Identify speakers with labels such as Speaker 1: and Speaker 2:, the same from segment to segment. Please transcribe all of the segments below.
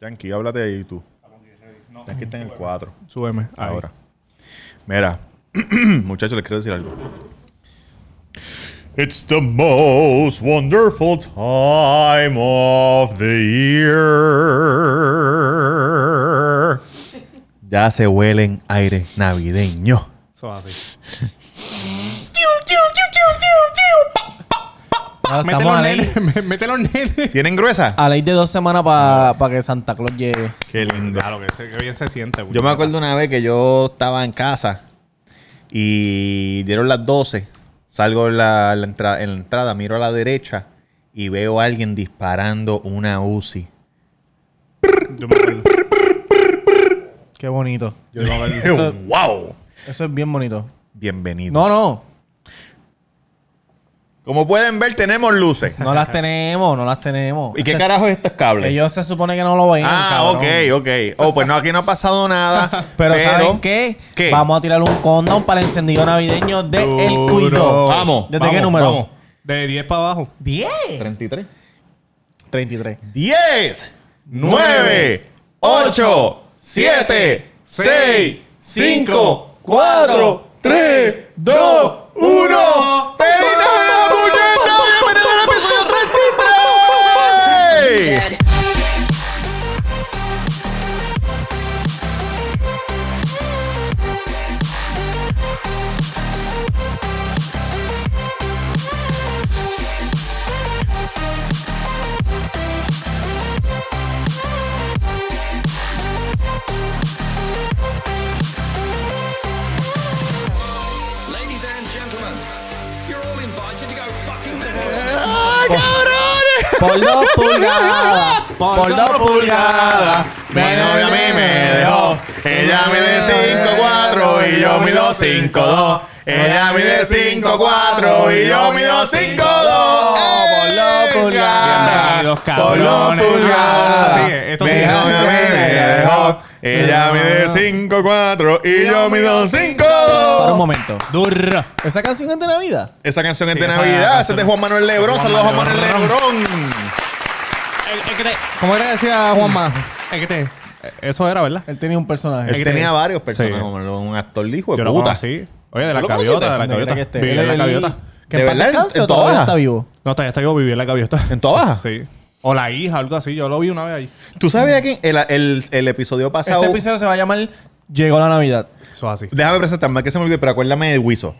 Speaker 1: Yankee, háblate ahí tú. Yankee está en el 4.
Speaker 2: Súbeme. ahí.
Speaker 1: Ahora. Mira, muchachos, les quiero decir algo. It's the most wonderful time of the year. Ya se huelen aire navideño.
Speaker 2: Eso así.
Speaker 3: Ah,
Speaker 2: Mete
Speaker 3: Estamos
Speaker 2: los
Speaker 3: a ley,
Speaker 2: nenes. Mete los nenes.
Speaker 1: ¿Tienen gruesa?
Speaker 3: a ley de dos semanas para que Santa Claus llegue.
Speaker 1: Qué lindo.
Speaker 2: Claro, que, se- que bien se siente.
Speaker 1: Yo me acuerdo una vez que yo estaba en casa y dieron las 12. Salgo en la, la entra- en la entrada, miro a la derecha y veo a alguien disparando una UCI.
Speaker 2: Yo me acuerdo.
Speaker 3: Qué bonito.
Speaker 2: Yo me acuerdo.
Speaker 3: Eso-
Speaker 1: ¡Wow!
Speaker 3: Eso es bien bonito.
Speaker 1: Bienvenido.
Speaker 3: No, no.
Speaker 1: Como pueden ver, tenemos luces.
Speaker 3: No las tenemos, no las tenemos.
Speaker 1: ¿Y qué
Speaker 3: Se-
Speaker 1: carajo es estos cables?
Speaker 3: Ellos se supone que no lo veían.
Speaker 1: ah,
Speaker 3: cabrón.
Speaker 1: ok, ok. Oh, pues no, aquí no ha pasado nada.
Speaker 3: Pero, ¿saben qué?
Speaker 1: ¿Qué?
Speaker 3: Vamos a tirar un condón para el encendido navideño de El
Speaker 2: Duro.
Speaker 3: Cuido.
Speaker 1: Vamos,
Speaker 3: ¿Desde
Speaker 2: Vamos,
Speaker 3: qué número?
Speaker 2: vamos. De 10 para abajo.
Speaker 3: 10.
Speaker 1: 33.
Speaker 3: 33.
Speaker 1: 10, 9, 8, 7, 6, 5, 4, 3, 2, 1. ¡Peina la muñeca! ¡Bienvenido al episodio 33!
Speaker 4: Ladies and gentlemen, you're all invited to go fucking
Speaker 3: Por dos pulgadas. Por dos pulgadas.
Speaker 1: Mi novia a mí me dejó. Ella mide 5, 4 y yo mido 5, 2. Ella mide 5, 4 y yo mido 5, 2.
Speaker 3: Por
Speaker 2: pulgares.
Speaker 3: los
Speaker 1: Por los
Speaker 2: Bienvenidos, cabrones.
Speaker 1: pulgares.
Speaker 2: Sigue, esto
Speaker 1: Mi
Speaker 2: sigue.
Speaker 1: novia a mí me dejó. Ella mide 5, 4 y yo mido 5,
Speaker 3: Para un
Speaker 1: 2.
Speaker 3: momento.
Speaker 2: Durra.
Speaker 3: ¿Esa canción es de Navidad?
Speaker 1: Esa canción es de
Speaker 2: esa
Speaker 1: Navidad. Esa es de
Speaker 2: canción.
Speaker 1: Juan Manuel Lebrón.
Speaker 2: Juan
Speaker 1: Saludos a Juan Manuel
Speaker 2: Manuel
Speaker 1: Lebrón.
Speaker 2: ¿Cómo era que decía Juanma? Es que te... Eso era, ¿verdad?
Speaker 3: Él tenía un personaje.
Speaker 1: Él
Speaker 2: que
Speaker 1: tenía
Speaker 2: te-
Speaker 1: varios personajes.
Speaker 2: Sí.
Speaker 1: Un actor de hijo
Speaker 2: Yo
Speaker 1: de
Speaker 2: lo
Speaker 1: puta.
Speaker 2: conocí. Oye, de la
Speaker 1: ¿Lo
Speaker 2: gaviota, de este? la
Speaker 1: conociste?
Speaker 2: gaviota.
Speaker 3: que este, esté.
Speaker 2: Viví en la
Speaker 3: Él-
Speaker 2: gaviota.
Speaker 3: Que
Speaker 1: ¿De
Speaker 3: en paz
Speaker 1: verdad?
Speaker 3: descanse
Speaker 1: ¿En
Speaker 3: o todavía
Speaker 1: Tobaja?
Speaker 3: está vivo.
Speaker 2: No, todavía está yo viví en la gaviota.
Speaker 1: ¿En Tobaja?
Speaker 2: Sí. O la hija, algo así. Yo lo vi una vez ahí.
Speaker 1: ¿Tú sabes a quién? El, el- el episodio pasado.
Speaker 3: Este episodio se va a llamar Llegó la Navidad.
Speaker 2: Eso es así.
Speaker 1: Déjame presentarme, que se me olvidó, pero acuérdame de Wiso.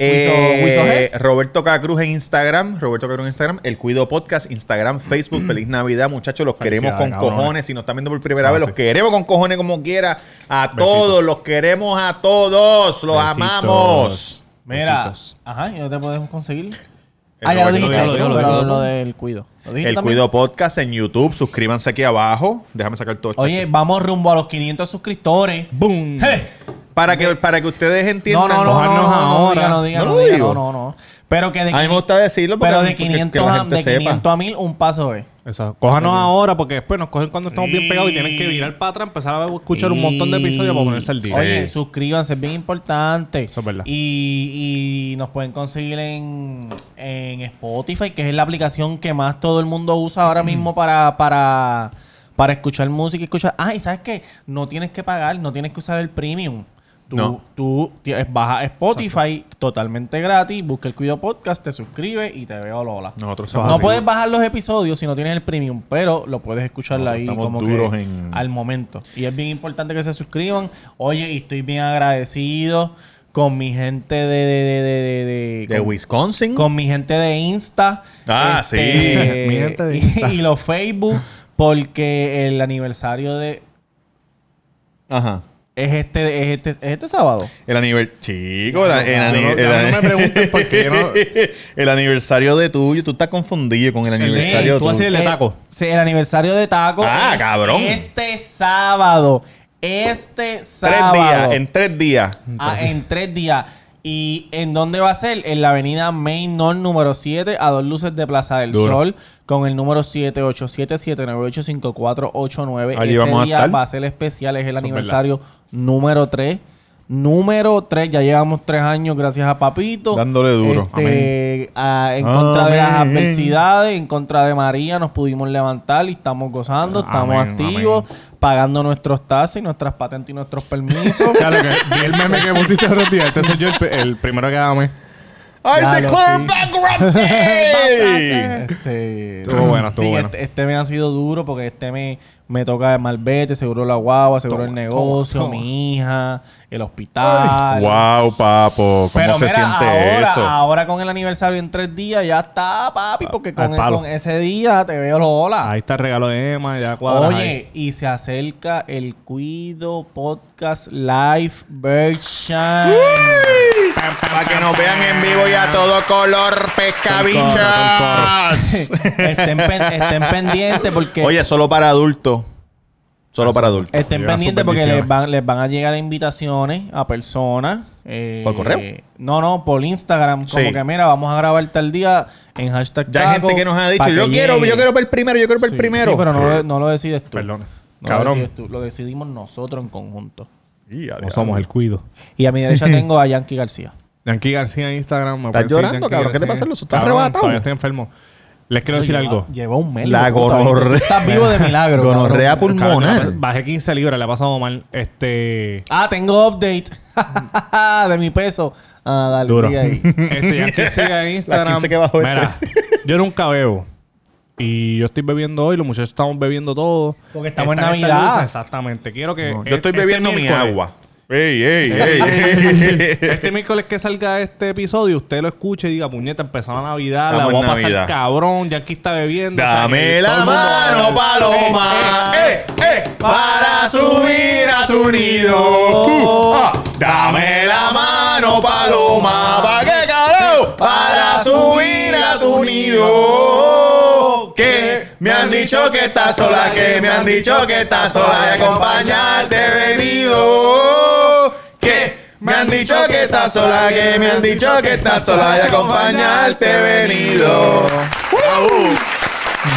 Speaker 3: Wiso
Speaker 1: Eh,
Speaker 3: G.
Speaker 1: Roberto Cacruz en Instagram, Roberto Cacruz en Instagram, El Cuido Podcast, Instagram, Facebook, Feliz Navidad, muchachos, los queremos con
Speaker 2: Felicidades, cabrones.
Speaker 1: cojones, si nos están viendo por primera
Speaker 2: Ah,
Speaker 1: vez,
Speaker 2: sí.
Speaker 1: los queremos con cojones como quiera, a
Speaker 2: Besitos.
Speaker 1: todos, los queremos a todos, los
Speaker 2: Besitos.
Speaker 1: amamos.
Speaker 3: Mira.
Speaker 2: Besitos.
Speaker 3: Ajá, ¿y no te podemos conseguir?
Speaker 1: El
Speaker 3: ah, ya lo
Speaker 1: Roberto
Speaker 3: dijiste.
Speaker 2: lo dijo, lo
Speaker 3: pero
Speaker 2: dijo, lo dijo.
Speaker 3: lo del cuido. ¿Lo dijiste
Speaker 1: El
Speaker 3: también?
Speaker 1: Cuido Podcast en YouTube, suscríbanse aquí abajo, déjame sacar todo esto.
Speaker 3: Oye, vamos rumbo a los 500 suscriptores.
Speaker 2: ¡Boom!
Speaker 3: ¡Hey!
Speaker 1: para que, para que ustedes
Speaker 3: No,
Speaker 1: entiendan,
Speaker 3: no, no, no, no,
Speaker 2: Cogernos
Speaker 3: no, no
Speaker 2: ahora.
Speaker 3: diga, no diga,
Speaker 1: No
Speaker 3: no,
Speaker 1: lo
Speaker 3: diga,
Speaker 1: digo.
Speaker 3: no, no, no. Pero que de,
Speaker 1: a mí me gusta decirlo porque,
Speaker 3: pero de
Speaker 1: porque
Speaker 3: 500,
Speaker 1: que la
Speaker 3: a,
Speaker 1: gente
Speaker 3: de
Speaker 1: sepa.
Speaker 3: 500 a 1000, un paso eh. es.
Speaker 2: Eso. Cójanos ahora porque después nos cogen cuando estamos bien pegados y tienen que virar para atrás, empezar a escuchar un montón de episodios para ponerse al día.
Speaker 3: Oye, suscríbanse, es bien importante.
Speaker 2: Eso es verdad.
Speaker 3: Y, y nos pueden conseguir en, en Spotify, que es la aplicación que más todo el mundo usa ahora mismo para, para, para escuchar música y escuchar. Ah, y sabes qué? no tienes que pagar, no tienes que usar el premium. Tú,
Speaker 1: No.
Speaker 3: tú tienes- baja Spotify totalmente gratis, busca el Cuido Podcast, te suscribes y te veo Lola.
Speaker 1: Nosotros
Speaker 2: No
Speaker 1: somos
Speaker 3: No
Speaker 1: así.
Speaker 3: puedes bajar los episodios si no tienes el premium, pero lo puedes escuchar
Speaker 1: Nosotros
Speaker 3: ahí
Speaker 1: estamos
Speaker 3: como
Speaker 1: duros
Speaker 3: que
Speaker 1: en-
Speaker 3: al momento. Y es bien importante que se suscriban. Oye, y estoy bien agradecido con mi gente de de de de, de- de-
Speaker 1: de
Speaker 3: con,
Speaker 1: Wisconsin.
Speaker 3: con mi gente de Insta. Este,
Speaker 1: Ah,
Speaker 2: sí. Mi gente de
Speaker 3: y-
Speaker 2: Insta.
Speaker 3: Y, los Facebook porque el aniversario de
Speaker 1: Ajá.
Speaker 3: es este es este es este sábado.
Speaker 1: El aniversario. Chico, el, el
Speaker 2: no,
Speaker 1: ani-
Speaker 2: no,
Speaker 1: el
Speaker 2: ya
Speaker 1: ani-
Speaker 2: no me pregunten por qué,
Speaker 1: el aniversario de tuyo. Tú estás confundido con el aniversario
Speaker 2: tú
Speaker 1: de
Speaker 2: así
Speaker 1: tuyo.
Speaker 2: El de
Speaker 3: Eh,
Speaker 2: Taco.
Speaker 3: sí, el aniversario de Taco.
Speaker 1: Ah, cabrón.
Speaker 3: Este sábado. Este
Speaker 1: Tres
Speaker 3: sábado.
Speaker 1: días, en tres días.
Speaker 3: Ah, en tres días. ¿Y en dónde va a ser? En la avenida Main North número 7, a dos luces de Plaza del
Speaker 2: Duro.
Speaker 3: Sol, con el número 787-798-5489.
Speaker 1: Allí
Speaker 3: Ese
Speaker 1: vamos a
Speaker 3: día
Speaker 1: estar.
Speaker 3: va a ser especial, es el
Speaker 2: Eso es
Speaker 3: aniversario número 3 número 3. Ya llevamos 3 años gracias a Papito.
Speaker 1: Dándole duro.
Speaker 3: Este, a- en contra de las
Speaker 1: Amén.
Speaker 3: adversidades, en contra de María, nos pudimos levantar y estamos gozando, estamos
Speaker 2: Amén,
Speaker 3: activos, pagando nuestros taxis, nuestras patentes y nuestros permisos.
Speaker 2: Ya lo que, vi el meme que pusiste el otro día. Este soy yo el, pe- el primero que
Speaker 1: ¡I
Speaker 2: dame.
Speaker 3: Ya lo
Speaker 1: declare
Speaker 3: sí.
Speaker 1: bankruptcy!
Speaker 3: Este,
Speaker 2: Estuvo bueno, estuvo
Speaker 3: sí,
Speaker 2: bueno.
Speaker 3: Este, este me ha sido duro porque este me, me toca el malvete, seguro la guagua, seguro el
Speaker 2: Toma,
Speaker 3: negocio,
Speaker 2: toma, toma.
Speaker 3: mi hija, el hospital.
Speaker 1: wow, papo. ¿Cómo
Speaker 3: Pero
Speaker 1: se
Speaker 3: mira,
Speaker 1: siente
Speaker 3: ahora,
Speaker 1: eso?
Speaker 3: ahora con el aniversario en tres días ya está, papi, porque
Speaker 2: Ah, al
Speaker 3: con,
Speaker 2: palo.
Speaker 3: con ese día te veo los hola.
Speaker 2: Ahí está el regalo de Emma, ya cuadras ahí.
Speaker 3: Oye, y se acerca el Cuido Podcast Live Version.
Speaker 1: Para que nos vean en vivo y a todo color, pescabichas.
Speaker 3: estén, pen- estén pendientes porque
Speaker 1: Oye, solo para adultos. Solo para adultos.
Speaker 3: estén
Speaker 2: Llegan sus
Speaker 3: pendientes porque les
Speaker 2: bendiciones.
Speaker 3: van, les van a llegar invitaciones a personas. eh,
Speaker 1: ¿Por correo?
Speaker 3: No, no, por Instagram. Como
Speaker 1: Sí.
Speaker 3: que mira, vamos a grabar tal día en hashtag.
Speaker 1: Ya hay
Speaker 3: taco
Speaker 1: gente que nos ha
Speaker 3: pa'
Speaker 1: dicho,
Speaker 3: que
Speaker 1: yo quiero,
Speaker 3: llegue".
Speaker 1: yo quiero ver el primero, yo quiero ver
Speaker 3: Sí,
Speaker 1: el primero.
Speaker 3: sí, pero no, lo- no lo decides tú.
Speaker 2: Perdón.
Speaker 3: No
Speaker 2: Cabrón.
Speaker 3: Lo, decides tú, lo decidimos nosotros en conjunto.
Speaker 1: Y, adiós.
Speaker 2: No somos el cuido.
Speaker 3: Y a mi derecha tengo a Yankee García.
Speaker 2: Yankee García en Instagram. me
Speaker 1: ¿Estás
Speaker 2: pueden seguir,
Speaker 1: llorando,
Speaker 2: Yankee
Speaker 1: cabrón? ¿Qué te
Speaker 2: García.
Speaker 1: pasa, Luz? ¿Estás
Speaker 2: Cabrón,
Speaker 1: arrebatado?
Speaker 2: Todavía estoy enfermo. Les quiero decir
Speaker 3: Lleva-
Speaker 2: algo.
Speaker 3: Lleva un mes.
Speaker 1: La
Speaker 3: hijo de puta,
Speaker 1: gonorrea.
Speaker 3: ¿viste? Estás vivo de milagro.
Speaker 1: Gonorrea
Speaker 3: cabrón.
Speaker 2: Cabrón,
Speaker 1: pulmonar.
Speaker 2: Bajé 15 libras, le ha pasado mal. Este.
Speaker 3: Ah, tengo update. de mi peso. Ah, dale.
Speaker 2: Duro.
Speaker 3: sigue ahí.
Speaker 2: Este, Yankee sigue en Instagram.
Speaker 1: Las 15 que bajó este.
Speaker 2: Mira, yo nunca bebo. Y yo estoy bebiendo hoy, los muchachos estamos bebiendo todo.
Speaker 3: Porque estamos en
Speaker 2: Están estas
Speaker 3: Navidad.
Speaker 2: luces, exactamente. Quiero que.
Speaker 1: Yo estoy
Speaker 2: este
Speaker 1: bebiendo mi
Speaker 2: miércoles-
Speaker 1: agua. Ey, ey, ey.
Speaker 2: Este miércoles que salga este episodio, usted lo escuche y diga, puñeta, empezó la Navidad,
Speaker 1: Estamos
Speaker 2: la
Speaker 1: en
Speaker 2: voy a pasar
Speaker 1: Navidad.
Speaker 2: cabrón, Yankee está bebiendo. o sea,
Speaker 1: Dame
Speaker 2: que todo
Speaker 1: la
Speaker 2: el mundo-
Speaker 1: mano, paloma, eh, eh, para subir a tu nido. Uh, ah. Dame la mano, paloma, pa' que carajo, para subir a tu nido. Que me han dicho que estás sola, que me han dicho que estás sola y acompañarte he venido. Que me han dicho que estás sola, que me han dicho que estás sola y acompañarte he venido. ¡Wow!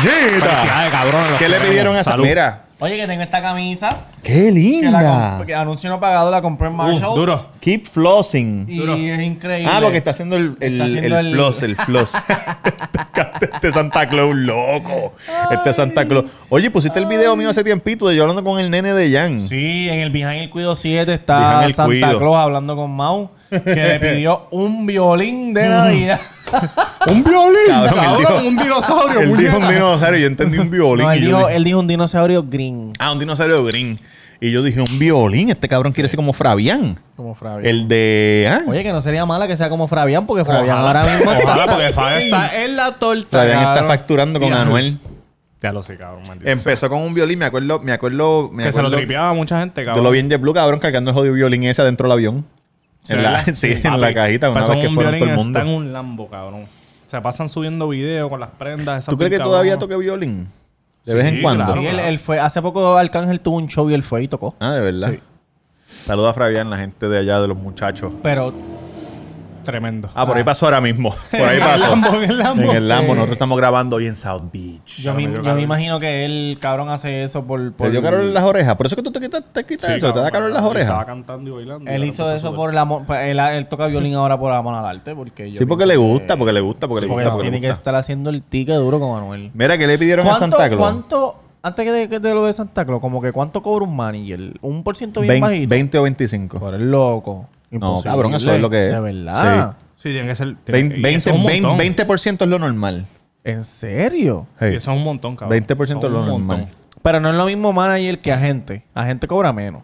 Speaker 2: Felicidades, cabrón. los
Speaker 1: ¿Qué le
Speaker 2: queremos.
Speaker 1: pidieron a
Speaker 2: Salud.
Speaker 1: Samira?
Speaker 3: Oye, que tengo esta camisa.
Speaker 1: ¡Qué
Speaker 3: Que la comp- que anuncio no pagado la compré en Marshalls.
Speaker 2: Uh, duro.
Speaker 1: Keep flossing.
Speaker 3: Y
Speaker 2: Duro.
Speaker 3: es increíble.
Speaker 1: Ah, porque está haciendo el, el,
Speaker 3: Está haciendo
Speaker 1: el
Speaker 3: el-
Speaker 1: floss, el floss. este Santa Claus loco. Este Santa Claus. Oye, pusiste el video mío hace tiempito de yo hablando con el nene de Jan.
Speaker 3: Sí, en el Behind el Cuido 7
Speaker 1: Behind
Speaker 3: está
Speaker 1: el
Speaker 3: Santa
Speaker 1: Cuido.
Speaker 3: Claus hablando con Mau, que le pidió un violín
Speaker 1: Mm,
Speaker 3: de Navidad.
Speaker 2: Un violín.
Speaker 1: Cabrón, él dijo-
Speaker 2: un dinosaurio.
Speaker 1: Él
Speaker 2: puñeta.
Speaker 1: dijo un dinosaurio, yo entendí un violín.
Speaker 3: No,
Speaker 1: y
Speaker 3: él,
Speaker 1: yo
Speaker 3: dijo,
Speaker 1: dije-
Speaker 3: él dijo un dinosaurio green.
Speaker 1: Ah, un dinosaurio green. Y yo dije, un violín. Este cabrón quiere ser como Fabián.
Speaker 3: Como Fabián.
Speaker 1: El de. ¿ah?
Speaker 3: Oye, que no sería mala que sea como Fabián, porque Fabián
Speaker 2: Ojalá.
Speaker 3: ahora mismo
Speaker 2: Ojalá,
Speaker 3: está...
Speaker 2: porque Fabio está en la torta.
Speaker 1: Fabián está
Speaker 2: cabrón.
Speaker 1: facturando con
Speaker 2: Ya.
Speaker 1: Anuel.
Speaker 2: Ya lo sé, cabrón, maldito.
Speaker 1: Empezó con un violín, me acuerdo, me acuerdo, me
Speaker 2: que se lo
Speaker 1: acuerdo.
Speaker 2: tripeaba a mucha gente,
Speaker 1: Yo
Speaker 2: cabrón.
Speaker 1: lo vi en JetBlue, cabrón, cargando el jodido violín ese adentro del avión. en la,
Speaker 2: ¿verdad?
Speaker 1: sí, en
Speaker 2: Papi,
Speaker 1: la cajita, una
Speaker 2: pasó
Speaker 1: vez que
Speaker 2: un
Speaker 1: fueron
Speaker 2: violín,
Speaker 1: todo el mundo.
Speaker 2: Está en un Lambo, cabrón. Se pasan subiendo videos con las prendas. esas
Speaker 1: ¿Tú crees que
Speaker 2: pintadas,
Speaker 1: todavía
Speaker 2: cabrón.
Speaker 1: toque violín? De
Speaker 2: Sí,
Speaker 1: vez en cuando.
Speaker 2: claro.
Speaker 3: Sí, él, él fue... Hace poco Arcángel tuvo un show y él fue y tocó.
Speaker 1: Ah, de verdad. Saluda a Fabián, la gente de allá, de los muchachos.
Speaker 3: Pero
Speaker 2: Tremendo.
Speaker 1: Ah, por ahí pasó ahora mismo. Por ahí
Speaker 2: En el
Speaker 1: pasó.
Speaker 2: Lambo, en el Lambo.
Speaker 1: En el Lambo.
Speaker 2: Sí.
Speaker 1: Nosotros estamos grabando hoy en South Beach.
Speaker 3: yo, me, yo me imagino que él, cabrón, hace eso por...
Speaker 1: ¿Te
Speaker 3: por
Speaker 1: dio calor en las orejas? ¿Por eso que tú te quitas, te quitas
Speaker 2: Sí,
Speaker 1: eso? ¿Te da calor
Speaker 2: cabrón,
Speaker 1: en las
Speaker 2: cabrón, Estaba
Speaker 1: orejas?
Speaker 2: cantando y bailando.
Speaker 3: Él
Speaker 2: Ya
Speaker 3: hizo
Speaker 2: empezó a
Speaker 3: eso
Speaker 2: subir.
Speaker 3: por la... mo- pa- Él, él toca violín ahora por amor al arte, porque yo...
Speaker 1: Sí, porque le gusta, porque le gusta, porque le
Speaker 3: Porque
Speaker 1: gusta, porque
Speaker 3: tiene
Speaker 1: le
Speaker 3: que
Speaker 1: gusta.
Speaker 3: estar haciendo el tique duro con Manuel.
Speaker 1: Mira, ¿qué le pidieron a Santa Claus?
Speaker 3: ¿Cuánto? Antes que de, que de lo de Santa Claus, como que ¿cuánto cobra un manager? ¿Un por ciento bien
Speaker 1: Vein-
Speaker 3: bajito?
Speaker 1: 20 o 25.
Speaker 3: Por el loco.
Speaker 1: No, cabrón, eso es lo que es.
Speaker 3: De verdad.
Speaker 2: Sí, tiene que ser.
Speaker 1: Vein-
Speaker 2: y
Speaker 1: 20,
Speaker 2: eso es un
Speaker 1: 20,
Speaker 2: montón.
Speaker 1: 20% es lo normal.
Speaker 3: ¿En serio?
Speaker 1: Hey.
Speaker 2: Y Eso es un montón, cabrón.
Speaker 1: 20% es
Speaker 2: Son
Speaker 1: lo
Speaker 2: un montón.
Speaker 1: normal.
Speaker 3: Pero no es lo mismo manager que agente. Agente cobra menos.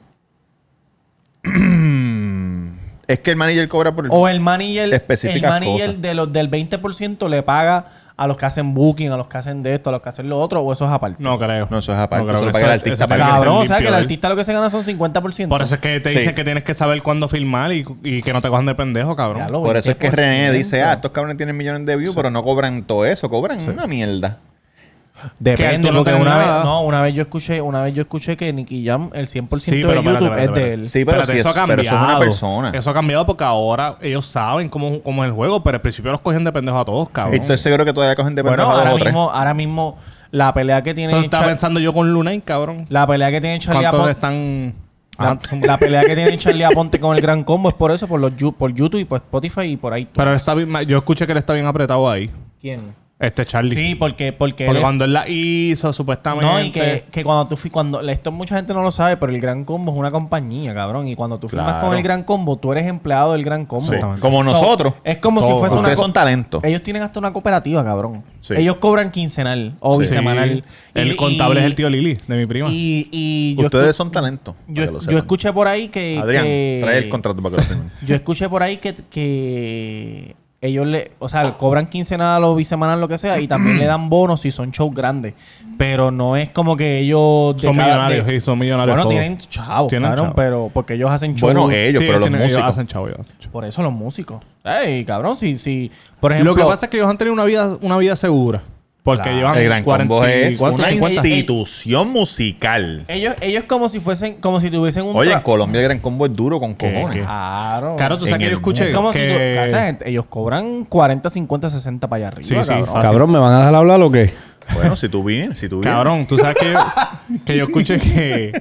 Speaker 1: Es que el manager cobra por...
Speaker 2: Oh, eh,
Speaker 3: O el manager, el
Speaker 1: Específicas
Speaker 3: manager
Speaker 1: cosas.
Speaker 3: de los, del 20% le paga a los que hacen booking, a los que hacen de esto, a los que hacen lo otro, o eso es aparte.
Speaker 2: No creo.
Speaker 1: No, eso es aparte,
Speaker 2: creo
Speaker 1: eso lo
Speaker 2: que
Speaker 1: paga el artista,
Speaker 2: eso
Speaker 1: para
Speaker 2: tiene que
Speaker 3: Cabrón,
Speaker 2: ser
Speaker 3: o sea que
Speaker 2: limpio,
Speaker 3: el
Speaker 2: ¿eh?
Speaker 3: artista lo que se gana son 50%.
Speaker 2: Por eso es que te
Speaker 1: Sí.
Speaker 2: dicen que tienes que saber cuándo filmar y, y que no te cojan de pendejo, cabrón.
Speaker 3: Ya lo-
Speaker 1: Por eso es que René
Speaker 3: 20%.
Speaker 1: dice, ah, estos cabrones tienen millones de views, pero no cobran todo eso, cobran una mierda.
Speaker 2: Que
Speaker 3: Depende,
Speaker 2: tú no
Speaker 3: porque
Speaker 2: tengas
Speaker 3: una vez,
Speaker 2: nada.
Speaker 3: no, una vez yo escuché, una vez yo escuché que Nicky Jam, el 100%
Speaker 2: Sí,
Speaker 3: de
Speaker 2: pero
Speaker 3: YouTube
Speaker 2: espérate, espérate,
Speaker 3: es de
Speaker 2: espérate.
Speaker 3: él.
Speaker 1: Sí, pero,
Speaker 2: Espérate,
Speaker 1: si es, pero eso es una persona.
Speaker 2: Eso ha cambiado porque ahora ellos saben cómo, cómo es el juego, pero al principio los cogían de pendejo a todos, cabrón.
Speaker 1: Y estoy seguro que todavía cogen de
Speaker 3: Bueno,
Speaker 1: pendejo a
Speaker 3: ahora
Speaker 1: dos o tres.
Speaker 3: mismo, ahora mismo la pelea que tiene
Speaker 2: Eso estaba
Speaker 3: Char-
Speaker 2: pensando yo con Lunay, cabrón.
Speaker 3: la pelea que tiene Charlie
Speaker 2: ¿Cuántos
Speaker 3: Aponte,
Speaker 2: están...?
Speaker 3: La, la pelea que tiene Charlie Aponte con el Gran Combo es por eso, por los yu- por YouTube y por Spotify y por ahí.
Speaker 2: Pero él está bien, ma- yo escuché que él está bien apretado ahí.
Speaker 3: ¿Quién?
Speaker 2: Este Charlie.
Speaker 3: Sí, porque, porque,
Speaker 2: Porque
Speaker 3: él-
Speaker 2: cuando él la hizo, supuestamente.
Speaker 3: No, y que, que cuando tú fui cuando esto mucha gente no lo sabe, pero el Gran Combo es una compañía, cabrón, y cuando tú firmas
Speaker 2: Claro.
Speaker 3: con el Gran Combo, tú eres empleado del Gran Combo.
Speaker 1: Sí, como
Speaker 3: So,
Speaker 1: nosotros.
Speaker 3: es como si
Speaker 2: Todos.
Speaker 3: fuese una
Speaker 1: Ustedes
Speaker 3: co-
Speaker 1: son talentos.
Speaker 3: Ellos tienen hasta una cooperativa, cabrón.
Speaker 1: Sí.
Speaker 3: Ellos cobran quincenal o
Speaker 1: Sí.
Speaker 2: Sí.
Speaker 3: bisemanal.
Speaker 2: El
Speaker 3: Y-
Speaker 2: contable
Speaker 3: y-
Speaker 2: es el tío Lili, de mi prima.
Speaker 3: Y, y yo,
Speaker 1: Ustedes
Speaker 3: escu-
Speaker 1: son talentos.
Speaker 3: yo- yo escuché por ahí que.
Speaker 1: Adrián,
Speaker 3: que-
Speaker 1: trae el contrato para que lo firmen.
Speaker 3: Yo escuché por ahí que, que ellos le, o sea, cobran quincenal o bisemanal, lo que sea, y también le dan bonos si son shows grandes. Pero no es como que ellos. de
Speaker 2: Son
Speaker 3: cada-
Speaker 2: millonarios,
Speaker 3: de-
Speaker 2: sí, son millonarios.
Speaker 3: Bueno,
Speaker 2: todos.
Speaker 3: tienen chavos,
Speaker 2: Tienen
Speaker 3: cabrón,
Speaker 2: chavos.
Speaker 3: pero porque ellos hacen shows.
Speaker 1: Bueno, ellos, pero los
Speaker 2: tienen-
Speaker 1: músicos.
Speaker 2: hacen chavo, ellos hacen chavo.
Speaker 3: por eso los músicos. Ey, cabrón, si, si, por ejemplo.
Speaker 2: Lo que pasa es que ellos han tenido una vida, una vida segura. Porque
Speaker 3: Claro.
Speaker 2: llevan
Speaker 1: El gran combo
Speaker 2: 40 y
Speaker 1: es
Speaker 2: cuánto,
Speaker 1: una
Speaker 2: 50.
Speaker 1: institución musical.
Speaker 3: ellos, ellos como si fuesen, como si tuviesen un
Speaker 1: Oye, en
Speaker 3: tra-
Speaker 1: Colombia el gran combo es duro con cojones.
Speaker 2: qué?
Speaker 3: Claro.
Speaker 2: Claro, tú
Speaker 1: En
Speaker 2: sabes que
Speaker 1: el
Speaker 2: yo escuché
Speaker 3: Es como si tú-
Speaker 2: que...
Speaker 3: esa gente- ellos cobran 40, 50, 60 para allá arriba.
Speaker 2: Sí, sí,
Speaker 3: cabrón.
Speaker 2: fácil.
Speaker 5: Cabrón, ¿me van a dejar hablar o qué?
Speaker 1: Bueno, si tú vienes, si tú vienes.
Speaker 2: Cabrón, tú sabes que yo, que yo escuché que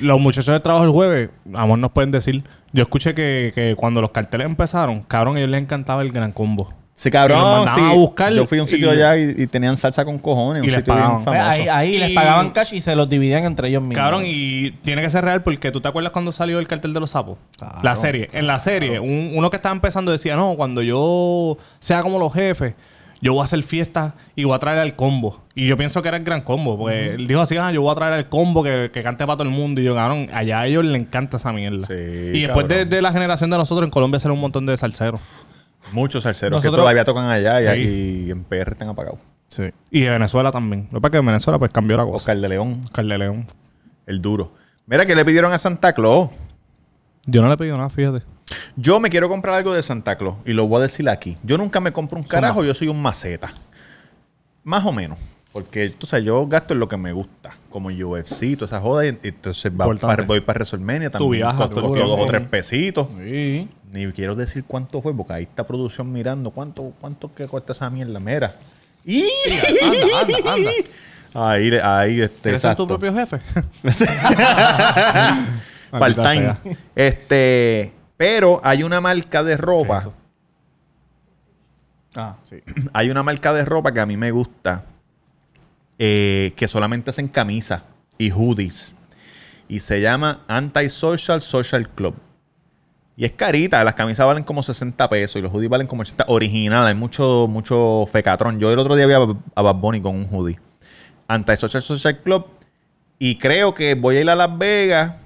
Speaker 2: los muchachos de trabajo el jueves, amor, nos pueden decir. Yo escuché que, que cuando los carteles empezaron, cabrón, a ellos les encantaba el gran combo.
Speaker 1: Sí,
Speaker 2: Y los
Speaker 1: cabrón,
Speaker 2: mandaban
Speaker 1: sí.
Speaker 2: a buscar
Speaker 1: yo fui a un sitio
Speaker 2: y-
Speaker 1: allá y, y tenían salsa con cojones,
Speaker 2: y
Speaker 1: un
Speaker 2: les
Speaker 1: sitio bien
Speaker 2: pagaban.
Speaker 1: famoso.
Speaker 3: Ahí, ahí les
Speaker 2: Y-
Speaker 3: pagaban cash y se los dividían entre ellos mismos.
Speaker 2: Cabrón, y tiene que ser real porque tú te acuerdas cuando salió el cartel de los sapos. la serie. en la serie, un- uno que estaba empezando decía, no, cuando yo sea como los jefes, yo voy a hacer fiestas y voy a traer al combo. Y yo pienso que era el gran combo, porque él dijo así, ah, yo voy a traer al combo que, que cante para todo el mundo. Y yo, cabrón, allá a ellos les encanta esa mierda.
Speaker 1: Sí,
Speaker 2: y después de,
Speaker 1: cabrón.
Speaker 2: de la generación de nosotros en Colombia salen un montón de salseros.
Speaker 1: Muchos salseros que
Speaker 3: Nosotros-
Speaker 1: todavía tocan allá y,
Speaker 2: Sí.
Speaker 1: y en PR están apagados.
Speaker 5: Sí.
Speaker 2: Y de Venezuela también. Lo que pasa es que en Venezuela pues cambió la cosa.
Speaker 1: Oscar de León,
Speaker 2: Oscar de León.
Speaker 1: el duro. Mira que le pidieron a Santa Claus.
Speaker 2: Yo no le he pedido nada, fíjate.
Speaker 1: Yo me quiero comprar algo de Santa Claus y lo voy a decir aquí. Yo nunca me compro un carajo, yo soy un maceta. Más o menos. Porque, tú sabes, yo gasto en lo que me gusta. Como UFC, toda esa joda. Y entonces va
Speaker 2: Importante.
Speaker 1: para- voy para WrestleMania también.
Speaker 2: viajas,
Speaker 1: costo
Speaker 2: tú
Speaker 1: como
Speaker 2: viajas.
Speaker 1: dos o tres pesitos. Ni quiero decir cuánto fue, porque ahí está producción mirando cuánto, cuánto que cuesta esa mierda. Mira. ¡Y!
Speaker 2: Anda, anda, anda.
Speaker 1: Ahí, ahí, este.
Speaker 2: ¿Eres tú
Speaker 1: exacto.
Speaker 2: tu propio jefe?
Speaker 1: Part-time. Este. Pero hay una marca de ropa.
Speaker 2: Eso.
Speaker 5: Ah, sí.
Speaker 1: hay una marca de ropa que a mí me gusta eh, que solamente hacen camisas y hoodies y se llama Antisocial Social Club y es carita las camisas valen como 60 pesos y los hoodies valen como 80 original hay mucho mucho fecatrón yo el otro día vi a, Bad- a Bad Bunny con un hoodie Antisocial Social Club y creo que voy a ir a Las Vegas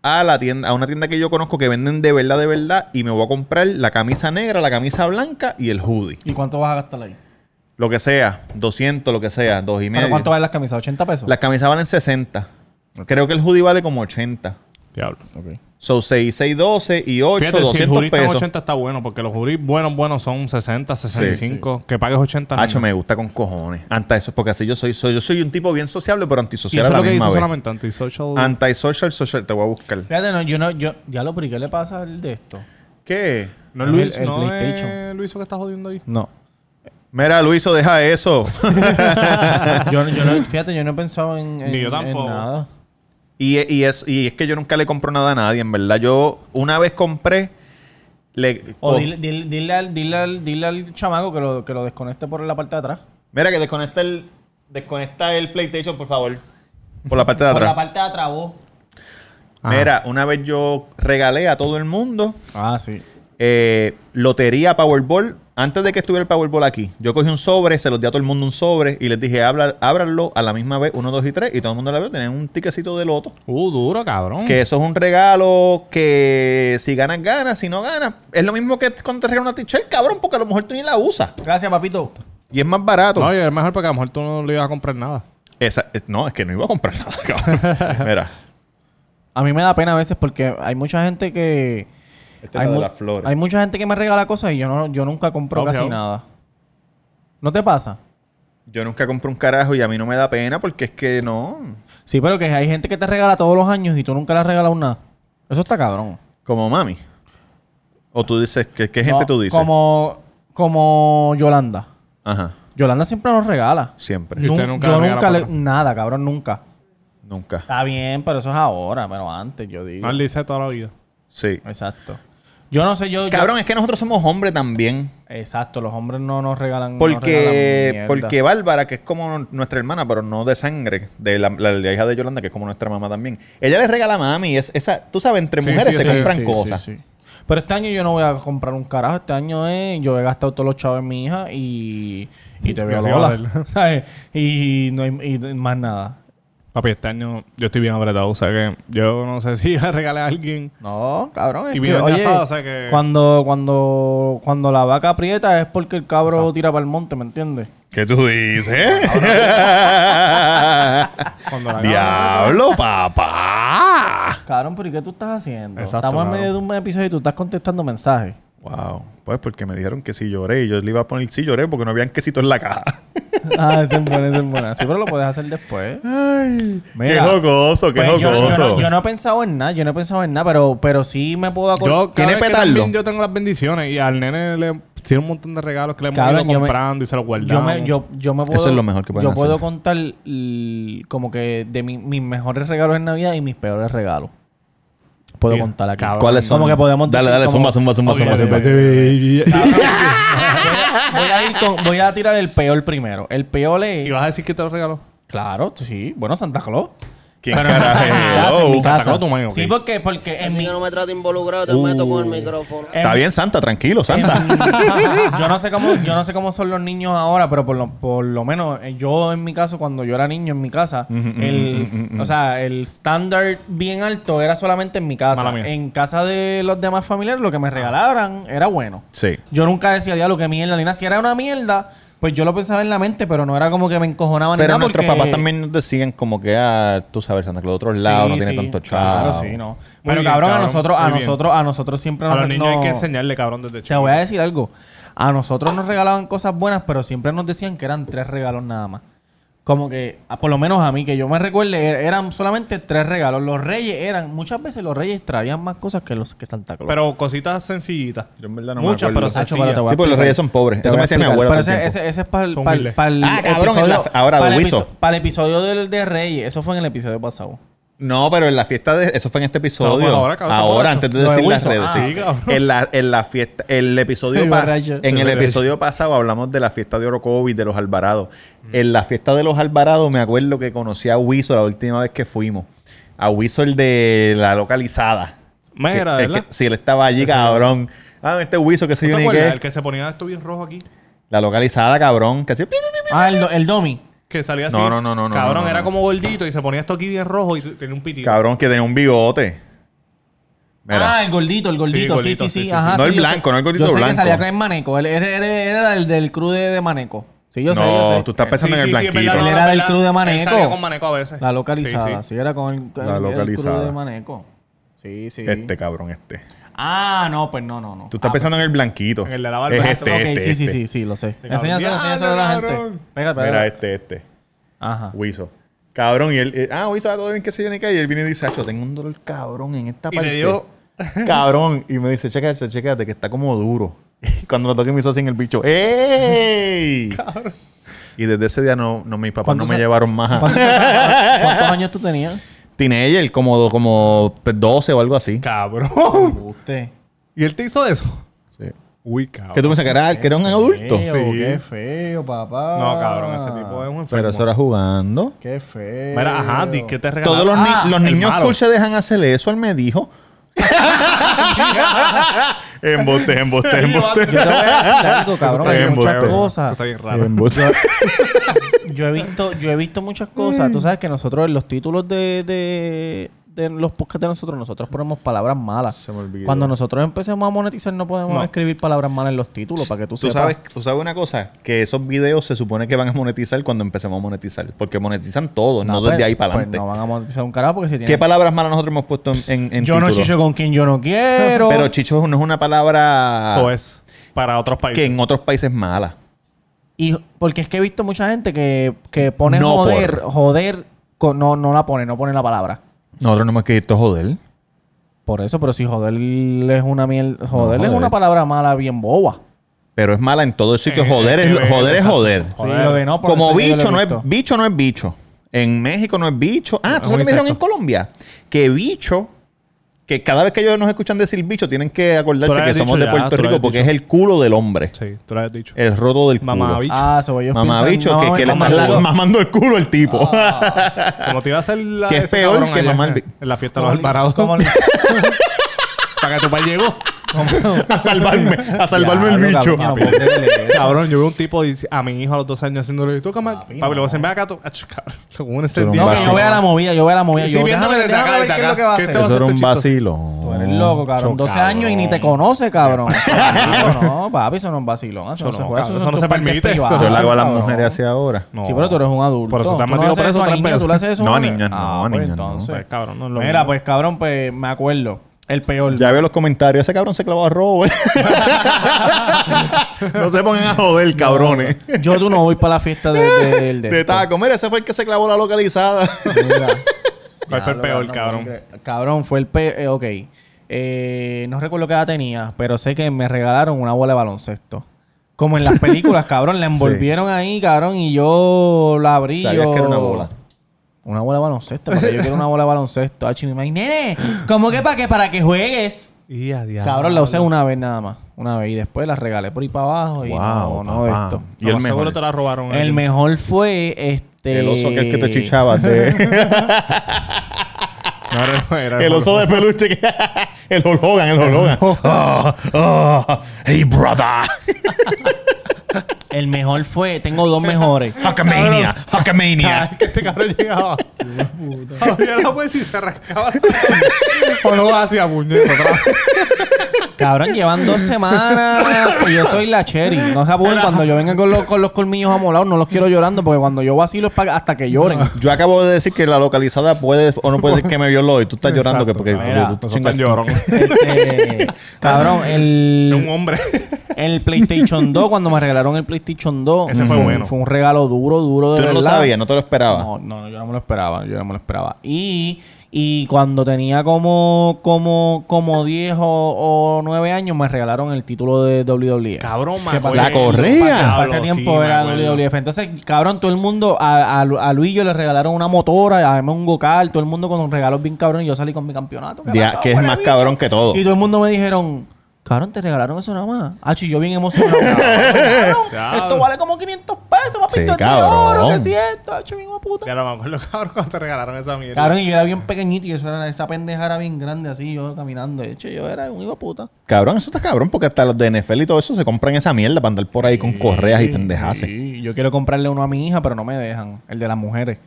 Speaker 1: a la tienda, a una tienda que yo conozco que venden de verdad, de verdad, y me voy a comprar la camisa negra, la camisa blanca y el hoodie.
Speaker 3: ¿Y cuánto vas a gastar ahí?
Speaker 1: Lo que sea, 200, lo que sea, dos y
Speaker 3: ¿Pero
Speaker 1: medio.
Speaker 3: cuánto valen las camisas? ¿80 pesos?
Speaker 1: Las camisas valen 60. Creo que el hoodie vale como 80.
Speaker 2: Diablo.
Speaker 1: So 6, 6, 12 y 8,
Speaker 2: Fíjate, si el
Speaker 1: 200
Speaker 2: jurí está en
Speaker 1: pesos.
Speaker 2: 80 está bueno, porque los juris buenos, buenos son 60, 65. Que pagues 80. no.
Speaker 1: Hacho, me gusta con cojones. Anta eso, porque así yo soy, soy- yo soy un tipo bien sociable, pero
Speaker 2: y
Speaker 1: antisocial
Speaker 2: eso
Speaker 1: a
Speaker 2: es
Speaker 1: la
Speaker 2: lo que dice
Speaker 1: misma vez.
Speaker 2: solamente antisocial.
Speaker 1: Antisocial, social, te voy a buscar.
Speaker 3: Fíjate, no, yo no, yo, ya lo pero ¿y ¿qué le pasa al de esto?
Speaker 1: ¿Qué?
Speaker 2: no es Luis,
Speaker 3: El- el
Speaker 2: no es
Speaker 3: PlayStation.
Speaker 2: Luiso que está jodiendo ahí.
Speaker 3: No.
Speaker 1: Mira, Luiso, deja eso.
Speaker 3: yo, yo no, fíjate, yo no he pensado en, en-
Speaker 2: Ni yo
Speaker 3: en
Speaker 2: tampoco.
Speaker 3: nada.
Speaker 1: Y, y es, y es que yo nunca le compro nada a nadie, en verdad. Yo una vez compré. Le,
Speaker 3: O
Speaker 1: co-
Speaker 3: dile, dile- dile al, dile, al, dile al chamaco que lo, que lo desconecte por la parte de atrás.
Speaker 1: Mira, que desconecta el, desconecta el PlayStation, por favor. Por la parte de atrás.
Speaker 3: parte de atrás vos.
Speaker 2: Ajá.
Speaker 1: Mira, una vez yo regalé a todo el mundo
Speaker 3: Ah, sí.
Speaker 1: eh, lotería Powerball. Antes de que estuviera el Powerball aquí, yo cogí un sobre, se los di a todo el mundo un sobre y les dije, "Abra- ábranlo a la misma vez, uno, dos y tres, y todo el mundo la vio, tenían un tiquecito de loto.
Speaker 2: Uh, duro,
Speaker 3: Mm.
Speaker 2: cabrón.
Speaker 1: Que eso es un regalo que si ganas, ganas, si no ganas. Es lo mismo que cuando te regalan una t-shirt, cabrón, porque a lo mejor tú ni la usas.
Speaker 3: Gracias, papito.
Speaker 1: Y es más barato.
Speaker 2: No, y es mejor porque a lo mejor tú no le ibas a comprar nada.
Speaker 1: Esa- eh, no, es que no iba a comprar nada, cabrón. Mira,
Speaker 3: A mí me da pena a veces porque hay mucha gente que...
Speaker 1: esta es la
Speaker 3: mu-
Speaker 1: este de las flores.
Speaker 3: hay mucha gente que me regala cosas y yo no, yo nunca compro
Speaker 2: Obvio.
Speaker 3: casi nada. ¿No te pasa?
Speaker 1: Yo nunca compré un carajo y a mí no me da pena porque es que no.
Speaker 3: Sí, pero que hay gente que te regala todos los años y tú nunca le has regalado nada. Eso está cabrón.
Speaker 1: Como mami. O tú dices, ¿qué, qué gente
Speaker 3: No,
Speaker 1: tú dices?
Speaker 3: Como, como Yolanda.
Speaker 1: Ajá,
Speaker 3: Yolanda siempre nos regala.
Speaker 1: siempre.
Speaker 2: Y usted
Speaker 3: Nun-
Speaker 2: nunca
Speaker 3: yo
Speaker 2: le regala
Speaker 3: nunca le...
Speaker 2: papá.
Speaker 3: Nada, cabrón, nunca.
Speaker 1: Nunca.
Speaker 3: Está bien, pero eso es ahora, pero antes, yo digo.
Speaker 2: No le hice toda la vida.
Speaker 1: Sí.
Speaker 3: Exacto. Yo no sé, yo. yo-
Speaker 1: Cabrón, es que nosotros somos hombres también.
Speaker 3: Exacto, los hombres no nos regalan. no
Speaker 1: Porque,
Speaker 3: regalan mierda.
Speaker 1: porque Bárbara, que es como nuestra hermana, pero no de sangre, de la, la- la hija de Yolanda, que es como nuestra mamá también. Ella le regala a mami. Es, esa, tú sabes, entre
Speaker 2: Sí,
Speaker 1: mujeres
Speaker 2: sí,
Speaker 1: se
Speaker 2: sí,
Speaker 1: compran
Speaker 3: Sí, sí,
Speaker 1: cosas.
Speaker 3: sí. Pero este año yo no voy a comprar un carajo. Este año es. Yo he gastado todos los chavos en mi hija y. Y te veo
Speaker 2: Así va a
Speaker 3: Lola. ¿Sabes? Y no hay y más nada.
Speaker 2: Papi, este año yo estoy bien apretado. O sea que yo no sé si a regalar a alguien.
Speaker 3: No, cabrón. Es
Speaker 2: Y
Speaker 3: que,
Speaker 2: bien
Speaker 3: oye,
Speaker 2: casado, o sea que-
Speaker 3: cuando, cuando, cuando la vaca aprieta es porque el cabro tira para el monte, ¿me entiendes?
Speaker 1: ¿Qué tú dices?
Speaker 2: Cuando la
Speaker 1: ¡Diablo, papá!
Speaker 3: Cabrón, pero ¿y qué tú estás haciendo?
Speaker 2: Exacto,
Speaker 3: Estamos en
Speaker 2: cabrón.
Speaker 3: medio de un episodio y tú estás contestando mensajes.
Speaker 1: Wow. Pues porque me dijeron que si lloré. Y yo le iba a poner sí lloré porque no habían quesito en la caja.
Speaker 3: ah, ese es bueno, ese es bueno. Sí, pero lo puedes hacer después.
Speaker 1: ¡Qué
Speaker 3: Mira,
Speaker 1: jocoso, qué
Speaker 3: pues yo, yo
Speaker 1: jocoso!
Speaker 3: no, yo no he pensado en nada, yo no he pensado en nada, pero, pero sí me puedo acordar.
Speaker 2: Yo,
Speaker 1: ¿Tiene
Speaker 2: cada vez que
Speaker 1: petardo?
Speaker 2: también yo tengo las bendiciones y al nene le tiene un montón de regalos que le hemos
Speaker 3: Cabrón, yo
Speaker 2: ido
Speaker 3: me-
Speaker 2: comprando y se los
Speaker 3: Yo
Speaker 2: guardamos.
Speaker 3: me, yo, yo me puedo,
Speaker 1: es lo mejor que pueden
Speaker 3: Yo
Speaker 1: hacer.
Speaker 3: puedo contar l- como que de mi- mis mejores regalos en Navidad y mis peores regalos. Puedo
Speaker 2: Mira,
Speaker 3: contar acá.
Speaker 2: cabrón.
Speaker 1: ¿Cuáles son?
Speaker 3: Como que podemos
Speaker 1: Dale,
Speaker 3: decir
Speaker 1: dale,
Speaker 3: como-
Speaker 1: zumba, zumba, zumba,
Speaker 3: Ok,
Speaker 1: zumba,
Speaker 3: ok,
Speaker 1: zumba.
Speaker 3: ok.
Speaker 2: Ah,
Speaker 3: Voy a, ir con- voy a tirar el peor primero. El peor
Speaker 2: ¿Y
Speaker 3: es...
Speaker 2: vas a decir que te los regaló?
Speaker 3: Claro, sí. Bueno, Santa Claus.
Speaker 1: ¿Quién carajo es?
Speaker 3: Casa, en
Speaker 1: Hello.
Speaker 3: mi
Speaker 2: Santa
Speaker 3: casa.
Speaker 2: Claus, tu man, ok.
Speaker 3: Sí, porque, porque en
Speaker 5: Así
Speaker 3: mi...
Speaker 5: que no me trate involucrado, te meto
Speaker 2: Uh.
Speaker 5: con el micrófono.
Speaker 3: eh,
Speaker 1: Está bien, Santa, tranquilo, Santa.
Speaker 3: yo no sé cómo yo no sé cómo son los niños ahora pero por lo, por lo menos eh, yo en mi caso cuando yo era niño en mi casa el o sea el estándar bien alto era solamente en mi casa
Speaker 2: Mala mía.
Speaker 3: en casa de los demás familiares lo que
Speaker 1: Ah.
Speaker 3: me regalaran era bueno
Speaker 1: Sí.
Speaker 3: yo nunca decía diablo que mierda ni nada si era una mierda pues yo lo pensaba en la mente pero no era como que me encojonaba ni
Speaker 1: Pero
Speaker 3: nada
Speaker 1: nuestros
Speaker 3: porque-
Speaker 1: papás también nos decían como que, ah, tú sabes, Santa Claus de otros lados no
Speaker 3: Sí,
Speaker 1: tiene
Speaker 3: sí.
Speaker 1: tanto chavo.
Speaker 3: claro sí no
Speaker 2: Muy
Speaker 3: pero
Speaker 2: bien,
Speaker 3: cabrón, a
Speaker 2: cabrón.
Speaker 3: nosotros a
Speaker 2: Muy bien.
Speaker 3: nosotros a nosotros siempre
Speaker 2: A
Speaker 3: nos-
Speaker 2: los niños hay
Speaker 3: nos-
Speaker 2: que enseñarle, cabrón, desde
Speaker 3: Te
Speaker 2: chico.
Speaker 3: voy a decir algo. A nosotros nos regalaban cosas buenas, pero siempre nos decían que eran tres regalos nada más. Como que, a- por lo menos a mí, que yo me recuerde, er- eran solamente tres regalos. Los reyes eran, muchas veces los reyes traían más cosas que los que Santa Claus.
Speaker 2: Pero cositas sencillitas.
Speaker 1: Yo en verdad no me
Speaker 2: Muchas,
Speaker 1: acuerdo.
Speaker 2: pero
Speaker 3: Nacho,
Speaker 2: sencillas.
Speaker 3: pero te voy a
Speaker 1: Sí, porque los
Speaker 3: explicar.
Speaker 1: reyes son pobres.
Speaker 3: Te
Speaker 1: Eso
Speaker 3: voy
Speaker 1: me
Speaker 3: a
Speaker 1: decía mi
Speaker 3: explicar.
Speaker 1: abuela
Speaker 3: Pero
Speaker 1: todo el
Speaker 3: ese,
Speaker 1: tiempo.
Speaker 3: ese- ese es para el,
Speaker 2: Son
Speaker 3: pa'l-
Speaker 2: humildes.
Speaker 3: pa'l
Speaker 1: Ah, cabrón, en la- ahora de
Speaker 3: pa'l
Speaker 1: Wiso.
Speaker 3: episo- pa'l episodio del de Reyes. Eso fue en el episodio pasado.
Speaker 1: No, pero en la fiesta de... Eso fue en este episodio.
Speaker 2: No, fue
Speaker 1: ahora,
Speaker 2: ahora, cabrón, borracho.
Speaker 1: antes de
Speaker 3: Lo de
Speaker 1: decir las
Speaker 3: Wilson.
Speaker 1: redes.
Speaker 2: Ah,
Speaker 1: sí.
Speaker 2: sí, cabrón.
Speaker 1: en, la, en la fiesta... El episodio
Speaker 3: El
Speaker 1: pas-
Speaker 3: borracho.
Speaker 1: En
Speaker 2: El
Speaker 1: el
Speaker 2: borracho.
Speaker 1: episodio pasado hablamos de la fiesta de Orocovis, de los Alvarados.
Speaker 2: Mm.
Speaker 1: En la fiesta de los Alvarados me acuerdo que conocí a Wiso la última vez que fuimos. A Wiso el de la localizada. Que-
Speaker 2: Mira,
Speaker 1: el
Speaker 2: Pues ¿verdad?
Speaker 1: que- Sí, él estaba allí, cabrón. Ah, este Wiso que se
Speaker 2: ¿Tú
Speaker 1: yo
Speaker 2: te
Speaker 1: ni
Speaker 2: acuerdas?
Speaker 1: qué.
Speaker 2: El que se ponía esto bien rojo aquí.
Speaker 1: La localizada, cabrón. Que hacía... pi, pi, pi,
Speaker 3: Ah, el, do- el Domi.
Speaker 2: Que salía así.
Speaker 1: No, no, no, no, no,
Speaker 2: Cabrón,
Speaker 1: no, no,
Speaker 2: era
Speaker 1: no.
Speaker 2: como gordito y se ponía esto aquí bien rojo y t- tenía un pitito.
Speaker 1: Cabrón, que tenía un bigote. Mira.
Speaker 3: Ah, el gordito, el gordito, sí,
Speaker 2: gordito,
Speaker 3: sí, sí.
Speaker 2: sí, sí,
Speaker 3: ajá,
Speaker 1: sí. No el
Speaker 3: yo sé-
Speaker 1: blanco, no el gordito
Speaker 3: yo sé
Speaker 1: blanco.
Speaker 3: que salía acá en Maneco. Él él- él- él era el del crew de, de Maneco. Sí, yo sé, yo
Speaker 1: no,
Speaker 3: sé. Eh,
Speaker 1: tú estás
Speaker 2: Sí,
Speaker 1: pensando
Speaker 2: sí,
Speaker 1: en el
Speaker 2: sí, es
Speaker 1: blanquito.
Speaker 2: verdad,
Speaker 3: Él
Speaker 2: no, no,
Speaker 3: era
Speaker 2: es
Speaker 3: del
Speaker 2: verdad.
Speaker 3: crew de
Speaker 2: Él
Speaker 3: Maneco.
Speaker 2: salía con Maneco a veces.
Speaker 3: La localizada, sí,
Speaker 2: Sí, sí.
Speaker 3: era con el, el-
Speaker 1: La
Speaker 3: el
Speaker 1: localizada.
Speaker 3: crew de Maneco. Sí, sí.
Speaker 1: Este cabrón, este.
Speaker 3: Ah, no, pues no, no, no.
Speaker 1: Tú estás
Speaker 3: Ah,
Speaker 1: pensando en el blanquito.
Speaker 2: En el de la barba.
Speaker 1: Es
Speaker 2: Ah,
Speaker 1: este,
Speaker 3: pues- ok,
Speaker 1: este,
Speaker 3: sí, sí,
Speaker 1: este.
Speaker 3: sí, sí, lo sé.
Speaker 2: cabrón.
Speaker 3: Enséñaselo,
Speaker 2: Ya,
Speaker 3: enséñaselo a la
Speaker 2: cabrón.
Speaker 3: gente. Pega, pega.
Speaker 1: Mira, este, este.
Speaker 3: Ajá.
Speaker 1: Wiso. Cabrón, y él. eh, ah, Wiso, todo bien que se viene que. Y él viene y dice, Acho, tengo un dolor cabrón en esta
Speaker 2: Y
Speaker 1: parte.
Speaker 2: le dio-
Speaker 1: Cabrón. Y me dice, chécate, chécate, que está como duro. Y Cuando me toqué me hizo así en el bicho. ¡Ey! y desde ese día no, no mis papás no
Speaker 3: ¿Cuántos
Speaker 1: me
Speaker 3: a-
Speaker 1: llevaron más
Speaker 3: ¿Cuántos,
Speaker 1: a.
Speaker 3: ¿Cuántos años tú tenías?
Speaker 1: Teenager, como, como 12 o algo así.
Speaker 2: Cabrón.
Speaker 3: Usted.
Speaker 2: ¿Y él te hizo eso? Uy, cabrón.
Speaker 1: Que tú pensás que era, que era un adulto.
Speaker 2: Sí.
Speaker 3: Qué feo, papá.
Speaker 2: No, cabrón, ese tipo es un enfermo.
Speaker 1: Pero eso era jugando.
Speaker 3: Qué feo.
Speaker 2: Mira, ajá, di que te regalaba.
Speaker 1: Todos los, ni-
Speaker 2: Ah,
Speaker 1: los
Speaker 2: el
Speaker 1: niños
Speaker 2: malo.
Speaker 1: cool se dejan hacer eso, él me dijo. embuste, embuste,
Speaker 3: Yo te voy a decir algo,
Speaker 1: Eso
Speaker 3: cabrón.
Speaker 1: está
Speaker 3: Hay
Speaker 1: bien
Speaker 3: muchas
Speaker 1: bueno.
Speaker 2: Eso
Speaker 3: cosas.
Speaker 2: está bien raro.
Speaker 3: Yo he visto, yo he visto muchas
Speaker 1: Mm.
Speaker 3: cosas. Tú sabes que nosotros en los títulos de, de, de los podcasts de nosotros, nosotros ponemos palabras malas.
Speaker 1: Se me olvidó.
Speaker 3: Cuando nosotros empecemos a monetizar, no podemos
Speaker 2: No.
Speaker 3: escribir palabras malas en los títulos para que tú,
Speaker 1: ¿Tú
Speaker 3: sepas.
Speaker 1: sabes, tú sabes una cosa, que esos videos se supone que van a monetizar cuando empecemos a monetizar, porque monetizan todo, no,
Speaker 3: pues,
Speaker 1: desde ahí para
Speaker 3: pues
Speaker 1: adelante.
Speaker 3: no van a monetizar un carajo porque si tienen.
Speaker 1: ¿Qué palabras malas nosotros hemos puesto en, en, en
Speaker 3: yo no
Speaker 1: título?
Speaker 3: chicho con quien yo no quiero.
Speaker 1: Pero chicho no es una palabra
Speaker 2: Eso es para otros
Speaker 1: que
Speaker 2: países.
Speaker 1: en otros países es mala.
Speaker 3: y porque es que he visto mucha gente que, que pone
Speaker 1: No
Speaker 3: joder, joder, con- no, no la pone, no pone la palabra.
Speaker 1: Nosotros no hemos querido joder.
Speaker 3: Por eso, pero si joder es una miel, joder es
Speaker 1: joder.
Speaker 3: una palabra mala bien boba.
Speaker 1: Pero es mala en todo sitio.
Speaker 2: Eh,
Speaker 1: Joder,
Speaker 2: eh,
Speaker 1: es
Speaker 2: eh,
Speaker 1: joder, es
Speaker 2: exacto.
Speaker 1: joder.
Speaker 3: Sí, lo de no, por
Speaker 1: Como
Speaker 3: eso yo lo he
Speaker 1: bicho no es
Speaker 3: visto.
Speaker 1: bicho no es bicho. En México no es bicho. Ah, ¿tú
Speaker 2: Es
Speaker 1: sabes
Speaker 2: un
Speaker 1: que me dijeron en
Speaker 2: insecto.
Speaker 1: Colombia? Que bicho, que cada vez que ellos nos escuchan decir bicho, tienen que
Speaker 2: Tú lo
Speaker 1: acordarse que
Speaker 2: habías
Speaker 1: somos
Speaker 2: dicho
Speaker 1: de
Speaker 2: ya, tú
Speaker 1: Puerto
Speaker 2: lo
Speaker 1: Rico
Speaker 2: habías
Speaker 1: porque es
Speaker 2: dicho.
Speaker 1: el culo del hombre.
Speaker 2: Sí, tú lo habías dicho.
Speaker 1: El roto del culo.
Speaker 2: Mamabicho.
Speaker 3: Ah, se voy yo
Speaker 1: Mamabicho,
Speaker 3: pensando- no,
Speaker 1: que, que le
Speaker 3: mamá,
Speaker 1: estás la-
Speaker 3: yo-
Speaker 1: mamando el culo el tipo.
Speaker 2: Como te iba a hacer la.
Speaker 1: Que es
Speaker 2: ese
Speaker 1: peor
Speaker 2: cabrón
Speaker 1: que
Speaker 2: allá
Speaker 1: mamar
Speaker 2: en-
Speaker 1: bi-
Speaker 2: En la fiesta de
Speaker 3: como
Speaker 2: los
Speaker 3: el-
Speaker 2: Alvarados.
Speaker 3: como el-
Speaker 2: Para que tu padre llegó.
Speaker 1: a salvarme, a salvarme el
Speaker 3: Diablo,
Speaker 1: bicho.
Speaker 3: cabrón, no pues, puedo creerle eso.
Speaker 2: Cabrón, yo veo un tipo dice- a mi hijo a los dos años haciéndole. Tú, cama. Pablo, luego se me acá. Tú, Ach, cabrón. Lo como un encendido.
Speaker 3: No, que
Speaker 1: vacilo.
Speaker 3: yo voy a la movida, yo voy a la movida.
Speaker 2: Sí,
Speaker 3: Yo,
Speaker 2: sí,
Speaker 3: déjame,
Speaker 2: viéndole desde
Speaker 3: déjame
Speaker 2: acá, desde
Speaker 3: ver qué es
Speaker 2: acá.
Speaker 3: lo que va a
Speaker 2: ¿Qué
Speaker 3: hacer.
Speaker 2: te va a
Speaker 1: Eso era un
Speaker 2: Chistosito.
Speaker 1: vacilo.
Speaker 3: Tú eres loco, cabrón. 12 años y ni te conoce, cabrón. Eso no, papi, eso no es vacilón. Eso, no se
Speaker 2: cabrón,
Speaker 3: juega. Eso,
Speaker 2: eso
Speaker 3: son
Speaker 2: no
Speaker 3: tus
Speaker 2: se
Speaker 3: partes
Speaker 2: permite, eso
Speaker 3: privadas,
Speaker 1: Yo le hago a las
Speaker 3: cabrón.
Speaker 1: mujeres hacia ahora.
Speaker 2: No.
Speaker 3: Sí, pero tú eres un adulto.
Speaker 2: Por eso te
Speaker 3: Tú
Speaker 2: has
Speaker 3: no
Speaker 2: metido
Speaker 3: haces
Speaker 2: preso
Speaker 3: a
Speaker 2: tres
Speaker 3: niños,
Speaker 2: veces.
Speaker 3: Tú le haces eso a
Speaker 1: No,
Speaker 3: hombres.
Speaker 1: niños no,
Speaker 3: Ah, pues
Speaker 1: niños no.
Speaker 3: entonces.
Speaker 2: Pues, cabrón, no es lo
Speaker 3: Mira,
Speaker 2: mismo.
Speaker 3: pues cabrón, pues me acuerdo. El peor.
Speaker 1: Ya veo los comentarios. Ese cabrón se clavó a Robert. no se pongan a joder, cabrones.
Speaker 3: Yo tú no voy para la fiesta de, de, del de
Speaker 1: De
Speaker 3: esto.
Speaker 1: taco. Mira, ese fue el que se clavó la localizada.
Speaker 3: Mira.
Speaker 2: ¿Cuál fue el
Speaker 3: Diablo,
Speaker 2: peor,
Speaker 3: no
Speaker 2: cabrón?
Speaker 3: puedo creer. Cabrón, fue el peor. ok. Eh, no recuerdo qué edad tenía, pero sé que me regalaron una bola de baloncesto. Como en las películas, cabrón. La envolvieron ahí, cabrón, y yo la abrí.
Speaker 1: Sabías
Speaker 3: yo-
Speaker 1: que era una bola.
Speaker 3: Una bola de baloncesto, porque yo quiero una bola de baloncesto. Ah, chimi, ay, nene, ¿cómo que para qué? Para que juegues.
Speaker 2: Y a diablo.
Speaker 3: Cabrón, la usé una vez nada más. Una vez. Y después la regalé por ahí para abajo. Y no, no de
Speaker 1: papá.
Speaker 3: esto.
Speaker 1: Y
Speaker 2: Lo
Speaker 1: el
Speaker 2: más seguro
Speaker 1: mejor.
Speaker 2: te la robaron.
Speaker 3: El
Speaker 2: ellos.
Speaker 3: mejor fue este.
Speaker 1: El oso que es que te chichabas de...
Speaker 2: No, era- era
Speaker 1: el oso de peluche que... el Hulk Hogan, el Hulk Hogan. Oh, oh, hey, brother.
Speaker 3: El mejor fue. Tengo dos mejores.
Speaker 1: Hackamania.
Speaker 3: Ah.
Speaker 1: Hackamania.
Speaker 2: que este cabrón llegaba. Abría la puerta y se arrancaba. o no hacía puñetas otra vez.
Speaker 3: Cabrón, llevan dos semanas. Pues yo soy la cherry. No se apuren cuando yo venga con los, con los colmillos amolados. No los quiero llorando porque cuando yo vacilo es pa- hasta que lloren.
Speaker 1: Yo acabo de decir que la localizada puede o no puede decir que me violó y tú estás llorando que
Speaker 2: Exacto,
Speaker 1: porque
Speaker 2: cabrón.
Speaker 1: porque tú
Speaker 2: Nosotros
Speaker 1: chingas-
Speaker 2: llorón.
Speaker 3: Este, cabrón,
Speaker 2: Soy un
Speaker 3: el,
Speaker 2: hombre.
Speaker 3: el PlayStation 2, cuando me regalaron el PlayStation 2,
Speaker 2: Ese fue
Speaker 3: un-
Speaker 2: bueno.
Speaker 3: Fue un regalo duro, duro de
Speaker 1: Tú no lo
Speaker 3: verdad.
Speaker 1: sabías, no te lo esperabas.
Speaker 3: No, no, no, yo no me lo esperaba, yo no me lo esperaba. Y, y cuando tenía como, como, como 10 o, 9 años, me regalaron el título de E. WWE.
Speaker 2: Cabrón,
Speaker 3: ¿Qué
Speaker 2: macho.
Speaker 3: pasó?
Speaker 1: La correa.
Speaker 3: Para ese tiempo era WWF. E. Entonces, cabrón, todo el mundo, a, a, a Luillo le regalaron una motora, además un gocal, todo el mundo con regalos bien cabrón y yo salí con mi campeonato. ¿Qué
Speaker 1: Ya,
Speaker 3: pasó,
Speaker 1: ah, que es
Speaker 3: huele
Speaker 1: más
Speaker 3: bicho?
Speaker 1: cabrón que todo.
Speaker 3: Y todo el mundo me dijeron, cabrón, te regalaron eso nada más. Ah, y yo bien emocionado. cabrón, esto
Speaker 2: Diablo.
Speaker 3: vale como 500 pesos, papi,
Speaker 1: Sí,
Speaker 3: esto es de
Speaker 1: cabrón.
Speaker 3: oro, ¿qué siento? Acho, mi ah, hijo de puta.
Speaker 2: Ya lo me acuerdo, cabrón, cuando te regalaron esa mierda.
Speaker 3: Cabrón, y yo era bien pequeñito y eso era esa pendeja era bien grande así, yo caminando. De hecho, yo era un hijo de puta.
Speaker 1: Cabrón, eso está cabrón porque hasta los de NFL y todo eso se compran esa mierda para andar por ahí con correas y pendejaces.
Speaker 3: Sí, yo quiero comprarle uno a mi hija, pero no me dejan. El de las mujeres.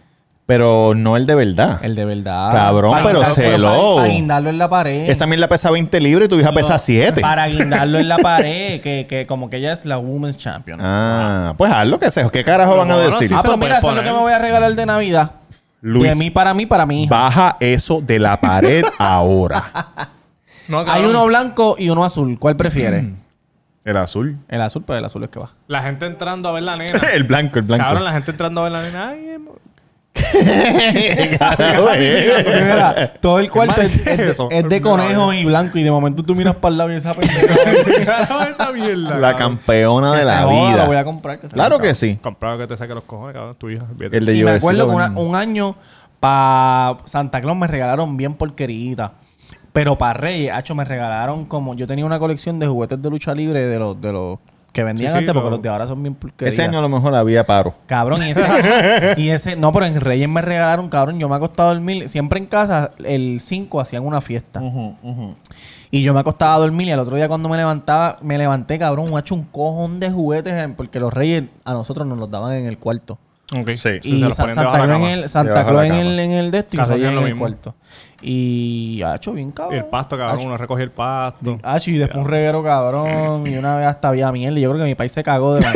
Speaker 1: Pero no el de verdad.
Speaker 3: El de verdad.
Speaker 1: Cabrón, pero
Speaker 3: guindarlo-
Speaker 1: celo.
Speaker 3: Para, para guindarlo en la pared.
Speaker 1: Esa mierda pesa 20 libras y tu hija pesa 7.
Speaker 3: Para guindarlo en la pared, que, que como que ella es la Women's Champion. Ah,
Speaker 1: Ah, pues haz lo que sea. ¿Qué carajo van a
Speaker 2: bueno,
Speaker 1: decir?
Speaker 2: sí se
Speaker 3: pero
Speaker 2: lo
Speaker 3: mira,
Speaker 2: puedes
Speaker 3: eso es lo
Speaker 2: poner.
Speaker 3: que me voy a regalar de Navidad.
Speaker 1: Luis,
Speaker 3: De mí para mí, para mi hija.
Speaker 1: baja eso de la pared ahora.
Speaker 2: No, cabrón.
Speaker 3: Hay uno blanco y uno azul. ¿Cuál prefieres?
Speaker 1: El azul.
Speaker 3: el azul, pero el azul es que va.
Speaker 2: La gente entrando a ver la nena.
Speaker 1: El blanco, el blanco.
Speaker 2: Cabrón, la gente entrando a ver la nena. Ay, em-
Speaker 1: Cabrón, eh.
Speaker 3: Mira, todo el cuarto es,
Speaker 2: ¿Qué es
Speaker 3: es-
Speaker 2: eso?
Speaker 3: es de conejos y blanco y de momento tú miras para el lado y esa pendeja.
Speaker 2: Cabrón, esa mierda.
Speaker 1: La
Speaker 2: cabrón.
Speaker 1: campeona de
Speaker 3: Que se
Speaker 1: la
Speaker 3: joda, la voy a
Speaker 1: vida.
Speaker 3: comprar. que se
Speaker 1: Claro
Speaker 3: joda.
Speaker 1: que sí.
Speaker 2: Comprado que te saque los cojones, cabrón. Tu hija. olvídate.
Speaker 1: El de
Speaker 3: Y me
Speaker 1: Joel,
Speaker 3: acuerdo
Speaker 1: sí,
Speaker 3: que
Speaker 1: lo
Speaker 3: una-
Speaker 1: venden.
Speaker 3: un año para Santa Claus me regalaron bien porquerita. Pero para Reyes, hacho, me regalaron como. Yo tenía una colección de juguetes de lucha libre de los, de los que vendían
Speaker 2: Sí, sí,
Speaker 3: antes, porque
Speaker 2: lo-
Speaker 3: los de ahora son bien porqueritas.
Speaker 1: Ese año a lo mejor había paro.
Speaker 3: Cabrón, y ese, y ese. No, pero en Reyes me regalaron, cabrón. Yo me acostaba a dormir. Siempre en casa, el 5 hacían una fiesta. Y yo me acostaba a dormir. Y al otro día, cuando me levantaba, me levanté, cabrón. Hacho, un cojón de juguetes. eh, Porque los Reyes a nosotros nos los daban en el cuarto.
Speaker 2: Ok. Sí.
Speaker 3: Y
Speaker 2: se los
Speaker 3: Sa-
Speaker 2: ponen debajo de
Speaker 3: Santa
Speaker 2: la
Speaker 3: Claus en
Speaker 2: cama.
Speaker 3: el, Santa
Speaker 1: Debajo de
Speaker 3: Claus
Speaker 1: la
Speaker 3: en
Speaker 1: cama.
Speaker 3: el, en el de esto y
Speaker 2: Casa
Speaker 3: Reyes
Speaker 2: hacían
Speaker 3: en
Speaker 2: lo
Speaker 3: el
Speaker 2: mismo.
Speaker 3: cuarto. Y ha hecho bien cabrón.
Speaker 2: Y el pasto,
Speaker 3: Ha
Speaker 2: cabrón.
Speaker 3: hecho-
Speaker 2: Uno recoge el pasto.
Speaker 3: ha hecho, y después un reguero cabrón. Y una vez hasta había miel. Y yo creo que mi país se cagó de la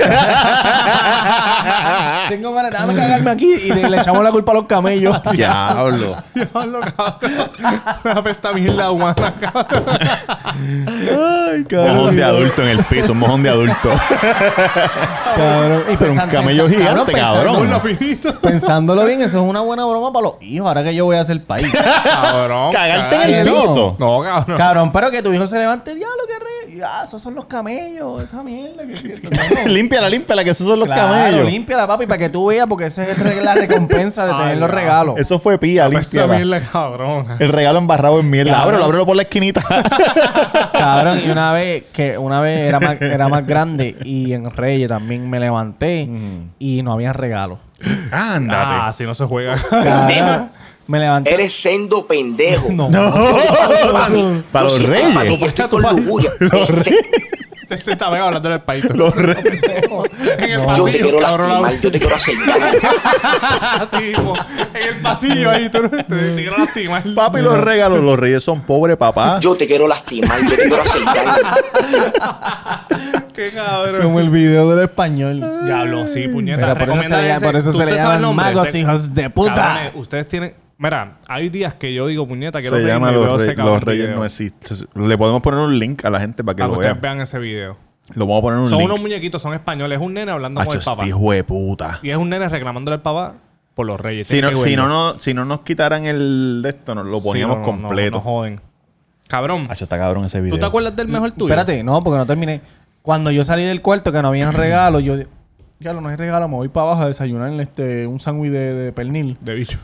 Speaker 3: Tengo ganas, déjame cagarme aquí. Y le, le echamos la culpa a los camellos.
Speaker 1: Diablo.
Speaker 2: Diablo, cabrón.
Speaker 3: Ah,
Speaker 2: Una
Speaker 3: pues
Speaker 2: pesta mierda humana, cabrón.
Speaker 3: Ay,
Speaker 1: Un mojón
Speaker 3: cabrón.
Speaker 1: de adulto en el piso, un mojón de adulto. Pero un
Speaker 3: cabrón. Y pensan-
Speaker 1: camello
Speaker 3: pensan-
Speaker 1: gigante, cabrón.
Speaker 2: Lo finito.
Speaker 3: Pensándolo bien, eso es una buena broma para los hijos. Ahora que yo voy a hacer país.
Speaker 2: Cabrón.
Speaker 1: Cagarte en el
Speaker 3: Cabrón.
Speaker 1: piso.
Speaker 2: No, cabrón.
Speaker 3: Cabrón, pero que tu hijo se levante, diablo, que rey. y ah, esos son los camellos, esa mierda. Que,
Speaker 1: límpiala, límpiala, que esos son los camellos.
Speaker 3: límpiala, papi, para que tú veas, porque esa es el- la recompensa de tener
Speaker 2: Ay,
Speaker 3: los
Speaker 2: no.
Speaker 3: regalos.
Speaker 1: Eso fue pía,
Speaker 2: Esta
Speaker 1: límpiala.
Speaker 2: mierda, cabrón.
Speaker 1: El regalo embarrado en mierda.
Speaker 3: Cabrón.
Speaker 1: Ábrelo, ábrelo por la esquinita.
Speaker 3: Cabrón, y una vez, que una vez era más, era más grande y en Reyes también me levanté y no había regalos.
Speaker 2: Ah,
Speaker 1: Ándate.
Speaker 2: si no se juega.
Speaker 3: Cabrón, me levanté.
Speaker 6: Eres sendo pendejo.
Speaker 3: No.
Speaker 1: Para
Speaker 6: Yo
Speaker 1: los
Speaker 6: siempre,
Speaker 1: reyes.
Speaker 6: papi, yo estoy con lujuria. Ese-
Speaker 2: Este está bien hablando del país.
Speaker 1: Los reyes.
Speaker 2: En el
Speaker 6: Yo te quiero
Speaker 2: pasillo, cabrón.
Speaker 6: lastimar, yo te quiero hacer daño.
Speaker 2: Así, tipo, en el pasillo ahí, tú no- te, te quiero lastimar.
Speaker 1: Papi, los regalos. Los reyes son pobres, papá.
Speaker 6: Yo te quiero lastimar, yo te quiero hacer daño.
Speaker 2: Qué cabrón.
Speaker 3: Como el video del español.
Speaker 2: Diablo, sí, puñeta.
Speaker 3: Pero por eso se
Speaker 2: Recomiéndale
Speaker 3: le, llama-
Speaker 2: ese-
Speaker 3: por eso se
Speaker 2: ¿Usted
Speaker 3: le
Speaker 2: sabe el
Speaker 3: llaman
Speaker 2: nombre?
Speaker 3: magos,
Speaker 2: Este-
Speaker 3: hijos de puta.
Speaker 2: Cabrones, ustedes tienen. Mira, hay días que yo digo, puñeta, quiero
Speaker 1: Se
Speaker 2: reírme
Speaker 1: llama
Speaker 2: y veo
Speaker 1: Los,
Speaker 2: ese
Speaker 1: Rey-
Speaker 2: cabrón
Speaker 1: Los Reyes
Speaker 2: video.
Speaker 1: No Existen. Le podemos poner un link a la gente para que
Speaker 2: Para que
Speaker 1: lo
Speaker 2: ustedes
Speaker 1: vean.
Speaker 2: vean ese video.
Speaker 1: Lo vamos a poner en un
Speaker 2: Son
Speaker 1: link.
Speaker 2: unos muñequitos, son españoles. Es un nene hablando
Speaker 1: Hacho,
Speaker 2: con el
Speaker 1: este
Speaker 2: papá.
Speaker 1: hijo de puta.
Speaker 2: Y es un nene reclamándole al papá por los reyes.
Speaker 1: Si
Speaker 2: Tiene
Speaker 1: no,
Speaker 2: que
Speaker 1: si,
Speaker 2: verlo.
Speaker 1: no, no- si no nos quitaran el de esto, nos lo
Speaker 2: Sí, no,
Speaker 1: poníamos
Speaker 2: no, no,
Speaker 1: completo.
Speaker 2: No, joden. Cabrón,
Speaker 1: Hacho, está cabrón ese video.
Speaker 2: ¿tú te acuerdas del mejor tuyo?
Speaker 3: Espérate, no, porque no terminé. Cuando yo salí del cuarto que no había regalos, yo ya no hay regalo, me voy para abajo a desayunar en este, un sándwich de, de pernil.
Speaker 2: De bicho.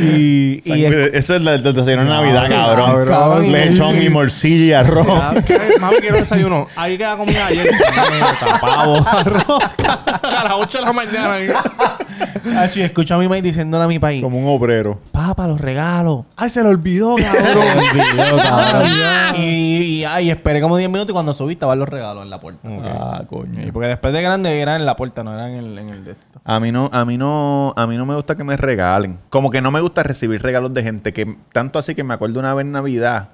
Speaker 3: Y, y
Speaker 1: Sangre de- Eso es la del desayuno de Navidad, cabrón.
Speaker 3: cabrón.
Speaker 1: Lechón y morcilla y arroz.
Speaker 2: Ay, Ah, Mami, quiero desayuno. Ahí queda comida ayer. Neta, Pavo, arroz. A las 8 de la mañana. ahí.
Speaker 3: Ah, sí, escucho a mi maíz diciéndole a mi país.
Speaker 1: Como un obrero.
Speaker 3: Papa, los regalos.
Speaker 2: Ay, se le olvidó, cabrón.
Speaker 3: y, y- ay, esperé como 10 minutos y cuando subí estaban los regalos en la puerta.
Speaker 2: Mm.
Speaker 1: Ah, coño.
Speaker 3: Y porque después de grande eran en la puerta, no eran en el, en el de esto.
Speaker 1: A mí no, a mí no, a mí no me gusta que me regalen. Como que no me gusta recibir regalos de gente que tanto así que me acuerdo una vez en Navidad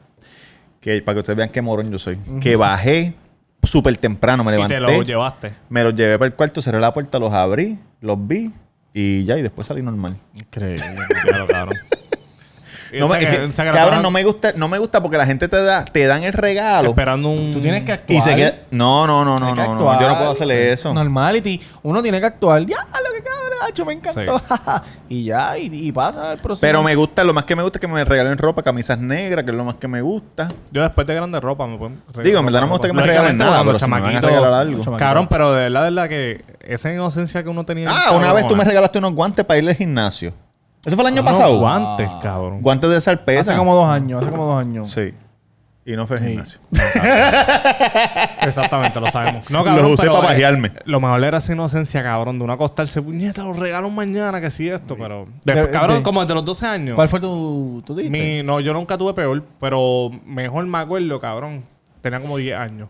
Speaker 1: que para que ustedes vean qué morón yo soy, que bajé súper temprano, me
Speaker 2: Y te
Speaker 1: levanté,
Speaker 2: lo llevaste.
Speaker 1: me los llevé para el cuarto, cerré la puerta, los abrí, los vi y ya y después salí normal.
Speaker 3: Increíble.
Speaker 2: Claro, cabrón.
Speaker 1: No me- es que, cabrón, no me gusta, no me gusta porque la gente te da, te dan el regalo
Speaker 2: Esperando un...
Speaker 3: Tú tienes que actuar.
Speaker 1: y se queda. No, no, no, no,
Speaker 3: Hay que
Speaker 1: no, no, yo no puedo hacerle
Speaker 3: sí.
Speaker 1: eso.
Speaker 3: Normality. Uno tiene que actuar. Ya, lo que cabrón, hacho, me encantó.
Speaker 2: Sí.
Speaker 3: y ya, y, y pasa el proceso.
Speaker 1: Pero me gusta, lo más que me gusta es que me regalen ropa, camisas negras, que es lo más que me gusta.
Speaker 2: Yo después de grande ropa me pueden regalar
Speaker 1: Digo, en verdad no me gusta
Speaker 2: ropa.
Speaker 1: que me
Speaker 2: Lógicamente,
Speaker 1: regalen nada,
Speaker 2: cuando
Speaker 1: pero si me van a
Speaker 2: chamaquito-
Speaker 1: regalar algo.
Speaker 2: Cabrón, pero de verdad, de verdad que esa inocencia que uno tenía.
Speaker 1: Ah, una vez tú me regalaste unos guantes para ir al gimnasio. Eso fue el año
Speaker 2: regalaste
Speaker 1: pasado.
Speaker 2: Ah, guantes, cabrón.
Speaker 1: Guantes de
Speaker 3: Hace
Speaker 1: sarpeta.
Speaker 3: como dos años, hace como dos años.
Speaker 1: Sí. Y no fue al gimnasio.
Speaker 2: Exactamente, lo sabemos. No,
Speaker 1: Los usé
Speaker 2: pero,
Speaker 1: para
Speaker 2: eh,
Speaker 1: pajearme.
Speaker 2: Lo mejor era esa inocencia, cabrón, de uno acostarse, puñeta, los regalos mañana, que sí esto, pero... Después,
Speaker 3: De-
Speaker 2: cabrón,
Speaker 3: de-
Speaker 2: como desde los 12 años.
Speaker 3: ¿Cuál fue tu, tu dijiste?
Speaker 2: Mi- no, yo nunca tuve peor, pero mejor me acuerdo, cabrón. Tenía como 10 años.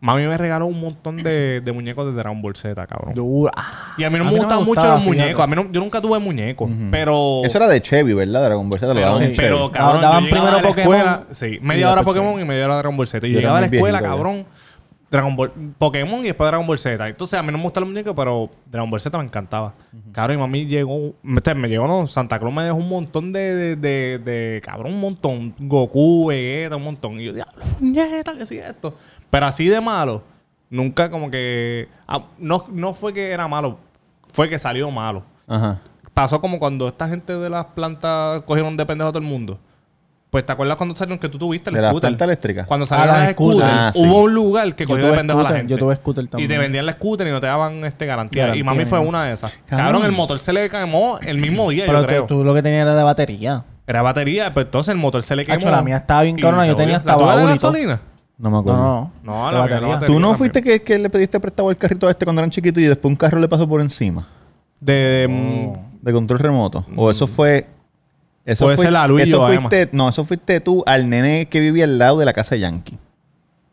Speaker 2: Mami me regaló un montón de, de muñecos de Dragon Ball Z, cabrón.
Speaker 3: Dura. Ah,
Speaker 2: y a mí no
Speaker 3: a
Speaker 2: me
Speaker 3: mí no
Speaker 2: gustaban
Speaker 3: me
Speaker 2: mucho
Speaker 3: gustaba,
Speaker 2: los
Speaker 3: fíjate.
Speaker 2: muñecos. A mí no- yo nunca tuve muñecos, pero...
Speaker 1: Eso era de Chevy, ¿verdad? Dragon Ball Z te lo
Speaker 2: Pero,
Speaker 1: daban en
Speaker 2: pero,
Speaker 1: Chevy.
Speaker 2: cabrón,
Speaker 3: Daban
Speaker 2: yo llegaba
Speaker 3: primero
Speaker 2: a la escuela-
Speaker 3: Pokémon
Speaker 2: sí,
Speaker 3: y
Speaker 2: media hora
Speaker 3: después
Speaker 2: Pokémon y media hora Dragon Ball Z. Y
Speaker 1: Yo
Speaker 2: llegaba a la
Speaker 1: también
Speaker 2: escuela,
Speaker 1: viejito,
Speaker 2: cabrón, Dragon Ball, Pokémon y después Dragon Ball Z. Entonces, a mí no me gustan los muñecos, pero Dragon Ball Z me encantaba. Cabrón, y mami llegó, este, me llegó, no, Santa Claus me dejó un montón de, de, de, de- cabrón, un montón. Goku, Vegeta, un montón. Y yo, diablo, puñeta, ¿qué sí es esto? Pero así de malo, nunca como que, ah, no, no fue que era malo, fue que salió malo.
Speaker 1: Ajá.
Speaker 2: Pasó como cuando esta gente de las plantas cogieron de pendejo a todo el mundo. Pues te acuerdas cuando salieron que tú tuviste el
Speaker 1: De las
Speaker 2: scooter.
Speaker 1: plantas eléctricas.
Speaker 2: Cuando salieron
Speaker 3: Ah, las
Speaker 2: las scooters,
Speaker 1: scooters. Ah, sí.
Speaker 2: hubo un lugar que
Speaker 3: Yo
Speaker 2: cogió de
Speaker 3: tuve
Speaker 2: pendejo a la
Speaker 3: scooter,
Speaker 2: gente.
Speaker 3: yo tuve scooter
Speaker 2: Y te
Speaker 3: también.
Speaker 2: vendían la scooter y no te daban este garantía.
Speaker 3: Garantía,
Speaker 2: y mami fue
Speaker 3: ¿no?
Speaker 2: una de esas.
Speaker 1: Cabrón.
Speaker 2: Cabrón, el motor se le quemó el mismo día,
Speaker 3: pero
Speaker 2: yo creo.
Speaker 3: tú, tú lo que tenías era de batería.
Speaker 2: Era batería, pero entonces el motor se le quemó.
Speaker 3: Hacho, la mía estaba bien
Speaker 2: Y
Speaker 3: cabrona, yo
Speaker 2: se
Speaker 3: tenía
Speaker 2: jodió.
Speaker 3: hasta
Speaker 2: ¿La tuya era
Speaker 3: baúl y todo.
Speaker 2: gasolina?
Speaker 1: No me
Speaker 3: No,
Speaker 1: acuerdo.
Speaker 3: no.
Speaker 2: No,
Speaker 3: De
Speaker 2: la mía era batería.
Speaker 1: ¿Tú no
Speaker 2: también.
Speaker 1: fuiste que, que le pediste prestado el carrito a este cuando eran chiquitos y después un carro le pasó por encima?
Speaker 2: De... de- mm,
Speaker 1: De control remoto. O eso fue. Eso
Speaker 2: Puede
Speaker 1: fue.
Speaker 2: ser la Luis
Speaker 1: eso
Speaker 2: o Emma.
Speaker 1: fuiste, no, eso fuiste tú al nene que vivía al lado de la casa Yankee.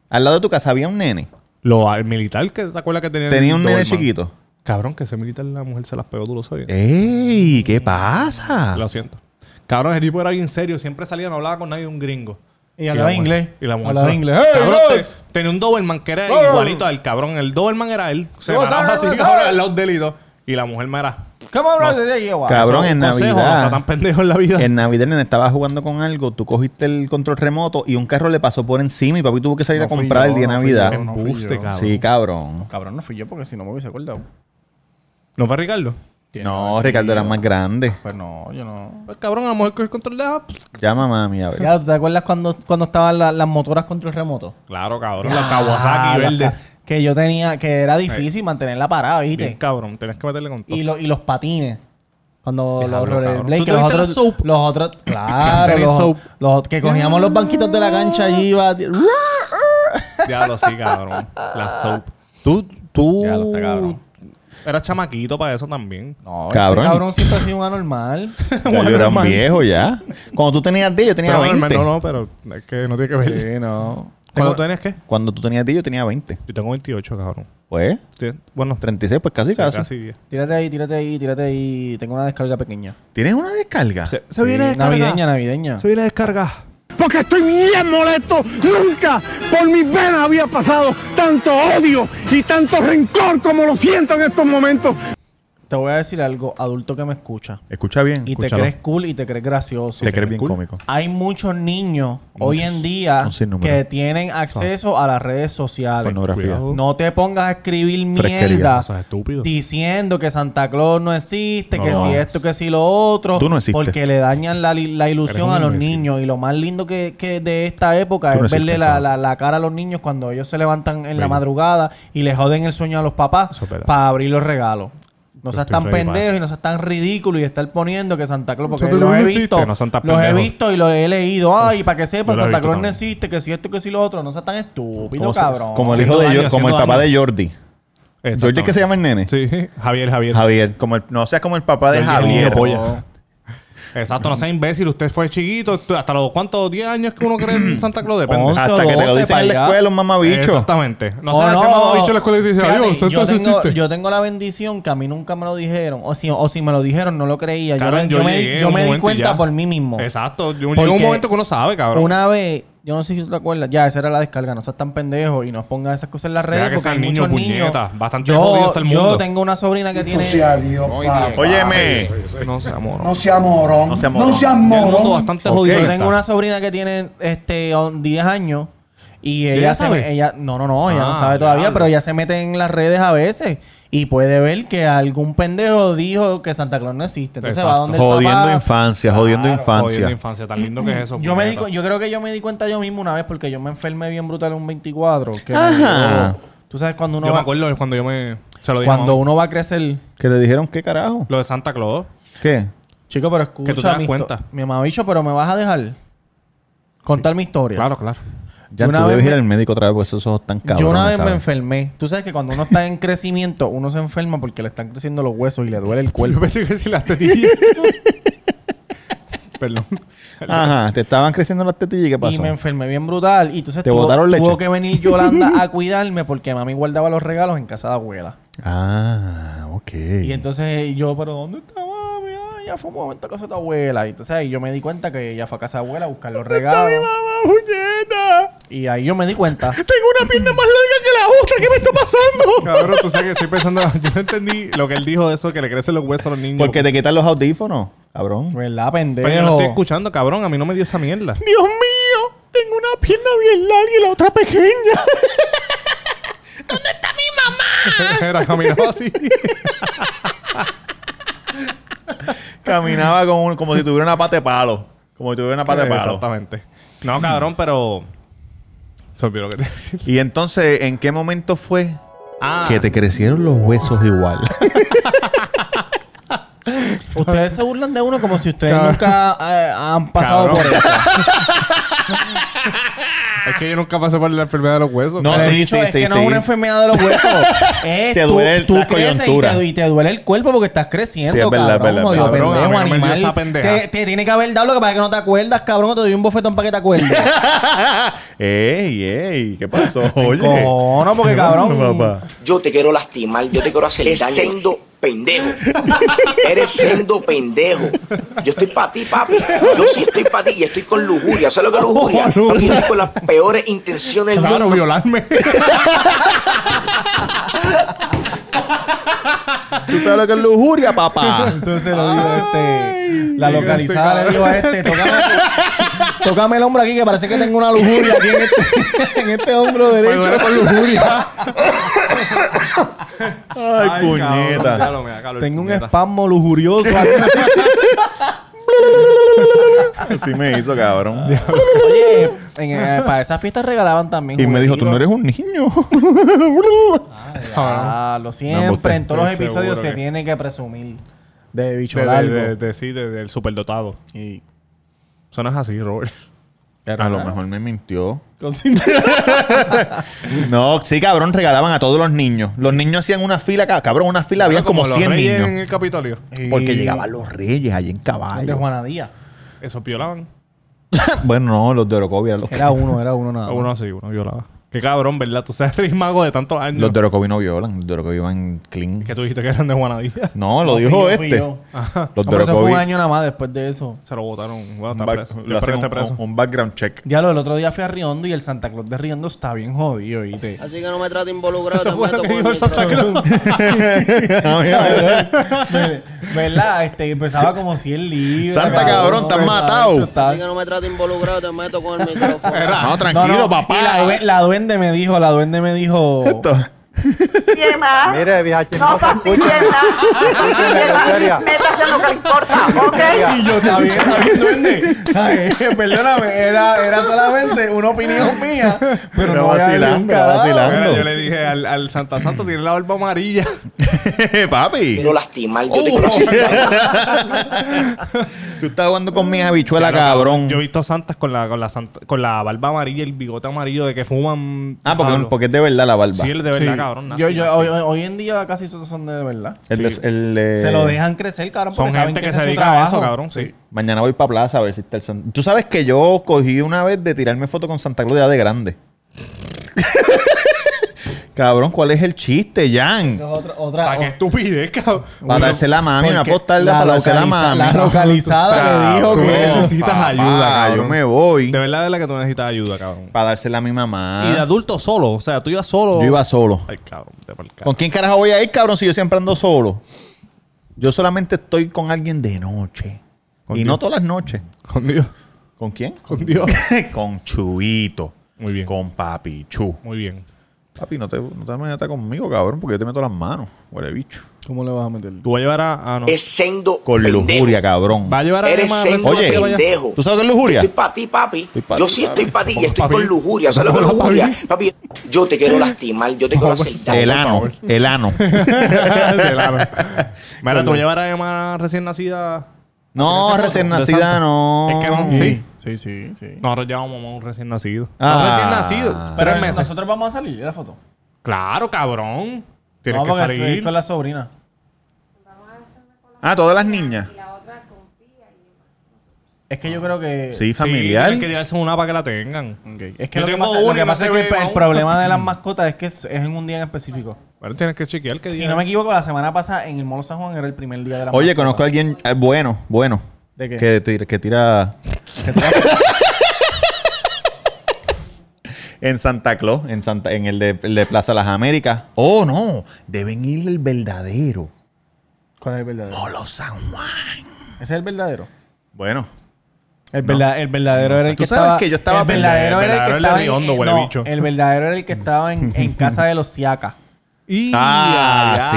Speaker 1: Al lado de tu casa había un nene.
Speaker 2: lo, el militar que te acuerdas que tenía el
Speaker 1: Tenía un nene
Speaker 2: Doberman?
Speaker 1: chiquito.
Speaker 2: Cabrón, que ese militar la mujer se las pegó, tú lo sabías.
Speaker 1: ¡Ey! ¿Qué pasa?
Speaker 2: Lo siento. Cabrón, ese tipo era bien serio. Siempre salía, no hablaba con nadie, un gringo.
Speaker 3: Y hablaba
Speaker 2: la mujer-
Speaker 3: inglés.
Speaker 2: Y la mujer
Speaker 3: Hablaba
Speaker 2: se-
Speaker 3: inglés.
Speaker 2: Cabrón,
Speaker 3: ¡Hey,
Speaker 2: te-
Speaker 3: guys!
Speaker 2: tenía un Doberman que era
Speaker 3: ¡Hey!
Speaker 2: igualito al cabrón. El Doberman era él. Se
Speaker 3: ¿Cómo
Speaker 2: paraba
Speaker 3: sabes,
Speaker 2: así,
Speaker 3: cómo
Speaker 2: cabrón,
Speaker 3: sabes?
Speaker 2: al lado del hilo. Y la mujer me era...
Speaker 3: ¿Cómo hablas
Speaker 2: No.
Speaker 3: de ella, guau?
Speaker 1: Cabrón, en
Speaker 2: Consejo, no sea
Speaker 1: Navidad.
Speaker 2: tan pendejo en la vida.
Speaker 1: En Navidad el nene estaba jugando con algo, tú cogiste el control remoto y un carro le pasó por encima y papi tuvo que salir
Speaker 3: No
Speaker 1: a
Speaker 3: fui
Speaker 1: comprar
Speaker 3: yo,
Speaker 1: el día de
Speaker 3: no fui
Speaker 1: Navidad.
Speaker 3: yo, no fui
Speaker 2: Embuste,
Speaker 3: yo.
Speaker 2: cabrón.
Speaker 1: Sí, cabrón.
Speaker 3: Cabrón, no fui yo porque si no me hubiese acordado.
Speaker 2: ¿No fue Ricardo?
Speaker 3: Tiene que
Speaker 1: No,
Speaker 3: haber
Speaker 1: Ricardo era
Speaker 3: sido.
Speaker 1: más grande.
Speaker 3: Pues no, yo no.
Speaker 2: Pues cabrón, a lo mejor coge el control de la-
Speaker 1: Llama a mami a ver.
Speaker 3: Claro, ¿tú te acuerdas cuando, cuando estaban la- las motoras control remoto?
Speaker 2: Claro, cabrón. La Kawasaki
Speaker 3: Ah, la
Speaker 2: verde.
Speaker 3: ca- Que yo tenía, que era difícil mantenerla parada, ¿viste?
Speaker 2: Bien, cabrón, tenés que meterle con todo.
Speaker 3: y, lo- y los patines. Cuando
Speaker 2: Déjalo,
Speaker 3: los
Speaker 2: cabrón.
Speaker 3: rollerblades,
Speaker 2: ¿Tú
Speaker 3: que los
Speaker 2: tuviste la
Speaker 3: otros,
Speaker 2: soap?
Speaker 3: los otros, claro,
Speaker 2: Anthony
Speaker 3: los,
Speaker 2: Soap.
Speaker 3: los- que cogíamos los banquitos de la cancha allí, iba,
Speaker 2: Diablo, sí, cabrón. La soap. Tú, tú.
Speaker 3: Diablo, está cabrón.
Speaker 2: Eras chamaquito para eso también.
Speaker 3: No,
Speaker 1: Cabrón.
Speaker 3: Este cabrón siempre ha sido un anormal.
Speaker 1: Ya yo era un viejo ya. Cuando tú tenías 10, yo tenía
Speaker 2: Pero,
Speaker 1: 20.
Speaker 2: no, no, pero es que no tiene que ver.
Speaker 3: sí, no.
Speaker 2: ¿Cuándo tenías qué?
Speaker 1: Cuando tú tenías 10, yo tenía 20.
Speaker 2: Yo tengo 28, cabrón.
Speaker 1: Pues,
Speaker 2: Tú tienes- Bueno,
Speaker 1: 36, pues casi,
Speaker 2: casi.
Speaker 1: casi.
Speaker 2: casi 10.
Speaker 3: Tírate ahí, tírate ahí, tírate ahí. Tengo una descarga pequeña.
Speaker 1: ¿Tienes una descarga?
Speaker 2: Se, se
Speaker 3: Sí,
Speaker 2: viene descarga.
Speaker 3: navideña, navideña.
Speaker 2: Se viene descarga.
Speaker 7: Porque estoy bien molesto. Nunca por mis venas había pasado tanto odio y tanto rencor como lo siento en estos momentos.
Speaker 3: Te voy a decir algo, adulto que me escucha.
Speaker 1: Escucha bien.
Speaker 3: Y
Speaker 1: escúchalo.
Speaker 3: te crees cool y te crees gracioso.
Speaker 1: Te crees bien cómico.
Speaker 3: Hay muchos niños hoy en día
Speaker 1: un sinnúmero.
Speaker 3: que tienen acceso a las redes sociales.
Speaker 1: Pornografía.
Speaker 2: Cuidado.
Speaker 3: No te pongas a escribir
Speaker 1: Fresquería,
Speaker 3: mierda
Speaker 2: cosas estúpidas.
Speaker 3: diciendo que Santa Claus no existe, que
Speaker 2: No.
Speaker 3: si esto, que si lo otro.
Speaker 1: Tú no existes.
Speaker 3: Porque le dañan la, li- la
Speaker 2: Eres
Speaker 3: ilusión
Speaker 2: un
Speaker 3: a los
Speaker 2: imbécil.
Speaker 3: niños. Y lo más lindo que, que de esta época
Speaker 1: Tú no
Speaker 3: es verle
Speaker 1: existes,
Speaker 3: la,
Speaker 1: Salas.
Speaker 3: la- la cara a los niños cuando ellos se levantan en la
Speaker 2: Bello.
Speaker 3: madrugada y le joden el sueño a los papás
Speaker 2: Eso es verdad.
Speaker 3: para abrir los regalos. No seas
Speaker 2: estoy
Speaker 3: tan
Speaker 2: ready para
Speaker 3: pendejos
Speaker 2: eso.
Speaker 3: y no seas tan ridículo y estar poniendo que Santa Claus, porque
Speaker 2: Santa Claus
Speaker 3: los he
Speaker 2: no existe.
Speaker 3: visto,
Speaker 2: No sean tan
Speaker 3: los he
Speaker 2: pendejos.
Speaker 3: visto y los he leído. Ay, para que
Speaker 2: yo
Speaker 3: sepas,
Speaker 2: lo he
Speaker 3: Santa
Speaker 2: visto
Speaker 3: Claus no
Speaker 2: también.
Speaker 3: existe, que si esto, que si lo otro, no seas tan estúpido,
Speaker 1: ¿Cómo se-
Speaker 3: cabrón.
Speaker 1: Como el
Speaker 2: Haciendo
Speaker 1: hijo de
Speaker 2: daño,
Speaker 1: Jor- como el
Speaker 2: haciendo
Speaker 1: papá
Speaker 2: daño.
Speaker 1: de Jordi. Jordi que se llama el nene.
Speaker 2: Sí, Javier, Javier.
Speaker 1: Javier, como el- no seas como el papá de
Speaker 2: Jordi es un
Speaker 1: Javier.
Speaker 2: niño polla. Exacto, no sea imbécil. Usted fue chiquito. tú- Hasta los cuántos 10 años que uno cree en Santa Claus depende.
Speaker 3: Once
Speaker 1: Hasta que te lo
Speaker 3: 12
Speaker 1: dicen en la
Speaker 3: para allá.
Speaker 1: escuela, un mamabicho.
Speaker 2: Exactamente. No
Speaker 3: O
Speaker 2: seas ese
Speaker 3: Oh, no.
Speaker 2: mamabicho en la escuela y te dice,
Speaker 3: Fíjate,
Speaker 2: adiós,
Speaker 3: yo
Speaker 2: esto sí
Speaker 3: tengo,
Speaker 2: existe.
Speaker 3: yo tengo la bendición que a mí nunca me lo dijeron. O si, o si me lo dijeron, no lo creía. Yo
Speaker 2: Cabrón,
Speaker 3: me- yo, me,
Speaker 2: llegué
Speaker 3: yo
Speaker 2: un
Speaker 3: me di
Speaker 2: momento y
Speaker 3: cuenta
Speaker 2: ya.
Speaker 3: por mí mismo.
Speaker 2: Exacto. yo- Llega un
Speaker 3: Porque
Speaker 2: momento que uno sabe, cabrón.
Speaker 3: Una vez, yo no sé si tú te acuerdas, ya, esa era la descarga, no seas tan pendejo y no pongas esas cosas en las redes
Speaker 2: Deja que
Speaker 3: porque hay
Speaker 2: sean niños,
Speaker 3: muchos niños.
Speaker 2: puñeta, bastante jodido
Speaker 3: Yo,
Speaker 2: está el mundo.
Speaker 3: yo tengo una sobrina que tiene...
Speaker 1: Óyeme.
Speaker 2: No sé, amor.
Speaker 7: No sea morón.
Speaker 1: No sea morón.
Speaker 7: No sea
Speaker 2: Ya el mundo
Speaker 7: morón.
Speaker 2: bastante
Speaker 1: Ok.
Speaker 2: jodido.
Speaker 3: Yo
Speaker 2: está.
Speaker 3: tengo una sobrina que tiene este on- 10 años y ella,
Speaker 2: ella
Speaker 3: se
Speaker 2: sabe?
Speaker 3: me- ella no no no, ella no
Speaker 2: Ah,
Speaker 3: sabe todavía,
Speaker 2: diablo.
Speaker 3: pero ella se mete en las redes a veces y puede ver que algún pendejo dijo que Santa Claus no existe. Entonces va
Speaker 2: Exacto.
Speaker 3: donde el
Speaker 1: Jodiendo
Speaker 3: papá-
Speaker 1: infancia, jodiendo
Speaker 2: Jodiendo
Speaker 1: infancia.
Speaker 2: infancia. Tan lindo que es eso.
Speaker 3: Yo me di,
Speaker 2: puñeta.
Speaker 3: cu- yo creo que yo me di cuenta yo mismo una vez porque yo me enfermé bien brutal un 24, que me
Speaker 1: Ajá.
Speaker 3: dio- tú sabes cuando uno
Speaker 2: Yo me
Speaker 3: va,
Speaker 2: acuerdo de cuando yo me... Se lo dije a
Speaker 3: cuando
Speaker 2: mamá.
Speaker 3: uno va a crecer
Speaker 1: ¿Que le dijeron qué carajo?
Speaker 2: Lo de Santa Claus.
Speaker 1: ¿Qué?
Speaker 3: Chico, pero escucha
Speaker 2: Que tú te das
Speaker 3: mi histo-
Speaker 2: cuenta.
Speaker 3: Mi mamá bicho, pero me vas a dejar contar mi historia.
Speaker 2: Claro, claro.
Speaker 1: Ya
Speaker 3: Una
Speaker 1: tú
Speaker 3: vez
Speaker 1: debes ir
Speaker 3: me-
Speaker 1: al médico otra vez porque esos ojos tan cabrones.
Speaker 3: Yo una vez me
Speaker 1: ¿sabes?
Speaker 3: enfermé. Tú sabes que cuando uno está en crecimiento, uno se enferma porque le están creciendo los huesos y le duele el
Speaker 2: Yo
Speaker 3: cuerpo.
Speaker 2: pensé que sí las tetillas. Perdón.
Speaker 1: Ajá, te estaban creciendo las tetillas y qué
Speaker 3: Y
Speaker 1: pasó.
Speaker 3: me enfermé bien brutal. Y entonces
Speaker 1: ¿Te
Speaker 3: tuvo,
Speaker 1: botaron leche?
Speaker 3: tuvo que venir Yolanda a cuidarme porque mami guardaba los regalos en casa de abuela.
Speaker 1: Ah, ok.
Speaker 3: Y entonces yo, pero ¿dónde está mami? Ah, ya fue un momento a casa de tu abuela. Y entonces ahí yo me di cuenta que ella fue a casa de abuela a buscar los regalos. Y ahí yo me di cuenta.
Speaker 7: Tengo una pierna más larga que la otra. ¿Qué me está pasando?
Speaker 2: Cabrón, tú sabes que estoy pensando... Yo no entendí lo que él dijo de eso, que le crecen los huesos a los niños.
Speaker 1: Porque te quitan los audífonos, cabrón.
Speaker 3: ¿Verdad,
Speaker 2: Pero yo no
Speaker 3: pendejo?
Speaker 2: estoy escuchando, cabrón. A mí no me dio esa mierda.
Speaker 7: Dios mío. Tengo una pierna bien larga y la otra pequeña.
Speaker 2: Era caminaba así.
Speaker 1: Caminaba como, como si tuviera una pata de palo. Como si tuviera una pata de palo.
Speaker 2: Exactamente. No, cabrón, pero... Se olvidó lo que te iba a decir.
Speaker 1: Y entonces, ¿en qué momento fue
Speaker 2: Ah,
Speaker 1: que te crecieron los huesos igual?
Speaker 3: Ustedes se burlan de uno como si ustedes
Speaker 2: Cabrón.
Speaker 3: nunca eh, han pasado
Speaker 2: Cabrón.
Speaker 3: por eso.
Speaker 2: es que yo nunca pasé por la enfermedad de los huesos.
Speaker 1: No,
Speaker 3: Pero
Speaker 1: sí,
Speaker 3: el bicho
Speaker 1: sí,
Speaker 3: es
Speaker 1: sí,
Speaker 3: que no
Speaker 1: sí.
Speaker 3: es una enfermedad de los huesos. Es
Speaker 1: Te
Speaker 3: tú-
Speaker 1: duele el-
Speaker 3: tú
Speaker 1: la
Speaker 3: creces
Speaker 1: coyuntura.
Speaker 3: Y te, y te duele el cuerpo porque estás creciendo,
Speaker 1: Sí, es verdad, es
Speaker 3: cabrón.
Speaker 1: verdad,
Speaker 3: jodido
Speaker 1: es
Speaker 2: verdad.
Speaker 3: pendejo,
Speaker 2: Cabrón, a mí no Ah, me dio
Speaker 3: animal.
Speaker 2: esa pendeja.
Speaker 3: Te, te tiene que haber dado lo que pasa es que no te acuerdas, cabrón. Te doy un bofetón para que te acuerdes.
Speaker 1: ¡Ey, ey! ¿Qué pasó? Oye.
Speaker 3: No, no, porque cabrón.
Speaker 1: papá.
Speaker 6: Yo te quiero lastimar, yo te quiero hacer daño. Eres sendo pendejo. Eres sendo pendejo. Yo estoy para ti, papi. Yo sí estoy para ti y estoy con lujuria. ¿Sabes lo que es lujuria? Papi, estoy con las peores intenciones del
Speaker 2: Claro,
Speaker 6: mundo.
Speaker 2: violarme.
Speaker 1: ¿Tú sabes lo que es lujuria, papá?
Speaker 3: Entonces
Speaker 2: Ah,
Speaker 3: lo digo, este. La
Speaker 2: Ay,
Speaker 3: localizada
Speaker 2: este
Speaker 3: le digo a este, tócame, tócame el hombro aquí, que parece que tengo una lujuria aquí en este, en este hombro
Speaker 2: Me Pues duele
Speaker 3: derecho.
Speaker 2: con lujuria.
Speaker 1: Ay, puñeta.
Speaker 3: Tengo un espasmo lujurioso. aquí.
Speaker 1: Así me hizo, cabrón.
Speaker 3: Oye, en- eh, para esas fiestas regalaban también.
Speaker 1: Y me dijo, tú no
Speaker 3: juguetitos.
Speaker 1: eres un niño.
Speaker 3: Ah,
Speaker 1: No,
Speaker 3: lo
Speaker 1: pues,
Speaker 3: siempre. En todos los
Speaker 2: estoy
Speaker 3: episodios
Speaker 2: seguro
Speaker 3: se
Speaker 2: que-
Speaker 3: tiene que presumir de bicho
Speaker 2: De, de,
Speaker 3: largo.
Speaker 2: de, de- sí, de- del superdotado.
Speaker 3: Y-
Speaker 2: Sonas así, Robert.
Speaker 1: A lo mejor me mintió.
Speaker 3: con-
Speaker 1: No, sí, cabrón, regalaban a todos los niños. Los niños hacían una fila, ca- cabrón, una fila, había como
Speaker 2: los
Speaker 1: 100
Speaker 2: reyes
Speaker 1: niños.
Speaker 2: en el Capitolio.
Speaker 1: Porque
Speaker 3: Y-
Speaker 1: llegaban los reyes allí en
Speaker 3: de
Speaker 1: caballo.
Speaker 3: Juana Díaz.
Speaker 2: Esos violaban.
Speaker 1: Bueno, no, los de Orocovia. Los,
Speaker 3: Era uno, era uno nada.
Speaker 2: Ah,
Speaker 3: más.
Speaker 2: Uno así, uno violaba. Qué cabrón, ¿verdad? Tú seas mago de tantos años.
Speaker 1: los de Orocovia no violan, los de Orocovia iban clean.
Speaker 2: Que tú dijiste que eran de Juanadilla.
Speaker 1: No, lo
Speaker 3: No, fui
Speaker 1: dijo
Speaker 3: yo, fui
Speaker 1: este.
Speaker 3: yo.
Speaker 1: Los de
Speaker 3: No, pero eso fue un
Speaker 1: Orocovia.
Speaker 3: año nada más después de eso.
Speaker 2: Se lo botaron. Bueno,
Speaker 1: un
Speaker 2: está
Speaker 1: back-
Speaker 2: preso. Yo
Speaker 1: le
Speaker 2: espero
Speaker 1: hacen
Speaker 2: que esté
Speaker 1: un,
Speaker 2: preso.
Speaker 1: un- un background check.
Speaker 3: Ya lo del otro día fui a Riondo y el Santa Claus de Riondo está bien jodido, ¿viste?
Speaker 5: Así que no me trate involucrado.
Speaker 2: Eso
Speaker 5: te
Speaker 2: fue lo que
Speaker 5: meto con
Speaker 2: dijo el
Speaker 5: mi
Speaker 2: Santa
Speaker 5: trozo.
Speaker 2: Claus.
Speaker 3: Ve- ¿Verdad? Este, pesaba como 100 libras.
Speaker 1: Santa cabrón, estás
Speaker 3: Está-
Speaker 1: matado.
Speaker 3: está-
Speaker 5: Así que no me trate involucrado. Te meto con el micrófono.
Speaker 1: No,
Speaker 3: No,
Speaker 1: tranquilo,
Speaker 3: no, y La,
Speaker 1: papá.
Speaker 3: due- la duende me dijo, la duende me dijo.
Speaker 8: ¿Qué más? Mire, vieja No, papi, mierda. Métase en lo que le importa, ¿ok?
Speaker 3: Y yo, está bien, está bien, duende. ¿Sabes? Perdóname, era, era solamente una opinión mía. Pero
Speaker 1: Pero
Speaker 3: no voy a decir un
Speaker 1: vacilando,
Speaker 3: carajo.
Speaker 1: vacilando.
Speaker 2: Mira, yo le dije al, al Santa Santo, tiene la barba amarilla.
Speaker 1: Papi.
Speaker 6: Quiero lastimar, yo te quiero
Speaker 1: Tú estás jugando con mis habichuelas, cabrón.
Speaker 2: Yo he visto santas con la, con la, santa- con la barba amarilla y el bigote amarillo de que fuman.
Speaker 1: Ah, porque,
Speaker 2: Pablo.
Speaker 1: porque es de verdad la barba.
Speaker 2: Sí, el de verdad,
Speaker 3: Sí.
Speaker 2: cabrón. nada.
Speaker 3: Yo, yo, hoy, hoy- hoy en día casi todos son de verdad.
Speaker 1: El de-
Speaker 2: sí.
Speaker 1: el de-
Speaker 3: Se lo dejan crecer, cabrón, porque
Speaker 2: Eh, Son
Speaker 3: saben
Speaker 2: gente
Speaker 3: que,
Speaker 2: que
Speaker 3: ese
Speaker 2: se
Speaker 3: es su
Speaker 2: dedica a
Speaker 3: trabajo.
Speaker 2: eso, cabrón, sí.
Speaker 1: Mañana voy para plaza a ver si está el Santa. Tú sabes que yo cogí una vez de tirarme foto con Santa Claus ya de grande. cabrón, ¿cuál es el chiste, Jan?
Speaker 3: Eso es otra,
Speaker 2: ¿Para
Speaker 3: otra,
Speaker 2: qué estupidez, cabrón?
Speaker 1: Para darse la mami, una
Speaker 3: Porque
Speaker 1: postarda para darse la
Speaker 3: localiza-
Speaker 1: mami.
Speaker 3: la localizada le dijo
Speaker 1: Cabrón,
Speaker 3: que
Speaker 2: necesitas ayuda, cabrón.
Speaker 1: Yo me voy
Speaker 2: De verdad es la que tú necesitas ayuda, cabrón.
Speaker 1: para dársela a mi
Speaker 2: Y de
Speaker 1: mamá.
Speaker 2: adulto solo. O sea, tú ibas solo.
Speaker 1: Yo iba solo.
Speaker 2: Ay, cabrón, de por
Speaker 1: ¿Con quién carajo voy a ir, cabrón, si yo siempre ando solo? Yo solamente estoy con alguien de noche.
Speaker 2: Con
Speaker 1: y
Speaker 2: Dios.
Speaker 1: no todas las noches.
Speaker 2: Con Dios.
Speaker 1: ¿Con quién?
Speaker 2: Con Dios.
Speaker 1: con Chuito.
Speaker 2: Muy bien.
Speaker 1: Con Papi Chu.
Speaker 2: Muy bien.
Speaker 1: Papi, no te, no te metas conmigo, cabrón, porque yo te meto las manos. Huele bicho.
Speaker 3: ¿Cómo le vas a meter?
Speaker 2: Tú vas a llevar a. ah, no.
Speaker 6: Es sendo
Speaker 1: Con
Speaker 6: pendejo.
Speaker 1: lujuria, cabrón.
Speaker 2: Va a llevar a
Speaker 6: Eres
Speaker 2: Emma a
Speaker 6: sendo
Speaker 1: Oye,
Speaker 2: Renzo García para allá.
Speaker 6: pendejo.
Speaker 1: ¿Tú sabes qué es lujuria?
Speaker 6: Yo estoy para ti, papi.
Speaker 1: Estoy pa'
Speaker 6: yo
Speaker 1: ti,
Speaker 6: sí
Speaker 1: papi.
Speaker 6: estoy para ti y estoy
Speaker 2: Papi.
Speaker 6: con lujuria. ¿Sabes lo que es lujuria? Papi, yo te quiero lastimar, yo te quiero hacer daño.
Speaker 1: El ano. El ano.
Speaker 2: De la- Mira, tú vas a llevar a Emma recién nacida.
Speaker 1: No,
Speaker 2: ¿Tienes
Speaker 1: recién
Speaker 2: foto de
Speaker 1: nacida
Speaker 2: Santa?
Speaker 1: no.
Speaker 2: Es que no. Sí.
Speaker 3: Sí, sí, sí. sí.
Speaker 2: Nosotros llevamos a un recién nacido.
Speaker 1: Ah.
Speaker 2: No, recién nacido.
Speaker 3: Pero
Speaker 2: Tres meses.
Speaker 3: nosotros vamos a salir de la foto.
Speaker 2: Claro, cabrón. Tienes
Speaker 3: no,
Speaker 2: que
Speaker 3: porque
Speaker 2: salir.
Speaker 3: estoy con la sobrina.
Speaker 1: Ah, todas las niñas.
Speaker 3: Es que yo creo que.
Speaker 1: Sí,
Speaker 2: Ah. Sí,
Speaker 1: familiar.
Speaker 2: tienen que llevarse una para que la tengan.
Speaker 3: Ok. Es que
Speaker 2: Yo
Speaker 3: lo que
Speaker 2: tengo
Speaker 3: pasa,
Speaker 2: una
Speaker 3: lo que
Speaker 2: y no
Speaker 3: pasa
Speaker 2: se
Speaker 3: es que
Speaker 2: ve
Speaker 3: el, el
Speaker 2: aún.
Speaker 3: problema de las mascotas es que es, es en un día en específico.
Speaker 2: Bueno, tienes que chequear que
Speaker 3: Si no me equivoco, la semana pasada en el Molo San Juan era el primer día de la
Speaker 1: Oye, conozco a alguien eh, bueno, bueno.
Speaker 3: ¿De qué?
Speaker 1: Que tira. Que tira... en Santa Claus, en, Santa, en el, de, el de Plaza Las Américas. Oh, no. Deben ir el verdadero.
Speaker 3: ¿Cuál es el verdadero?
Speaker 1: Molo San Juan.
Speaker 3: Ese es el verdadero.
Speaker 1: Bueno,
Speaker 3: El, verda- el verdadero era el
Speaker 1: Tú
Speaker 3: que
Speaker 1: sabes
Speaker 3: estaba...
Speaker 1: que yo estaba
Speaker 3: el verdadero
Speaker 2: pensando-
Speaker 3: era el que
Speaker 2: el verdadero
Speaker 3: estaba...
Speaker 2: era Riondo,
Speaker 3: en-
Speaker 2: huele
Speaker 3: no,
Speaker 2: bicho.
Speaker 3: el verdadero era el que estaba en, en casa de los Siaka.
Speaker 2: Y
Speaker 1: Ah,
Speaker 2: ya,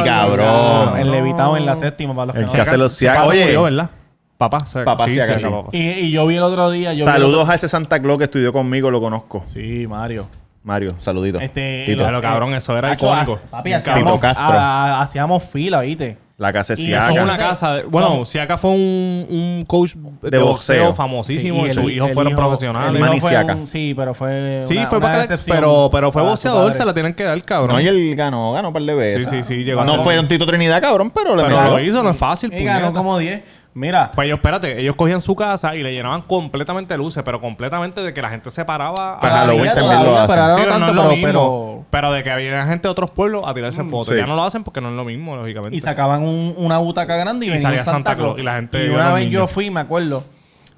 Speaker 1: sí,
Speaker 2: ya,
Speaker 1: cabrón.
Speaker 2: cabrón.
Speaker 3: El levitado en la séptima, para los que
Speaker 1: El
Speaker 3: no
Speaker 1: que hace los
Speaker 2: Papá
Speaker 1: siaca. Oye,
Speaker 2: murió, ¿verdad? Papá se
Speaker 1: Papá se acaba.
Speaker 2: acabó.
Speaker 3: Y, y yo vi el otro día... Yo vi el otro-
Speaker 1: saludos a ese Santa Claus que estudió conmigo, lo conozco.
Speaker 3: Sí, Mario.
Speaker 1: Mario, saluditos.
Speaker 3: Este,
Speaker 1: Tito.
Speaker 2: Ya lo cabrón, eso era
Speaker 3: Hacho,
Speaker 2: icónico.
Speaker 3: ha- Papi,
Speaker 2: Bien,
Speaker 1: Tito
Speaker 3: hacíamos,
Speaker 1: Castro.
Speaker 3: ah, hacíamos fila, ¿viste?
Speaker 1: La casa de
Speaker 3: Y eso
Speaker 2: Eso es
Speaker 1: Siaka.
Speaker 2: una casa. de- bueno, si acá fue un, un coach de,
Speaker 1: De
Speaker 2: boxeo,
Speaker 1: boxeo.
Speaker 2: famosísimo
Speaker 3: Sí,
Speaker 2: y,
Speaker 3: el-
Speaker 2: sus hijos
Speaker 3: el
Speaker 2: fueron
Speaker 3: hijo-
Speaker 2: profesionales.
Speaker 3: el hijo
Speaker 1: Manny
Speaker 3: fue
Speaker 1: Siaka.
Speaker 3: un- sí, pero fue.
Speaker 2: sí,
Speaker 3: una-
Speaker 2: fue
Speaker 3: una
Speaker 2: para Calex,
Speaker 3: decepción
Speaker 2: pero, pero fue
Speaker 3: para su
Speaker 2: boxeador,
Speaker 3: padre.
Speaker 2: se la tienen que dar, cabrón.
Speaker 1: No, y él ganó, ganó un par de veces.
Speaker 2: Sí, sí, sí, llegó a
Speaker 1: no
Speaker 2: ser-
Speaker 1: fue un Tito Trinidad, cabrón, pero le
Speaker 2: Pero
Speaker 1: metió.
Speaker 2: lo hizo, no es fácil.
Speaker 3: Y ganó
Speaker 2: puñeta.
Speaker 3: como 10. Mira,
Speaker 2: Pues ellos, espérate, ellos cogían su casa y le llenaban completamente de luces, pero completamente de que la gente se
Speaker 1: Para
Speaker 2: paraba. a la
Speaker 1: Halloween
Speaker 2: silla
Speaker 1: también
Speaker 2: todavía.
Speaker 1: lo hacen.
Speaker 3: pero ahora
Speaker 2: Sí,
Speaker 3: no
Speaker 2: pero no
Speaker 3: tanto,
Speaker 2: es lo
Speaker 3: pero-
Speaker 2: mismo. Pero de que había gente de otros pueblos a tirarse fotos.
Speaker 1: sí.
Speaker 2: Ya no lo hacen porque no es lo mismo, lógicamente.
Speaker 3: y sacaban un- una butaca grande y,
Speaker 2: Y
Speaker 3: venía
Speaker 2: salía
Speaker 3: un Santa,
Speaker 2: Santa Claus,
Speaker 3: Claus.
Speaker 2: y la gente
Speaker 3: Y
Speaker 2: iba a
Speaker 3: una
Speaker 2: los
Speaker 3: vez yo
Speaker 2: niños.
Speaker 3: fui, me acuerdo,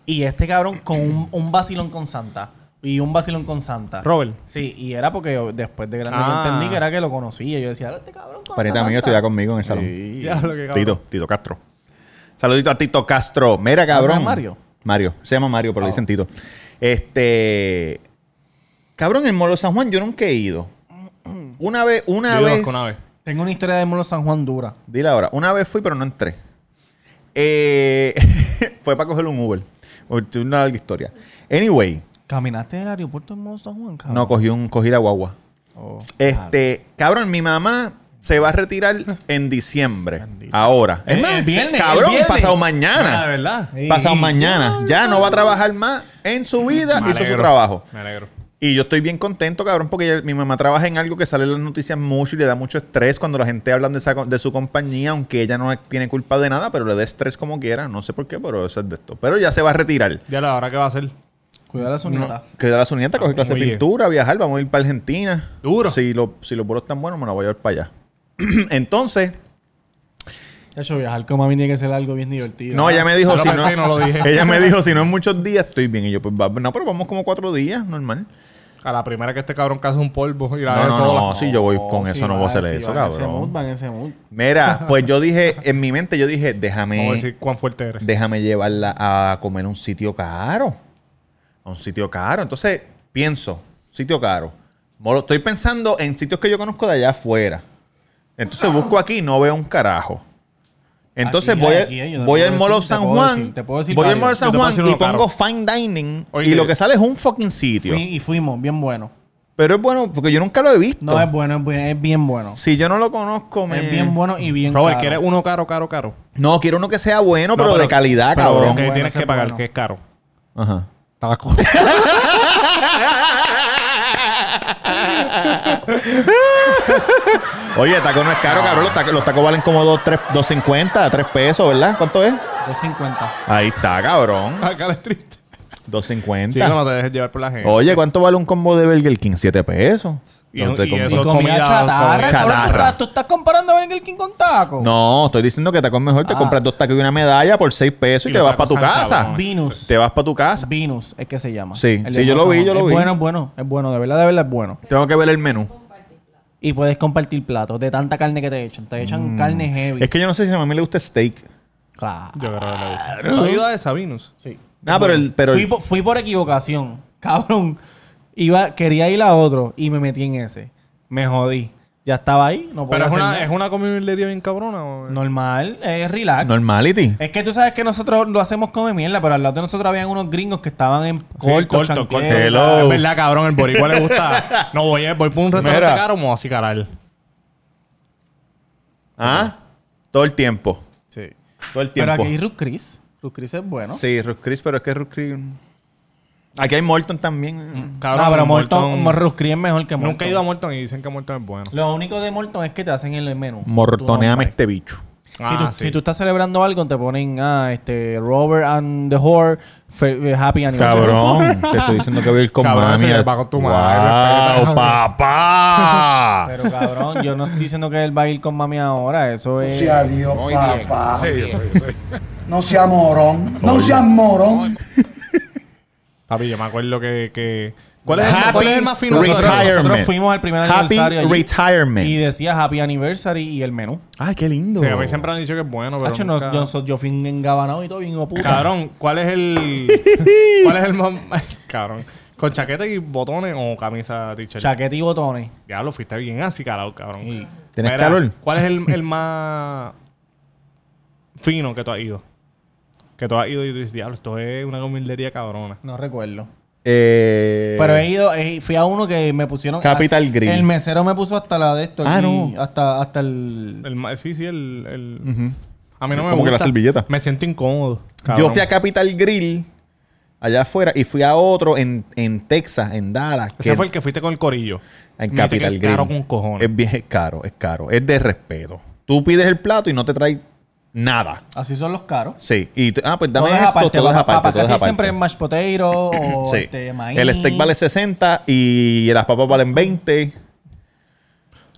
Speaker 3: y este cabrón con un, un vacilón con Santa. Y un vacilón con Santa.
Speaker 2: Robert.
Speaker 3: Sí, y era porque yo- después de grande
Speaker 2: Ah.
Speaker 3: yo entendí que era que lo conocía. Yo decía, este cabrón conoce a
Speaker 1: Pariente
Speaker 3: Santa".
Speaker 1: mío estudiaba conmigo en el salón.
Speaker 2: Ya, lo que cabrón.
Speaker 1: Tito, Tito Castro. Saludito a Tito Castro. Mira,
Speaker 3: ¿No
Speaker 1: cabrón.
Speaker 3: es Mario?
Speaker 1: Mario. Se llama Mario, pero le
Speaker 2: Ah,
Speaker 1: dicen Tito. Este. Cabrón, en Molo San Juan yo nunca he ido. Una vez, una
Speaker 2: Yo
Speaker 1: vez.
Speaker 2: conozco una vez.
Speaker 3: Tengo una historia de Molo San Juan dura.
Speaker 1: Dile ahora. Una vez fui, pero no entré. Eh, fue para coger un Uber. Porque Una larga historia. Anyway,
Speaker 3: ¿Caminaste del aeropuerto de Molo San Juan,
Speaker 2: Ah,
Speaker 3: cabrón?
Speaker 1: no cogí, un, cogí la guagua.
Speaker 3: Oh.
Speaker 1: Este, cabrón, mi mamá se va a retirar en diciembre. Ahora.
Speaker 3: El- el
Speaker 1: se-
Speaker 3: viernes, el
Speaker 1: cabrón,
Speaker 3: viernes.
Speaker 1: pasado
Speaker 2: Ah, de
Speaker 1: mañana.
Speaker 2: verdad.
Speaker 1: pasado mañana. Ya no va a trabajar más en su vida.
Speaker 2: Me
Speaker 1: Hizo su
Speaker 2: alegro.
Speaker 1: trabajo.
Speaker 2: Me alegro.
Speaker 1: Y yo estoy bien contento, cabrón, porque ella- mi mamá trabaja en algo que sale en las noticias mucho y le da mucho estrés cuando la gente habla de, esa co- de su compañía, aunque ella no tiene culpa de nada, pero le da estrés como quiera. No sé por qué, pero eso es de esto. Pero ya se va a retirar.
Speaker 2: Ya la hora que va a ser.
Speaker 3: Cuidado la sonata.
Speaker 1: No, quedar a su nieta, coger clase de
Speaker 2: Ah, Oye.
Speaker 1: pintura, viajar, vamos a ir para Argentina.
Speaker 2: Duro.
Speaker 1: Si, lo- si los bolos están buenos, me la voy a llevar para allá. Entonces,
Speaker 3: De hecho, viajar con mami tiene que ser algo bien divertido.
Speaker 1: no, ella me dijo
Speaker 2: Ya lo
Speaker 1: si
Speaker 2: pensé
Speaker 1: no,
Speaker 2: y no lo dije.
Speaker 1: ella me dijo si no en muchos días estoy bien. Y yo, pues va- no, pero vamos como cuatro días, normal.
Speaker 2: A la primera que este cabrón case un polvo y la
Speaker 3: Ah,
Speaker 1: No,
Speaker 2: deje
Speaker 1: no,
Speaker 2: sola.
Speaker 1: no, sí, yo voy
Speaker 3: Oh,
Speaker 1: con eso, no voy a hacer
Speaker 3: hacer
Speaker 1: eso,
Speaker 3: En ese
Speaker 1: cabrón.
Speaker 3: mood, va en ese mood.
Speaker 1: Mira, pues yo dije, en mi mente yo dije,
Speaker 2: Vamos a
Speaker 1: déjame,
Speaker 2: decir cuán fuerte eres.
Speaker 1: déjame llevarla a comer a un sitio caro. A un sitio caro. Entonces, pienso, sitio caro. Molo- Estoy pensando en sitios que yo conozco de allá afuera. Entonces busco aquí y no veo un carajo. Entonces
Speaker 3: Aquí hay,
Speaker 1: voy, al-
Speaker 3: aquí hay, yo te
Speaker 1: voy
Speaker 3: puedo
Speaker 1: al Molo
Speaker 3: decir, te
Speaker 1: San
Speaker 3: puedo
Speaker 1: Juan.
Speaker 3: decir, te puedo decir
Speaker 1: voy al
Speaker 3: varios.
Speaker 1: Molo San
Speaker 2: Yo te puedo
Speaker 1: Juan
Speaker 2: decir
Speaker 1: y
Speaker 2: uno caro.
Speaker 1: pongo fine dining y
Speaker 2: Oye.
Speaker 1: lo que sale es un fucking sitio.
Speaker 3: Fui- y fuimos, bien bueno.
Speaker 1: Pero es bueno porque yo nunca lo he visto.
Speaker 3: No, es bueno, es, bien- es bien bueno.
Speaker 1: Si yo no lo conozco, me...
Speaker 3: Es bien bueno y bien
Speaker 2: Robert,
Speaker 3: caro.
Speaker 2: ¿quieres uno caro, caro, caro?
Speaker 1: No, quiero uno que sea bueno, pero,
Speaker 2: No,
Speaker 1: de calidad,
Speaker 2: pero
Speaker 1: cabrón.
Speaker 2: Que
Speaker 3: Bueno,
Speaker 2: tienes
Speaker 3: ese
Speaker 2: que pagar,
Speaker 3: bueno.
Speaker 2: que es caro.
Speaker 1: Ajá.
Speaker 2: Tabaco.
Speaker 1: Oye, taco no es caro, cabrón. Los tacos, los tacos valen como 2, 3, 2.50, 3 pesos, ¿verdad? ¿Cuánto es?
Speaker 3: 250.
Speaker 1: Ahí está, cabrón.
Speaker 3: Ah,
Speaker 2: La cara es triste.
Speaker 1: 2.50.
Speaker 2: Chico, Ah. no te dejes llevar por la gente.
Speaker 1: Oye, ¿cuánto vale un combo de Burger King? 7 pesos.
Speaker 2: Y-
Speaker 1: No, te
Speaker 2: y
Speaker 1: com-
Speaker 2: eso-
Speaker 3: Y
Speaker 2: es
Speaker 3: comida
Speaker 2: comida-
Speaker 3: chatarra.
Speaker 2: comida
Speaker 3: cabrón, ¿tú,
Speaker 1: chatarra.
Speaker 3: estás, tú estás comparando Burger King con taco?
Speaker 1: no, estoy diciendo que tacos mejor. Te
Speaker 3: Ah.
Speaker 1: compras dos tacos y una medalla por 6 pesos y,
Speaker 2: Y
Speaker 1: te
Speaker 2: los
Speaker 1: vas para tu
Speaker 2: tacos están
Speaker 1: casa.
Speaker 2: cabrones.
Speaker 3: Venus.
Speaker 1: Te vas para tu casa.
Speaker 3: Venus es que se llama.
Speaker 1: Sí,
Speaker 3: de
Speaker 1: sí, yo lo
Speaker 3: Molo San
Speaker 1: vi,
Speaker 3: Juan.
Speaker 1: yo lo
Speaker 3: es
Speaker 1: vi.
Speaker 3: bueno, es bueno, es bueno, de verdad, de verdad es bueno.
Speaker 1: Tengo que ver el menú.
Speaker 3: Y puedes compartir platos de tanta carne que te echan. Te echan carne heavy.
Speaker 1: Mm. Es que yo no sé si a mami le gusta steak.
Speaker 3: Claro.
Speaker 2: Yo creo que le gusta. ¿Tú has ido a esa, Venus?
Speaker 3: Sí.
Speaker 1: Ah, pero el- pero el-
Speaker 3: fui, por, fui por equivocación. Cabrón. Iba, quería ir a otro y me metí en ese. Me jodí. Ya estaba ahí. No podía
Speaker 2: Pero es
Speaker 3: hacer
Speaker 2: una,
Speaker 3: nada.
Speaker 2: es una comilería bien cabrona. ¿o?
Speaker 3: Normal. Es relax.
Speaker 1: Normality.
Speaker 3: Es que tú sabes que nosotros lo hacemos como mierda, pero al lado de nosotros habían unos gringos que estaban en corto,
Speaker 2: corto,
Speaker 3: chanqueo.
Speaker 2: corto.
Speaker 1: Hello.
Speaker 2: Es verdad, cabrón, el boricua le gusta. No, voy, a- voy por un restaurante
Speaker 1: Mira.
Speaker 2: caro, me voy a acicarar.
Speaker 1: Ah, todo el tiempo.
Speaker 3: Sí.
Speaker 1: Todo el
Speaker 3: Pero
Speaker 1: tiempo.
Speaker 3: aquí hay Ruth Chris. Ruth Chris es bueno.
Speaker 1: Sí, Ruth Chris, pero es que Ruth Chris- mm. Aquí hay Morton también.
Speaker 2: Cabrón,
Speaker 3: no, Ah, pero
Speaker 2: Morton-
Speaker 3: Morton, Morton... Ruth Chris es mejor que Morton.
Speaker 2: Nunca he ido a Morton y dicen que Morton es bueno.
Speaker 3: Lo único de Morton es que te hacen el menú.
Speaker 1: Mortoneame
Speaker 3: Tú no
Speaker 1: este bicho.
Speaker 3: Si,
Speaker 2: Ah,
Speaker 3: tú,
Speaker 2: sí.
Speaker 3: si tú estás celebrando algo, te ponen ah, este, Robert and the Whore, fe- eh, Happy Anniversary.
Speaker 1: Cabrón, te estoy diciendo que voy a ir con
Speaker 2: Cabrón,
Speaker 1: mami.
Speaker 2: se le va con tu
Speaker 1: Wow,
Speaker 2: madre.
Speaker 1: papá.
Speaker 2: Ah.
Speaker 3: Pero cabrón, yo no estoy diciendo que él va a ir con mami ahora. Eso es.
Speaker 7: Dios, papá. No sea morón. No sea morón.
Speaker 2: Papi, yo me acuerdo que... que... ¿Cuál, es el,
Speaker 1: Happy
Speaker 2: cuál es el más fino? de todos?
Speaker 1: retirement.
Speaker 3: Nosotros fuimos al primer
Speaker 1: Happy
Speaker 3: aniversario. allí
Speaker 1: retirement.
Speaker 3: Y decía Happy Anniversary y el menú.
Speaker 1: Ay, qué lindo.
Speaker 2: Sí, a mí siempre han dicho que es bueno, pero
Speaker 3: Hacho, no-
Speaker 2: nunca-
Speaker 3: yo, so- yo fui engabanado y todo, bien hijo de puta.
Speaker 2: Cabrón, ¿cuál es el... ¿Cuál es el más... Ay, Cabrón. ¿Con chaqueta y botones o camisa t-shirt?
Speaker 3: Chaqueta y botones.
Speaker 2: Diablo, fuiste bien acicalado, cabrón. ¿Tienes
Speaker 1: ¿Tienes calor?
Speaker 2: ¿Cuál es el, el más fino que tú has ido? Que tú has ido y tú dices, diablo, esto es una comilería cabrona.
Speaker 3: No recuerdo.
Speaker 1: Eh,
Speaker 3: Pero he ido, he- fui a uno que me pusieron.
Speaker 1: Capital Grill.
Speaker 3: El mesero me puso hasta la de esto.
Speaker 1: Ah,
Speaker 3: aquí,
Speaker 1: no.
Speaker 3: Hasta, hasta el.
Speaker 2: El ma- sí, sí, el... el-
Speaker 1: ujú.
Speaker 2: A mí no me
Speaker 1: Como que la
Speaker 2: gusta.
Speaker 1: servilleta.
Speaker 2: Me siento incómodo.
Speaker 1: Yo
Speaker 2: cabrón.
Speaker 1: fui a Capital Grill allá afuera y fui a otro en, en Texas, en Dallas.
Speaker 2: Ese
Speaker 1: que-
Speaker 2: fue el que fuiste con el corillo.
Speaker 1: En
Speaker 2: Mira, que
Speaker 1: Capital
Speaker 2: es
Speaker 1: Grill.
Speaker 2: caro con cojones.
Speaker 1: Es, bien, es caro, es caro. Es de respeto. Tú pides el plato y no te trae nada.
Speaker 3: Así son los caros.
Speaker 1: Sí. Y tú- ah, pues dame
Speaker 3: Todas
Speaker 1: esto,
Speaker 3: aparte,
Speaker 1: todo es
Speaker 3: papá,
Speaker 1: aparte,
Speaker 3: papá,
Speaker 1: todo es
Speaker 3: casi
Speaker 1: aparte.
Speaker 3: siempre es mashed potato o
Speaker 1: Sí.
Speaker 3: este, maíz.
Speaker 1: El steak vale 60 y las papas valen 20.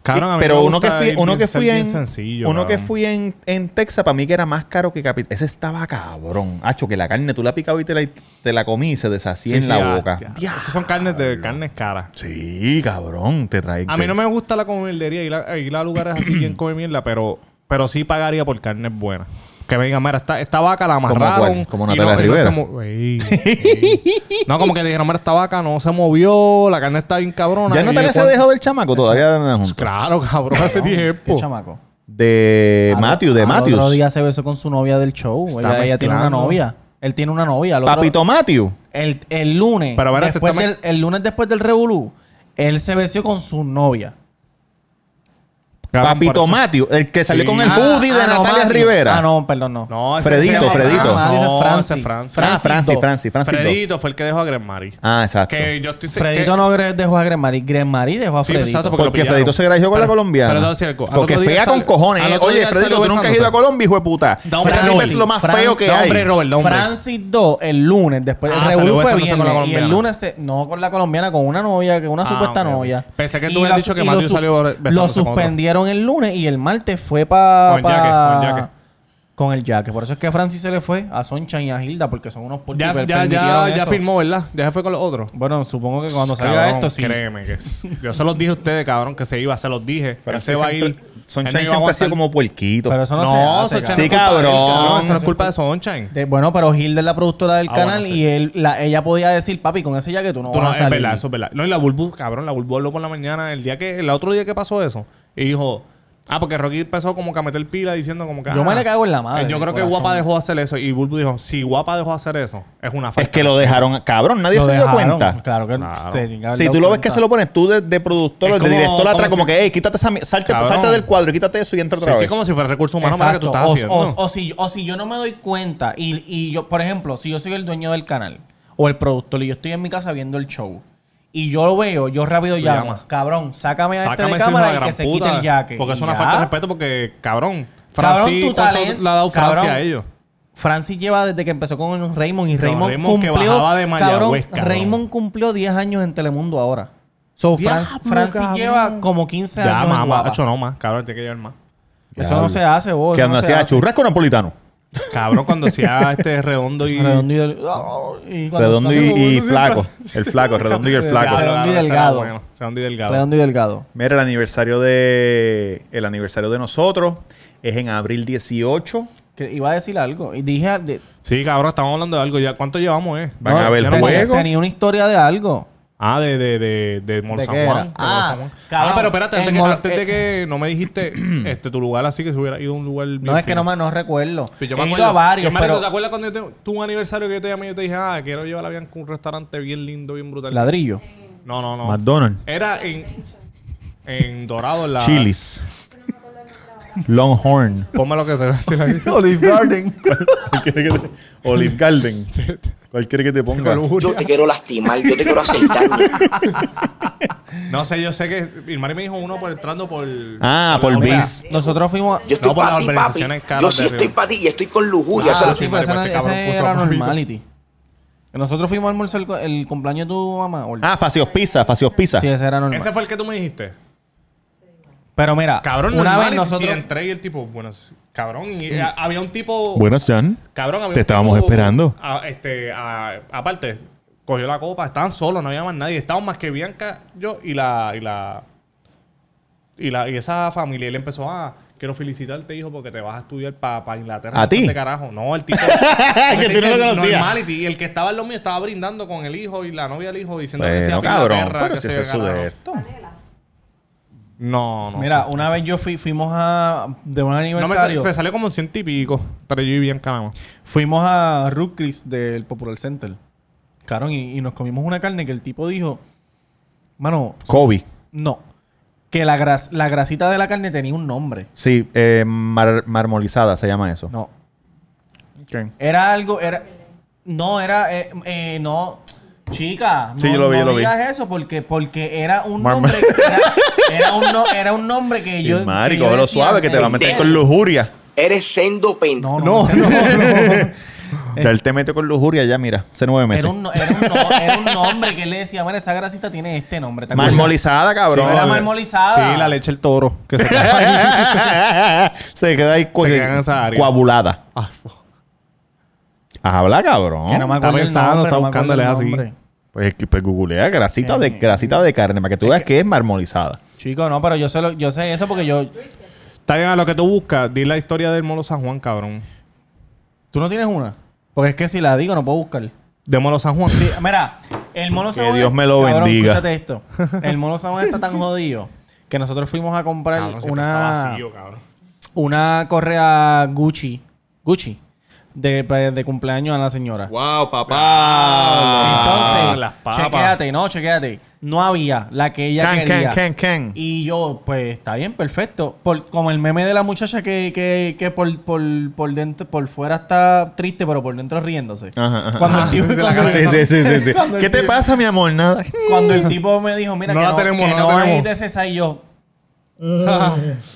Speaker 2: Cabrón, a mí
Speaker 1: Eh, pero
Speaker 2: me
Speaker 1: uno que
Speaker 2: gusta
Speaker 1: fui,
Speaker 2: ir
Speaker 1: uno
Speaker 2: bien-
Speaker 1: que
Speaker 2: ser
Speaker 1: fui
Speaker 2: bien
Speaker 1: en
Speaker 2: sencillo,
Speaker 1: uno que
Speaker 2: cabrón.
Speaker 1: fui en, en Texas para mí que era más caro que Capital. Ese estaba cabrón. Hacho, que la carne tú la picabas y te la, te la comí y se deshacía
Speaker 2: Sí,
Speaker 1: en
Speaker 2: sí,
Speaker 1: la
Speaker 2: ah,
Speaker 1: boca.
Speaker 2: ya.
Speaker 1: Diablo.
Speaker 2: Esas son carnes de carnes caras.
Speaker 1: Sí, cabrón, te trae.
Speaker 2: A mí no me gusta la comilería ir a, ir a lugares así bien come mierda, pero, pero sí pagaría por carnes buenas. Que me digan, mira, esta, esta vaca la
Speaker 1: ¿Cómo
Speaker 2: amarraron.
Speaker 1: cuál? ¿Como
Speaker 2: y
Speaker 1: Natalia
Speaker 2: no- y no
Speaker 1: Rivera?
Speaker 2: se mo- Ey, ey. No, como que le dijeron, mira, esta vaca no se movió, la carne está bien cabrona.
Speaker 1: Ya
Speaker 2: Y
Speaker 1: Natalia
Speaker 2: yo,
Speaker 1: se
Speaker 2: pues,
Speaker 1: dejó del chamaco, todavía no juntos.
Speaker 2: Claro, cabrón, hace
Speaker 3: ¿Qué
Speaker 2: tiempo.
Speaker 3: chamaco?
Speaker 1: De
Speaker 3: Al-
Speaker 1: Matthew, de
Speaker 3: al otro
Speaker 1: Matthews.
Speaker 3: día se besó con su novia del show.
Speaker 2: Está
Speaker 3: Ella, ella tiene una
Speaker 2: mezclando.
Speaker 3: novia. Él tiene una novia. al otro-
Speaker 1: Papito Matthew.
Speaker 3: El, el lunes.
Speaker 2: Pero, espérate,
Speaker 3: después
Speaker 2: está
Speaker 3: del- el lunes después del Revolú, él se besó con su novia.
Speaker 2: Cabrón, por
Speaker 1: Papito
Speaker 2: eso-
Speaker 1: Matthew. El que salió
Speaker 2: Sí.
Speaker 1: con el
Speaker 2: Ah,
Speaker 1: hoodie de
Speaker 3: Ah, no,
Speaker 1: Natalia
Speaker 3: Matthew.
Speaker 1: Rivera.
Speaker 3: Ah, no, perdón, no.
Speaker 2: No, ese
Speaker 1: Fredito,
Speaker 2: se llama
Speaker 1: Fredito.
Speaker 2: Fran.
Speaker 3: Nadie dice
Speaker 2: No,
Speaker 3: Francis.
Speaker 2: ese es Francis.
Speaker 1: Ah, Francis, Francis, Francis. Doe.
Speaker 2: Fredito fue el que dejó a Gren Mari.
Speaker 1: Ah, exacto.
Speaker 2: Que yo estoy
Speaker 3: Fredito
Speaker 2: que-
Speaker 3: no gre- dejó a Grenmarí. Grenmarí dejó a
Speaker 2: Sí, pues,
Speaker 3: Fredito.
Speaker 2: exacto, porque
Speaker 1: Porque
Speaker 2: lo
Speaker 1: Fredito se
Speaker 2: pillaron.
Speaker 1: grajeó con la
Speaker 2: Pero-
Speaker 1: colombiana.
Speaker 2: pero te voy a decir algo. Al
Speaker 1: Porque
Speaker 2: otro día
Speaker 1: fea
Speaker 2: sale-
Speaker 1: con cojones. eh.
Speaker 2: al otro
Speaker 1: Oye,
Speaker 2: día
Speaker 1: Fredito,
Speaker 2: salió
Speaker 1: tú nunca has ido
Speaker 2: besándose.
Speaker 1: a Colombia, hijo de puta.
Speaker 2: Da un
Speaker 1: Ese
Speaker 2: Francis.
Speaker 1: tipo es lo más feo que
Speaker 3: Francis,
Speaker 1: hay.
Speaker 2: Hombre, Robert, hombre.
Speaker 3: Francis 2 el lunes, después del
Speaker 2: Ah,
Speaker 3: Revolú
Speaker 2: salió
Speaker 3: fue
Speaker 2: besándose con la
Speaker 3: viernes, y
Speaker 2: colombiana.
Speaker 3: el lunes se- no con la colombiana, con una novia, que una
Speaker 2: Ah,
Speaker 3: supuesta
Speaker 2: ok, ok.
Speaker 3: novia.
Speaker 2: Pensé que tú
Speaker 3: Y
Speaker 2: hubieras
Speaker 3: la-
Speaker 2: dicho que
Speaker 3: y lo
Speaker 2: Matthew
Speaker 3: su-
Speaker 2: salió besándose
Speaker 3: Lo
Speaker 2: con otro.
Speaker 3: suspendieron el lunes y el martes fue para
Speaker 2: Con Jaque, con Jaque.
Speaker 3: con el Jack. Por eso es que a Francis se le fue a Soncha y a Hilda, porque son unos
Speaker 2: Ya,
Speaker 3: que
Speaker 2: ya,
Speaker 3: permitieron
Speaker 2: ya, ya
Speaker 3: eso.
Speaker 2: firmó, ¿verdad? Ya se fue con los otros.
Speaker 3: Bueno, supongo que cuando salga
Speaker 2: Cabrón,
Speaker 3: esto sí.
Speaker 2: Créeme que yo se los dije a ustedes, cabrón, que se iba, se los dije. Él se
Speaker 1: Francis
Speaker 2: va a
Speaker 1: siempre-
Speaker 2: ir. él no
Speaker 1: Sunshine
Speaker 2: iba a
Speaker 1: siempre ha sido
Speaker 2: aguantar.
Speaker 1: como puerquito.
Speaker 3: Pero eso no,
Speaker 2: No,
Speaker 1: Sí,
Speaker 2: Sunshine no
Speaker 3: se hace,
Speaker 2: es culpa de él,
Speaker 1: cabrón.
Speaker 2: Eso no es culpa de Sunshine.
Speaker 3: De- bueno, pero Hilda es la productora del
Speaker 2: Ah,
Speaker 3: canal
Speaker 2: bueno, sí.
Speaker 3: y él, la, ella podía decir, papi, con ese jaque tú no
Speaker 2: Tú no,
Speaker 3: vas a
Speaker 2: es
Speaker 3: salir.
Speaker 2: verdad, eso es verdad. No, y la Bulbu, cabrón, la Bulbu habló por la mañana el día que, el otro día que pasó eso. Y dijo, ah, porque Rocky empezó como que a meter pila diciendo como que.
Speaker 3: Yo
Speaker 2: ah,
Speaker 3: me le cago en la madre,
Speaker 2: eh, Yo creo que
Speaker 3: corazón.
Speaker 2: Guapa dejó de hacer eso. Y Bulbu dijo, si Guapa dejó de hacer eso, es una
Speaker 1: Es
Speaker 2: falta.
Speaker 1: que lo dejaron. Cabrón, nadie
Speaker 3: Lo
Speaker 1: se dio
Speaker 3: dejaron,
Speaker 1: cuenta.
Speaker 3: Claro que
Speaker 2: Claro.
Speaker 3: se tiene haber
Speaker 1: Si
Speaker 3: dado
Speaker 1: tú lo ves que
Speaker 3: cuenta.
Speaker 1: se lo pones tú de, de productor,
Speaker 2: Es
Speaker 1: de
Speaker 2: como-
Speaker 1: director atrás,
Speaker 2: como
Speaker 1: como
Speaker 2: si-
Speaker 1: que, hey, quítate esa mi- salte,
Speaker 2: Cabrón.
Speaker 1: salte del cuadro y quítate eso y entra
Speaker 2: Sí,
Speaker 1: otra
Speaker 2: sí,
Speaker 1: vez.
Speaker 2: como si fuera recurso humano para que tú
Speaker 3: Exacto.
Speaker 2: estás
Speaker 3: o,
Speaker 2: haciendo.
Speaker 3: o- o si, o si yo no me doy cuenta y, y yo, por ejemplo, si yo soy el dueño del canal o el productor y yo estoy en mi casa viendo el show y yo lo veo, yo rápido llamo,
Speaker 2: llamas.
Speaker 3: cabrón, sácame a
Speaker 2: Sácame
Speaker 3: este
Speaker 2: ese
Speaker 3: de
Speaker 2: hijo de
Speaker 3: cámara y
Speaker 2: gran
Speaker 3: que se
Speaker 2: puta,
Speaker 3: quite el jaque.
Speaker 2: Porque es
Speaker 3: Y
Speaker 2: una
Speaker 3: ya.
Speaker 2: falta de respeto porque, cabrón,
Speaker 3: Cabrón,
Speaker 2: Francis,
Speaker 3: tu
Speaker 2: ¿cuánto
Speaker 3: talento-
Speaker 2: le ha dado Francis
Speaker 3: cabrón.
Speaker 2: a ellos?
Speaker 3: Francis lleva desde que empezó con Raymond y Raymond,
Speaker 2: Raymond que
Speaker 3: cumplió.
Speaker 2: bajaba de Mayagüez, cabrón.
Speaker 3: Raymond cumplió 10 años en Telemundo ahora. So,
Speaker 2: Diablo,
Speaker 3: Francis- Francis
Speaker 2: cabrón.
Speaker 3: lleva como 15
Speaker 2: Ya,
Speaker 3: años. en
Speaker 2: más,
Speaker 3: Guapa.
Speaker 2: más, hecho no más, cabrón, tiene que llevar más.
Speaker 3: Eso no se hace, vos.
Speaker 1: Que
Speaker 3: eso Pues no
Speaker 1: anda
Speaker 3: se
Speaker 1: hacía
Speaker 3: hace.
Speaker 1: churrasco napolitano.
Speaker 2: Cabrón, cuando hacía este redondo y.
Speaker 3: Redondo y, del- ah, y cuando
Speaker 1: Redondo
Speaker 3: está-
Speaker 1: y, y flaco. El flaco, redondo y el
Speaker 2: Diablo,
Speaker 1: flaco.
Speaker 3: Redondo y
Speaker 2: ese era
Speaker 3: delgado.
Speaker 2: bueno, Redondo y delgado.
Speaker 3: Redondo y delgado.
Speaker 1: Mira, el aniversario de. El aniversario de nosotros es en abril 18.
Speaker 3: Que iba a decir algo. Y dije. al- de-
Speaker 2: Sí, cabrón, estamos hablando de algo ya. ¿Cuánto llevamos, eh?
Speaker 1: Van
Speaker 2: No,
Speaker 1: a ver
Speaker 2: ya no
Speaker 1: juego.
Speaker 2: me-
Speaker 3: tenía, tenía una historia de algo.
Speaker 2: Ah, de, de, de, de Mall
Speaker 3: ¿De
Speaker 2: San
Speaker 3: qué era?
Speaker 2: Juan. de Mall
Speaker 3: Ah,
Speaker 2: San Juan.
Speaker 3: cabrón,
Speaker 2: Ah, pero espérate, antes,
Speaker 3: el
Speaker 2: que,
Speaker 3: mall-
Speaker 2: antes de
Speaker 3: eh.
Speaker 2: que no me dijiste este tu lugar así que se hubiera ido a un lugar bien
Speaker 3: No es que
Speaker 2: fino.
Speaker 3: no, me- no recuerdo.
Speaker 2: Pues yo
Speaker 3: He
Speaker 2: me
Speaker 3: ido
Speaker 2: acuerdo.
Speaker 3: a varios,
Speaker 2: Yo me
Speaker 3: pero
Speaker 2: acuerdo, ¿Te acuerdas cuando yo te- tuve un aniversario que yo te llamé y yo te dije, ah, quiero llevar a Bianca a un restaurante bien lindo, bien brutal?
Speaker 3: ladrillo.
Speaker 2: No, no, no.
Speaker 1: McDonald's.
Speaker 2: Era en, en Dorado,
Speaker 1: Ah.
Speaker 2: en la.
Speaker 1: Chili's. Longhorn.
Speaker 2: Ponme lo que te voy a decir ahí.
Speaker 1: Olive Garden. Olive Garden. Cualquiera que te ponga.
Speaker 6: Yo te quiero lastimar, yo te quiero hacer daño.
Speaker 2: No sé, yo sé que Irmari me dijo uno por entrando por.
Speaker 1: Ah, por
Speaker 2: la-
Speaker 1: Bis.
Speaker 3: Nosotros fuimos.
Speaker 6: Yo estoy
Speaker 2: por las
Speaker 6: para ti, papi.
Speaker 2: organizaciones caras
Speaker 6: Yo
Speaker 2: de
Speaker 6: sí
Speaker 2: Río.
Speaker 6: estoy para ti y estoy con lujuria.
Speaker 3: Ah,
Speaker 6: Eso es
Speaker 3: sí,
Speaker 6: lo-
Speaker 2: Mira,
Speaker 3: pero esa
Speaker 2: pues,
Speaker 3: no-
Speaker 2: este
Speaker 3: esa
Speaker 2: cabrón puso
Speaker 3: era
Speaker 2: a Barbie.
Speaker 3: normality. Nosotros fuimos a almorzar el, el cumpleaños de tu mamá. Ol-
Speaker 1: Ah, Facios Pizza, Facios Pizza.
Speaker 3: sí, esa era normal.
Speaker 2: Ese fue el que tú me dijiste.
Speaker 3: Pero mira,
Speaker 2: Cabrón,
Speaker 3: una
Speaker 2: normal,
Speaker 3: vez
Speaker 2: y si
Speaker 3: nosotros. Mm.
Speaker 2: entré y el tipo, bueno, sí, cabrón, y eh, había un tipo.
Speaker 1: Buenas, Jan.
Speaker 2: Cabrón, había
Speaker 1: Te
Speaker 2: un
Speaker 1: estábamos
Speaker 2: tipo-
Speaker 1: esperando.
Speaker 2: a- este, a- aparte, cogió la copa, estaban solos, no había más nadie. Estaban más que Bianca, yo y la. Y la. Y, la, y esa familia. Y él empezó a. quiero felicitarte, hijo, porque te vas a estudiar para Inglaterra.
Speaker 1: ¿A
Speaker 2: no sé
Speaker 1: ti?
Speaker 2: de carajo. No, el tipo.
Speaker 1: Que tú no lo conocías.
Speaker 2: Normality. Y el que estaba en lo mío estaba brindando con el hijo y la novia del hijo diciendo que
Speaker 1: Bueno,
Speaker 2: sea
Speaker 1: cabrón. Pero si
Speaker 2: se
Speaker 1: eso es de esto.
Speaker 2: No, no.
Speaker 3: Mira,
Speaker 2: sé.
Speaker 3: una vez yo fui, fuimos a. De un
Speaker 2: No me sal-
Speaker 3: aniversario.
Speaker 2: me salió como ciento y pico. Pero yo y Bianca nada más.
Speaker 3: Fuimos a Rutgers del Popular Center. Cabrón, y, y nos comimos una carne que el tipo dijo. Mano,
Speaker 1: Kobe.
Speaker 3: no. Que la, gras- la grasita de la carne tenía un nombre.
Speaker 1: Sí, eh, mar- marmolizada se llama eso.
Speaker 3: No.
Speaker 1: Ok.
Speaker 3: Era algo, era. No, era. eh, eh, no. Chica,
Speaker 1: Sí,
Speaker 3: no,
Speaker 1: yo lo vi,
Speaker 3: no
Speaker 1: yo lo vi.
Speaker 3: digas eso porque, porque era un
Speaker 1: Marm-
Speaker 3: nombre. Era, era un no- era un nombre que yo.
Speaker 1: Yo, Mari,
Speaker 3: que yo
Speaker 1: cógelo
Speaker 3: decía,
Speaker 1: suave que te va a
Speaker 3: eh,
Speaker 1: meter
Speaker 6: sí.
Speaker 1: con lujuria.
Speaker 6: Eres sendo pendejo.
Speaker 3: No, no, no.
Speaker 1: Ya él te mete con lujuria ya, mira, hace nueve meses.
Speaker 3: Era, un, no- era, un no- era un nombre que él le decía, mira, esa grasita tiene este nombre. ¿te acuerdas?"
Speaker 1: Marmolizada, cabrón.
Speaker 3: Sí, era marmolizada.
Speaker 2: Sí, la leche del toro. Que se
Speaker 1: se queda ahí cua-
Speaker 2: Se queda en esa área.
Speaker 1: coagulada. Ah,
Speaker 2: Ah,
Speaker 1: Habla,
Speaker 3: Que no
Speaker 1: cabrón.
Speaker 3: me acuerdo
Speaker 2: Está
Speaker 3: el
Speaker 2: pensando,
Speaker 3: nombre,
Speaker 2: está
Speaker 3: no me acuerdo
Speaker 2: buscándole
Speaker 3: el
Speaker 2: así.
Speaker 3: nombre.
Speaker 1: Pues, pues googlea grasita de,
Speaker 3: Eh,
Speaker 1: grasita de carne para que tú veas que es marmolizada.
Speaker 3: Chico, no, pero yo sé, lo- yo sé eso porque yo.
Speaker 2: Está bien, a lo que tú buscas, di la historia del Molo San Juan, cabrón.
Speaker 3: ¿Tú no tienes una? Porque es que si la digo no puedo buscar.
Speaker 2: Démoslo San Juan.
Speaker 3: Sí, mira, el mono
Speaker 1: Que Dios me lo bendiga.
Speaker 3: escúchate esto. El mono San Juan está tan jodido que nosotros fuimos a comprar
Speaker 2: Cabrón, siempre está
Speaker 3: una,
Speaker 2: vacío, cabrón.
Speaker 3: una correa Gucci. Gucci. De, pues, de cumpleaños a la señora.
Speaker 1: ¡Wow, papá!
Speaker 3: Entonces,
Speaker 2: Ah, las papas.
Speaker 3: chequéate, no, chequéate. No había la que ella
Speaker 1: Can,
Speaker 3: quería.
Speaker 1: can, can, can.
Speaker 3: Y yo, pues, está bien, perfecto. Por, como el meme de la muchacha que, que, que por, por, por dentro, por fuera está triste, pero por dentro riéndose.
Speaker 1: Ajá, ajá.
Speaker 3: Cuando el tipo- cuando
Speaker 1: Ah. Sí,
Speaker 3: el-
Speaker 1: sí, sí, sí, sí.
Speaker 3: cuando el
Speaker 1: ¿Qué te
Speaker 3: tipo-
Speaker 1: pasa, mi amor? Nada.
Speaker 3: Cuando el tipo me dijo, mira,
Speaker 2: No
Speaker 3: que
Speaker 2: la
Speaker 3: no,
Speaker 2: tenemos,
Speaker 3: que
Speaker 2: no la
Speaker 3: no, es
Speaker 2: tenemos. Mm.
Speaker 3: de esa y yo.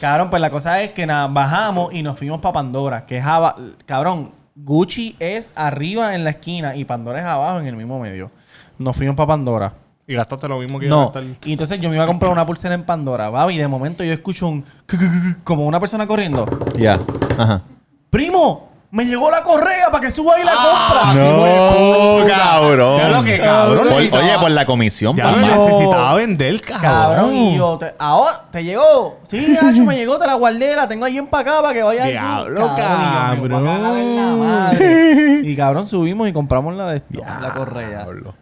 Speaker 3: cabrón, pues la cosa es que nada, bajamos y nos fuimos para Pandora, que es aba- cabrón, Gucci es arriba en la esquina y Pandora es abajo en el mismo medio. Nos fuimos para Pandora.
Speaker 2: Y gastaste lo mismo que yo
Speaker 3: No.
Speaker 2: gastar.
Speaker 3: Y entonces yo me iba a comprar una pulsera en Pandora, va, y de momento yo escucho un cu- cu- cu- cu- como una persona corriendo.
Speaker 1: Ya. Ajá.
Speaker 3: ¡Primo! ¡Me llegó la correa para que suba ahí la compra!
Speaker 1: No,
Speaker 2: Ya
Speaker 1: cabrón.
Speaker 2: lo que cabrón,
Speaker 1: Por-
Speaker 2: necesitaba-
Speaker 1: oye, por la comisión,
Speaker 2: Ya lo
Speaker 1: papá.
Speaker 3: no.
Speaker 2: necesitaba vender,
Speaker 3: Cabrón, y
Speaker 2: cabrón.
Speaker 3: yo, te- ahora, ¿te llegó? Sí, Nacho, me llegó, te la guardé, la tengo ahí empacada para que vaya ahí.
Speaker 2: Diablo,
Speaker 3: Y, yo, me voy a cagar en la madre. y cabrón, subimos y compramos la de esto, la correa.
Speaker 1: Diablo.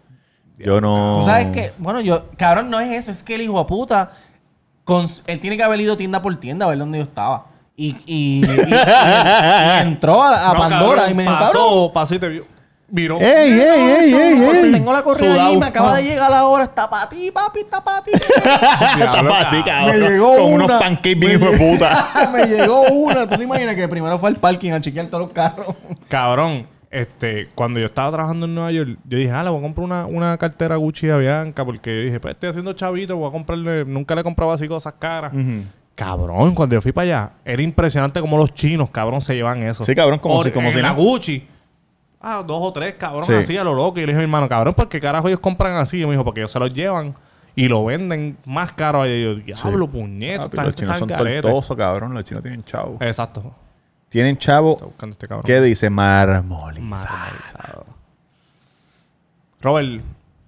Speaker 1: Yo no.
Speaker 3: Tú sabes que, bueno, yo, cabrón, no es eso, es que el hijo de puta, cons- él tiene que haber ido tienda por tienda a ver dónde yo estaba. Y, y- y- y- y entró a, a
Speaker 2: No,
Speaker 3: Pandora
Speaker 2: cabrón,
Speaker 3: y me dijo, cabrón,
Speaker 2: pasó, pasó y te vio. Viró.
Speaker 1: ¡Ey, ey, ey, ey,
Speaker 3: por fin
Speaker 1: ey!
Speaker 3: tengo la correa
Speaker 2: Sudado.
Speaker 3: ahí, me acaba
Speaker 2: Ah.
Speaker 3: de llegar la hora, está para ti, papi, está para ti.
Speaker 1: Está
Speaker 2: Diablo,
Speaker 1: para ti,
Speaker 2: cabrón.
Speaker 1: cabrón.
Speaker 3: Me llegó
Speaker 1: Con
Speaker 3: una.
Speaker 1: unos pancakes bien hijo de puta.
Speaker 3: me llegó una. ¿Tú te imaginas que primero fue al parking a chequear todos los carros?
Speaker 2: Cabrón, este, cuando yo estaba trabajando en Nueva York, yo dije, ah, le voy a comprar una, una cartera Gucci a Bianca, porque yo dije, pues estoy haciendo chavito, voy a comprarle, nunca le compraba así cosas caras. Cabrón, cuando yo fui para allá, era impresionante como los chinos, cabrón, se llevan eso.
Speaker 1: Sí, cabrón, como
Speaker 2: Or-
Speaker 1: si- como
Speaker 2: en
Speaker 1: si
Speaker 2: la
Speaker 1: no.
Speaker 2: Gucci. Ah, dos o tres, cabrón,
Speaker 1: Sí.
Speaker 2: así a lo loco. Y le dije a mi hermano, cabrón, ¿por qué carajo ellos compran así? Y me dijo, porque ellos se los llevan y lo venden más caro. Y yo, diablo, puñeto,
Speaker 1: Papi,
Speaker 2: esta
Speaker 1: Los
Speaker 2: gente
Speaker 1: chinos
Speaker 2: está
Speaker 1: son
Speaker 2: al garete".
Speaker 1: tortosos, cabrón. Los chinos tienen chavo.
Speaker 2: Exacto.
Speaker 1: Eh. Tienen
Speaker 2: Está
Speaker 1: chavo.
Speaker 2: buscando este cabrón.
Speaker 1: ¿Qué dice? Marmoliza.
Speaker 2: Marmolizado. Robert,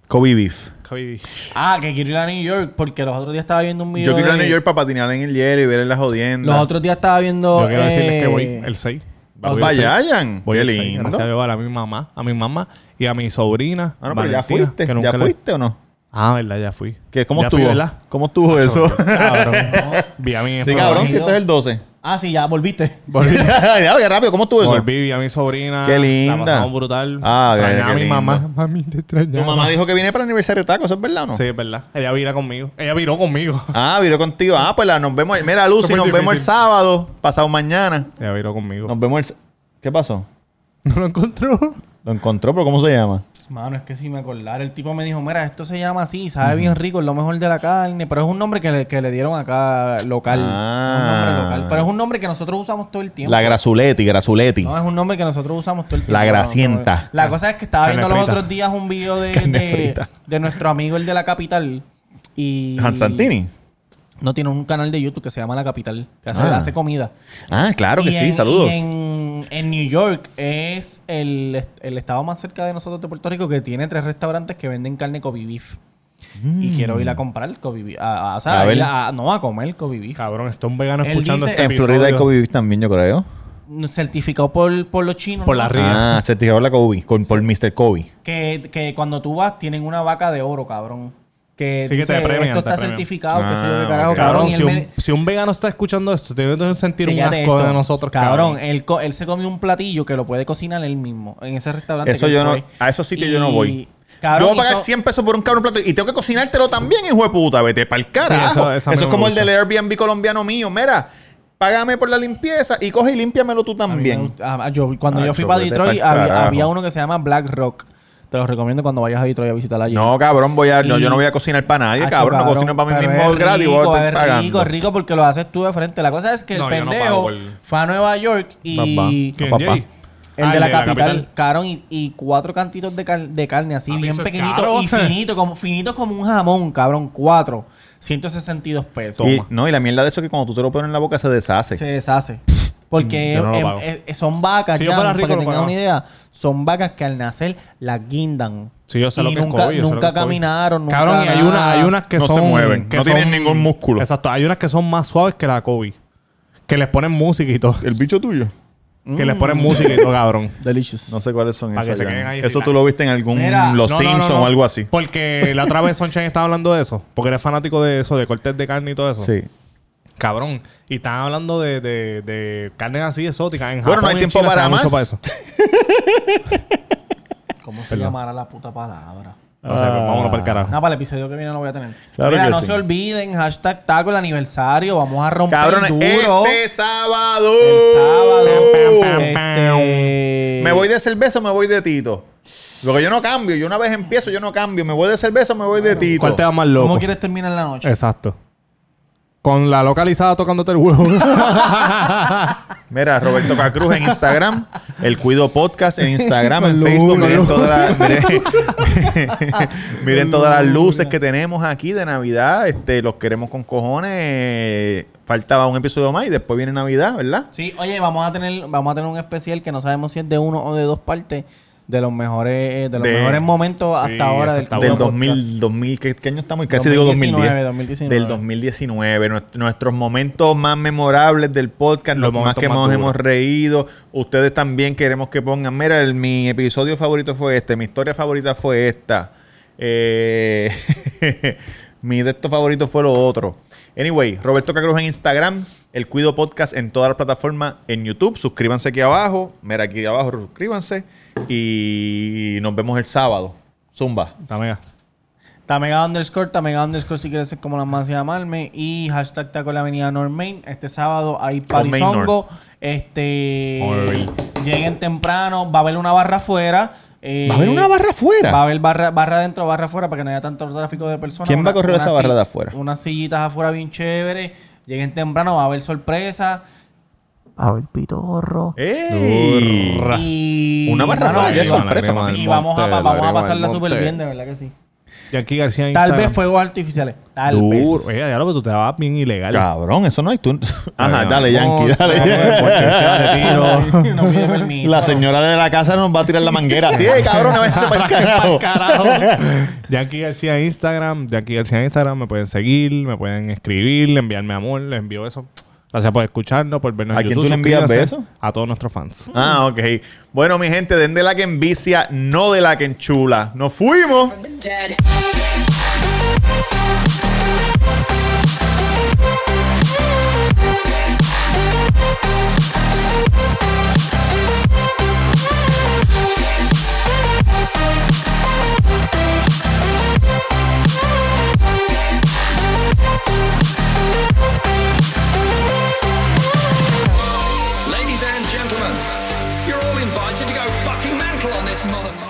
Speaker 1: Kobe Beef.
Speaker 2: Kobe.
Speaker 3: Ah, que quiero ir a New York porque los otros días estaba viendo un video.
Speaker 1: Yo quiero ir a
Speaker 3: de-
Speaker 1: New York para patinar en el hielo y ver las jodiendas.
Speaker 3: Los otros días estaba viendo.
Speaker 2: Yo quiero
Speaker 3: eh,
Speaker 2: decirles que voy el 6.
Speaker 1: Vamos para allá, Jan. Ah, Qué lindo.
Speaker 2: Gracias a a mi mamá, a mi mamá y a mi sobrina.
Speaker 1: Ah, no, pero ya
Speaker 2: Valentina,
Speaker 1: fuiste.
Speaker 2: que nunca
Speaker 1: ¿Ya
Speaker 2: le-
Speaker 1: fuiste o no?
Speaker 2: Ah, verdad, ya fui.
Speaker 1: ¿Qué, ¿Cómo
Speaker 2: ya
Speaker 1: estuvo?
Speaker 2: Fui, ¿verdad?
Speaker 1: ¿Cómo estuvo eso?
Speaker 2: Cabrón. Vi a mi
Speaker 1: sí,
Speaker 2: sobrina.
Speaker 1: cabrón, si
Speaker 3: Dios.
Speaker 1: esto es el 12.
Speaker 3: Ah, sí, ya volviste.
Speaker 1: ya, ya, rápido, ¿cómo estuvo eso?
Speaker 2: Volví, vi a mi sobrina.
Speaker 1: Qué linda.
Speaker 2: La pasamos brutal.
Speaker 1: Ah, qué-
Speaker 2: Extrañaba
Speaker 1: qué
Speaker 2: a mi
Speaker 1: lindo.
Speaker 2: mamá. Mami, te
Speaker 1: Tu
Speaker 2: extrañaba.
Speaker 1: mamá dijo que viene para el aniversario de Taco, ¿eso es verdad o no?
Speaker 2: Sí, es verdad. Ella vira conmigo. Ella viró conmigo.
Speaker 1: Ah, viró contigo. Ah, pues la, nos vemos. Mira, Lucy,
Speaker 2: Súper
Speaker 1: nos vemos el
Speaker 2: difícil.
Speaker 1: sábado, pasado mañana.
Speaker 2: Ella viró conmigo.
Speaker 1: Nos vemos el. s- ¿Qué pasó?
Speaker 2: no lo encontró.
Speaker 1: Lo encontró, pero ¿cómo se llama?
Speaker 3: Mano, es que si me acordara, el tipo me dijo: Mira, esto se llama así, sabe bien rico, es lo mejor de la carne. Pero es un nombre que le, que le dieron acá local.
Speaker 1: Ah.
Speaker 3: Un nombre local. Pero es un nombre que nosotros usamos todo el tiempo.
Speaker 1: La Grasuletti, Grasuletti.
Speaker 3: No, es un nombre que nosotros usamos todo el tiempo.
Speaker 1: La grasienta.
Speaker 3: La cosa es que estaba
Speaker 2: Carne
Speaker 3: viendo los
Speaker 2: frita.
Speaker 3: otros días un video de,
Speaker 1: Carne
Speaker 3: de-
Speaker 1: frita.
Speaker 3: de nuestro amigo, el de la capital. Y
Speaker 1: Hans Santini.
Speaker 3: No tiene un canal de YouTube que se llama La Capital, que hace,
Speaker 1: Ah.
Speaker 3: hace comida.
Speaker 1: Ah, claro que
Speaker 3: Y
Speaker 1: sí,
Speaker 3: en-
Speaker 1: saludos.
Speaker 3: y en, en New York es el, est- el estado más cerca de nosotros de Puerto Rico que tiene tres restaurantes que venden carne Kobe Beef. Y quiero ir a comprar Kobe Beef. A, a- o
Speaker 1: Mm.
Speaker 3: sea,
Speaker 1: A ver.
Speaker 3: ir a- a- no a comer Kobe Beef.
Speaker 2: Cabrón, está un vegano
Speaker 3: Él
Speaker 2: escuchando
Speaker 3: dice-
Speaker 2: este
Speaker 1: En Florida hay
Speaker 2: episodio.
Speaker 1: Kobe Beef también, yo creo.
Speaker 3: Certificado por, por los chinos.
Speaker 2: Por
Speaker 3: ¿no?
Speaker 2: la red. Ría.
Speaker 1: Ah, certificado la Kobe, con, por Mr. Kobe.
Speaker 3: Que, que cuando tú vas tienen una vaca de oro, cabrón. Que
Speaker 2: Sí, que te
Speaker 3: dice,
Speaker 2: premian,
Speaker 3: esto
Speaker 2: te
Speaker 3: está
Speaker 2: premian".
Speaker 3: certificado, que sé yo
Speaker 1: Ah,
Speaker 3: qué carajo,
Speaker 1: ok.
Speaker 3: cabrón.
Speaker 2: Cabrón,
Speaker 3: y
Speaker 2: si
Speaker 3: él me-
Speaker 2: un, si un vegano está escuchando esto, te debe sentir un
Speaker 3: Chécate
Speaker 2: asco
Speaker 3: esto.
Speaker 2: de nosotros,
Speaker 3: cabrón. eh.
Speaker 2: cabrón.
Speaker 3: Él, co- él se comió un platillo que lo puede cocinar él mismo en ese restaurante.
Speaker 1: Eso
Speaker 3: que él
Speaker 1: yo no-
Speaker 3: fue.
Speaker 1: a esos sitios yo no voy. yo
Speaker 3: Cabrón,
Speaker 1: voy a pagar
Speaker 3: hizo-
Speaker 1: 100 pesos por un cabrón plato y tengo que cocinártelo también, hijo de puta. Vete para el carajo.
Speaker 2: eso- eso a mí
Speaker 1: eso
Speaker 2: no
Speaker 1: es
Speaker 2: me
Speaker 1: como el
Speaker 2: gusta.
Speaker 1: del Airbnb colombiano mío. Mira, págame por la limpieza y coge y límpiamelo tú
Speaker 3: a mí me
Speaker 1: también.
Speaker 3: gusta- ah, yo- cuando yo fui
Speaker 1: Acho,
Speaker 3: para
Speaker 1: vete
Speaker 3: Detroit,
Speaker 1: pa'l
Speaker 3: había,
Speaker 1: carajo.
Speaker 3: había uno que se llama Black Rock. Te lo recomiendo cuando vayas a Detroit a visitar allí.
Speaker 1: No, cabrón, voy a, no,
Speaker 3: Y-
Speaker 1: yo no voy a cocinar para nadie,
Speaker 3: Acho,
Speaker 1: cabrón. No cocino para mí
Speaker 3: pero
Speaker 1: mismo
Speaker 3: es
Speaker 1: gratis y voy
Speaker 3: rico,
Speaker 1: a estar
Speaker 3: es
Speaker 1: pagando.
Speaker 3: rico, rico, porque lo haces tú de frente. La cosa es que
Speaker 2: No,
Speaker 3: el
Speaker 2: yo no pago
Speaker 3: pendejo
Speaker 2: por-
Speaker 3: fue a Nueva York
Speaker 1: ¿Quién?
Speaker 3: y...
Speaker 2: ¿Quién,
Speaker 1: papá.
Speaker 2: Jay?
Speaker 3: El
Speaker 2: Ah,
Speaker 3: de la capital,
Speaker 2: capital.
Speaker 3: cabrón, y, y cuatro cantitos de, car- de carne así,
Speaker 2: Papi,
Speaker 3: bien
Speaker 2: eso es
Speaker 3: pequeñitos
Speaker 2: caro. ah.
Speaker 3: y finitos, como, finitos como un jamón, cabrón, cuatro. 162 pesos.
Speaker 1: Y, no, y la mierda de eso es que cuando tú se lo pones en la boca se deshace.
Speaker 3: Se deshace. Porque
Speaker 2: Mm, Yo no lo
Speaker 3: em-
Speaker 2: pago.
Speaker 3: em- em- son vacas,
Speaker 2: Si yo
Speaker 3: ya,
Speaker 2: fuera
Speaker 3: para
Speaker 2: rico,
Speaker 3: que
Speaker 2: lo
Speaker 3: tengan
Speaker 2: pagaba.
Speaker 3: una idea, son vacas que al nacer las guindan.
Speaker 2: Sí, yo sé
Speaker 3: y
Speaker 2: lo que es
Speaker 3: nunca,
Speaker 2: COVID, yo sé lo que
Speaker 3: nunca
Speaker 2: es COVID.
Speaker 3: caminaron, nunca
Speaker 2: Cabrón, y hay,
Speaker 3: nada.
Speaker 2: una, hay unas que
Speaker 1: No se
Speaker 2: son...
Speaker 1: mueven,
Speaker 2: que
Speaker 1: no tienen ningún músculo.
Speaker 2: Exacto. Hay unas que son más suaves que la Kobe. Que les ponen música y todo.
Speaker 1: ¿El bicho tuyo?
Speaker 2: Que les
Speaker 3: Mm.
Speaker 2: ponen música y todo, cabrón.
Speaker 9: Delicious.
Speaker 1: No sé cuáles son
Speaker 2: Para que
Speaker 1: esas.
Speaker 2: se
Speaker 1: ya.
Speaker 2: queden ahí
Speaker 1: Eso tú
Speaker 2: irritados.
Speaker 1: lo viste en algún
Speaker 3: Mira,
Speaker 1: Los
Speaker 2: No, no, no,
Speaker 1: Simpsons
Speaker 2: no.
Speaker 1: o algo así.
Speaker 2: Porque la otra vez Sunshine estaba hablando de eso. Porque eres fanático de eso, de cortes de carne y todo eso.
Speaker 1: Sí.
Speaker 2: Cabrón. Y estaban hablando de, de, de carnes así exóticas. En
Speaker 1: Bueno, no
Speaker 2: Japón
Speaker 1: hay
Speaker 2: y en
Speaker 1: tiempo
Speaker 2: China se
Speaker 1: para
Speaker 2: da mucho
Speaker 1: más.
Speaker 2: para eso.
Speaker 3: ¿Cómo se llamará la puta palabra?
Speaker 2: O sea, pues, vámonos para
Speaker 1: Ah.
Speaker 2: el carajo.
Speaker 3: Nada, para el episodio que viene no voy a tener.
Speaker 1: Claro
Speaker 3: Mira,
Speaker 1: que
Speaker 3: no
Speaker 1: sí.
Speaker 3: se olviden, hashtag taco el aniversario. Vamos a romper
Speaker 1: Cabrón,
Speaker 3: duro
Speaker 1: este sábado. Uh.
Speaker 3: el sábado.
Speaker 2: Pam, pam, pam.
Speaker 3: Este,
Speaker 1: ¿Me voy de cerveza o me voy de Tito? Porque yo no cambio. Yo una vez empiezo, yo no cambio. ¿Me voy de cerveza o me voy de Tito?
Speaker 2: ¿Cuál te da más
Speaker 3: ¿Cómo
Speaker 2: loco?
Speaker 3: quieres terminar la noche?
Speaker 2: Exacto. Con la localizada tocándote el huevo.
Speaker 1: Mira, Roberto Cacruz en Instagram, El Cuido Podcast en Instagram, en
Speaker 2: Con
Speaker 1: Facebook.
Speaker 2: luna,
Speaker 1: Miren
Speaker 2: luna.
Speaker 1: todas las, miren, miren todas las luces que tenemos aquí de Navidad. Este, los queremos con cojones. Faltaba un episodio más y después viene Navidad, ¿verdad?
Speaker 3: Sí, oye, vamos a tener, vamos a tener un especial que no sabemos si es de uno o de dos partes de los mejores, eh, de los
Speaker 1: De-
Speaker 3: mejores momentos
Speaker 2: Sí,
Speaker 3: hasta ahora
Speaker 2: ese
Speaker 3: del,
Speaker 2: está
Speaker 1: del
Speaker 2: bueno.
Speaker 3: podcast.
Speaker 1: 2000, 2000 ¿qué, qué año estamos? Casi
Speaker 3: 2019,
Speaker 1: digo 2010.
Speaker 3: 2019.
Speaker 1: Del 2019. Nuest- nuestros momentos más memorables del podcast, los,
Speaker 2: Los
Speaker 1: más
Speaker 2: momentos
Speaker 1: que
Speaker 2: más
Speaker 1: más
Speaker 2: duros.
Speaker 1: hemos reído. Ustedes también queremos que pongan, mira, el- mi episodio favorito fue este, mi historia favorita fue esta. Eh, mi de estos favoritos fue lo otro. Anyway, Roberto Cacruz en Instagram, El Cuido Podcast en todas las plataformas, en YouTube. Suscríbanse aquí abajo. Mira, aquí abajo, suscríbanse. Y nos vemos el sábado. Zumba.
Speaker 2: Amiga.
Speaker 3: Tamega underscore, Tamega underscore si quieres ser como las más llamarme. Y hashtag taco en la avenida Normain. Este sábado hay
Speaker 1: Con Main
Speaker 3: parizongo. Este.
Speaker 2: Alright.
Speaker 3: Lleguen temprano. Va a haber una barra afuera. eh,
Speaker 1: ¿Va a haber una barra afuera?
Speaker 3: Va a haber barra, barra adentro, barra afuera para que no haya tanto tráfico de personas.
Speaker 1: ¿Quién va a
Speaker 3: Una-
Speaker 1: correr
Speaker 3: una
Speaker 1: esa barra
Speaker 3: si-
Speaker 1: de afuera?
Speaker 3: Unas sillitas afuera bien chévere. Lleguen temprano, va a haber sorpresa.
Speaker 9: A ver, pitorro.
Speaker 1: ¡Ey!
Speaker 3: Y.
Speaker 1: Una barra
Speaker 3: mano,
Speaker 1: afuera ya es
Speaker 3: y-
Speaker 1: sorpresa,
Speaker 2: mano.
Speaker 1: mami.
Speaker 3: Y vamos a,
Speaker 2: Monte,
Speaker 3: pa- vamos a
Speaker 2: lágrima
Speaker 3: pasarla
Speaker 2: del
Speaker 3: súper
Speaker 2: monte.
Speaker 3: bien, de verdad que sí.
Speaker 2: Jackie García en
Speaker 3: Tal
Speaker 2: Instagram.
Speaker 3: vez fuegos artificiales. Tal
Speaker 2: Duro.
Speaker 3: vez.
Speaker 2: Oye, ya lo que tú te vas bien ilegal.
Speaker 1: Cabrón, eso no hay tú. Ajá,
Speaker 2: Ay,
Speaker 1: dale,
Speaker 2: amor,
Speaker 1: Yankee, dale.
Speaker 2: amor, porque sea de tiro.
Speaker 3: no pide permiso.
Speaker 1: La señora de la casa nos va a tirar la manguera. Sí, cabrón, no vayas para el carajo.
Speaker 2: Yankee García en Instagram, Yankee García en Instagram, me pueden seguir, me pueden escribir, enviarme amor, les envío eso. Gracias por escucharnos, por vernos. en
Speaker 1: ¿A quién
Speaker 2: YouTube.
Speaker 1: tú le envías
Speaker 2: Suscríbase
Speaker 1: besos?
Speaker 2: A todos nuestros fans.
Speaker 1: Ah, ok. Bueno, mi gente, den de la que envicia, no de la que enchula. ¡Nos fuimos!
Speaker 4: Ladies and gentlemen, you're all invited to go fucking mental on this motherfucker.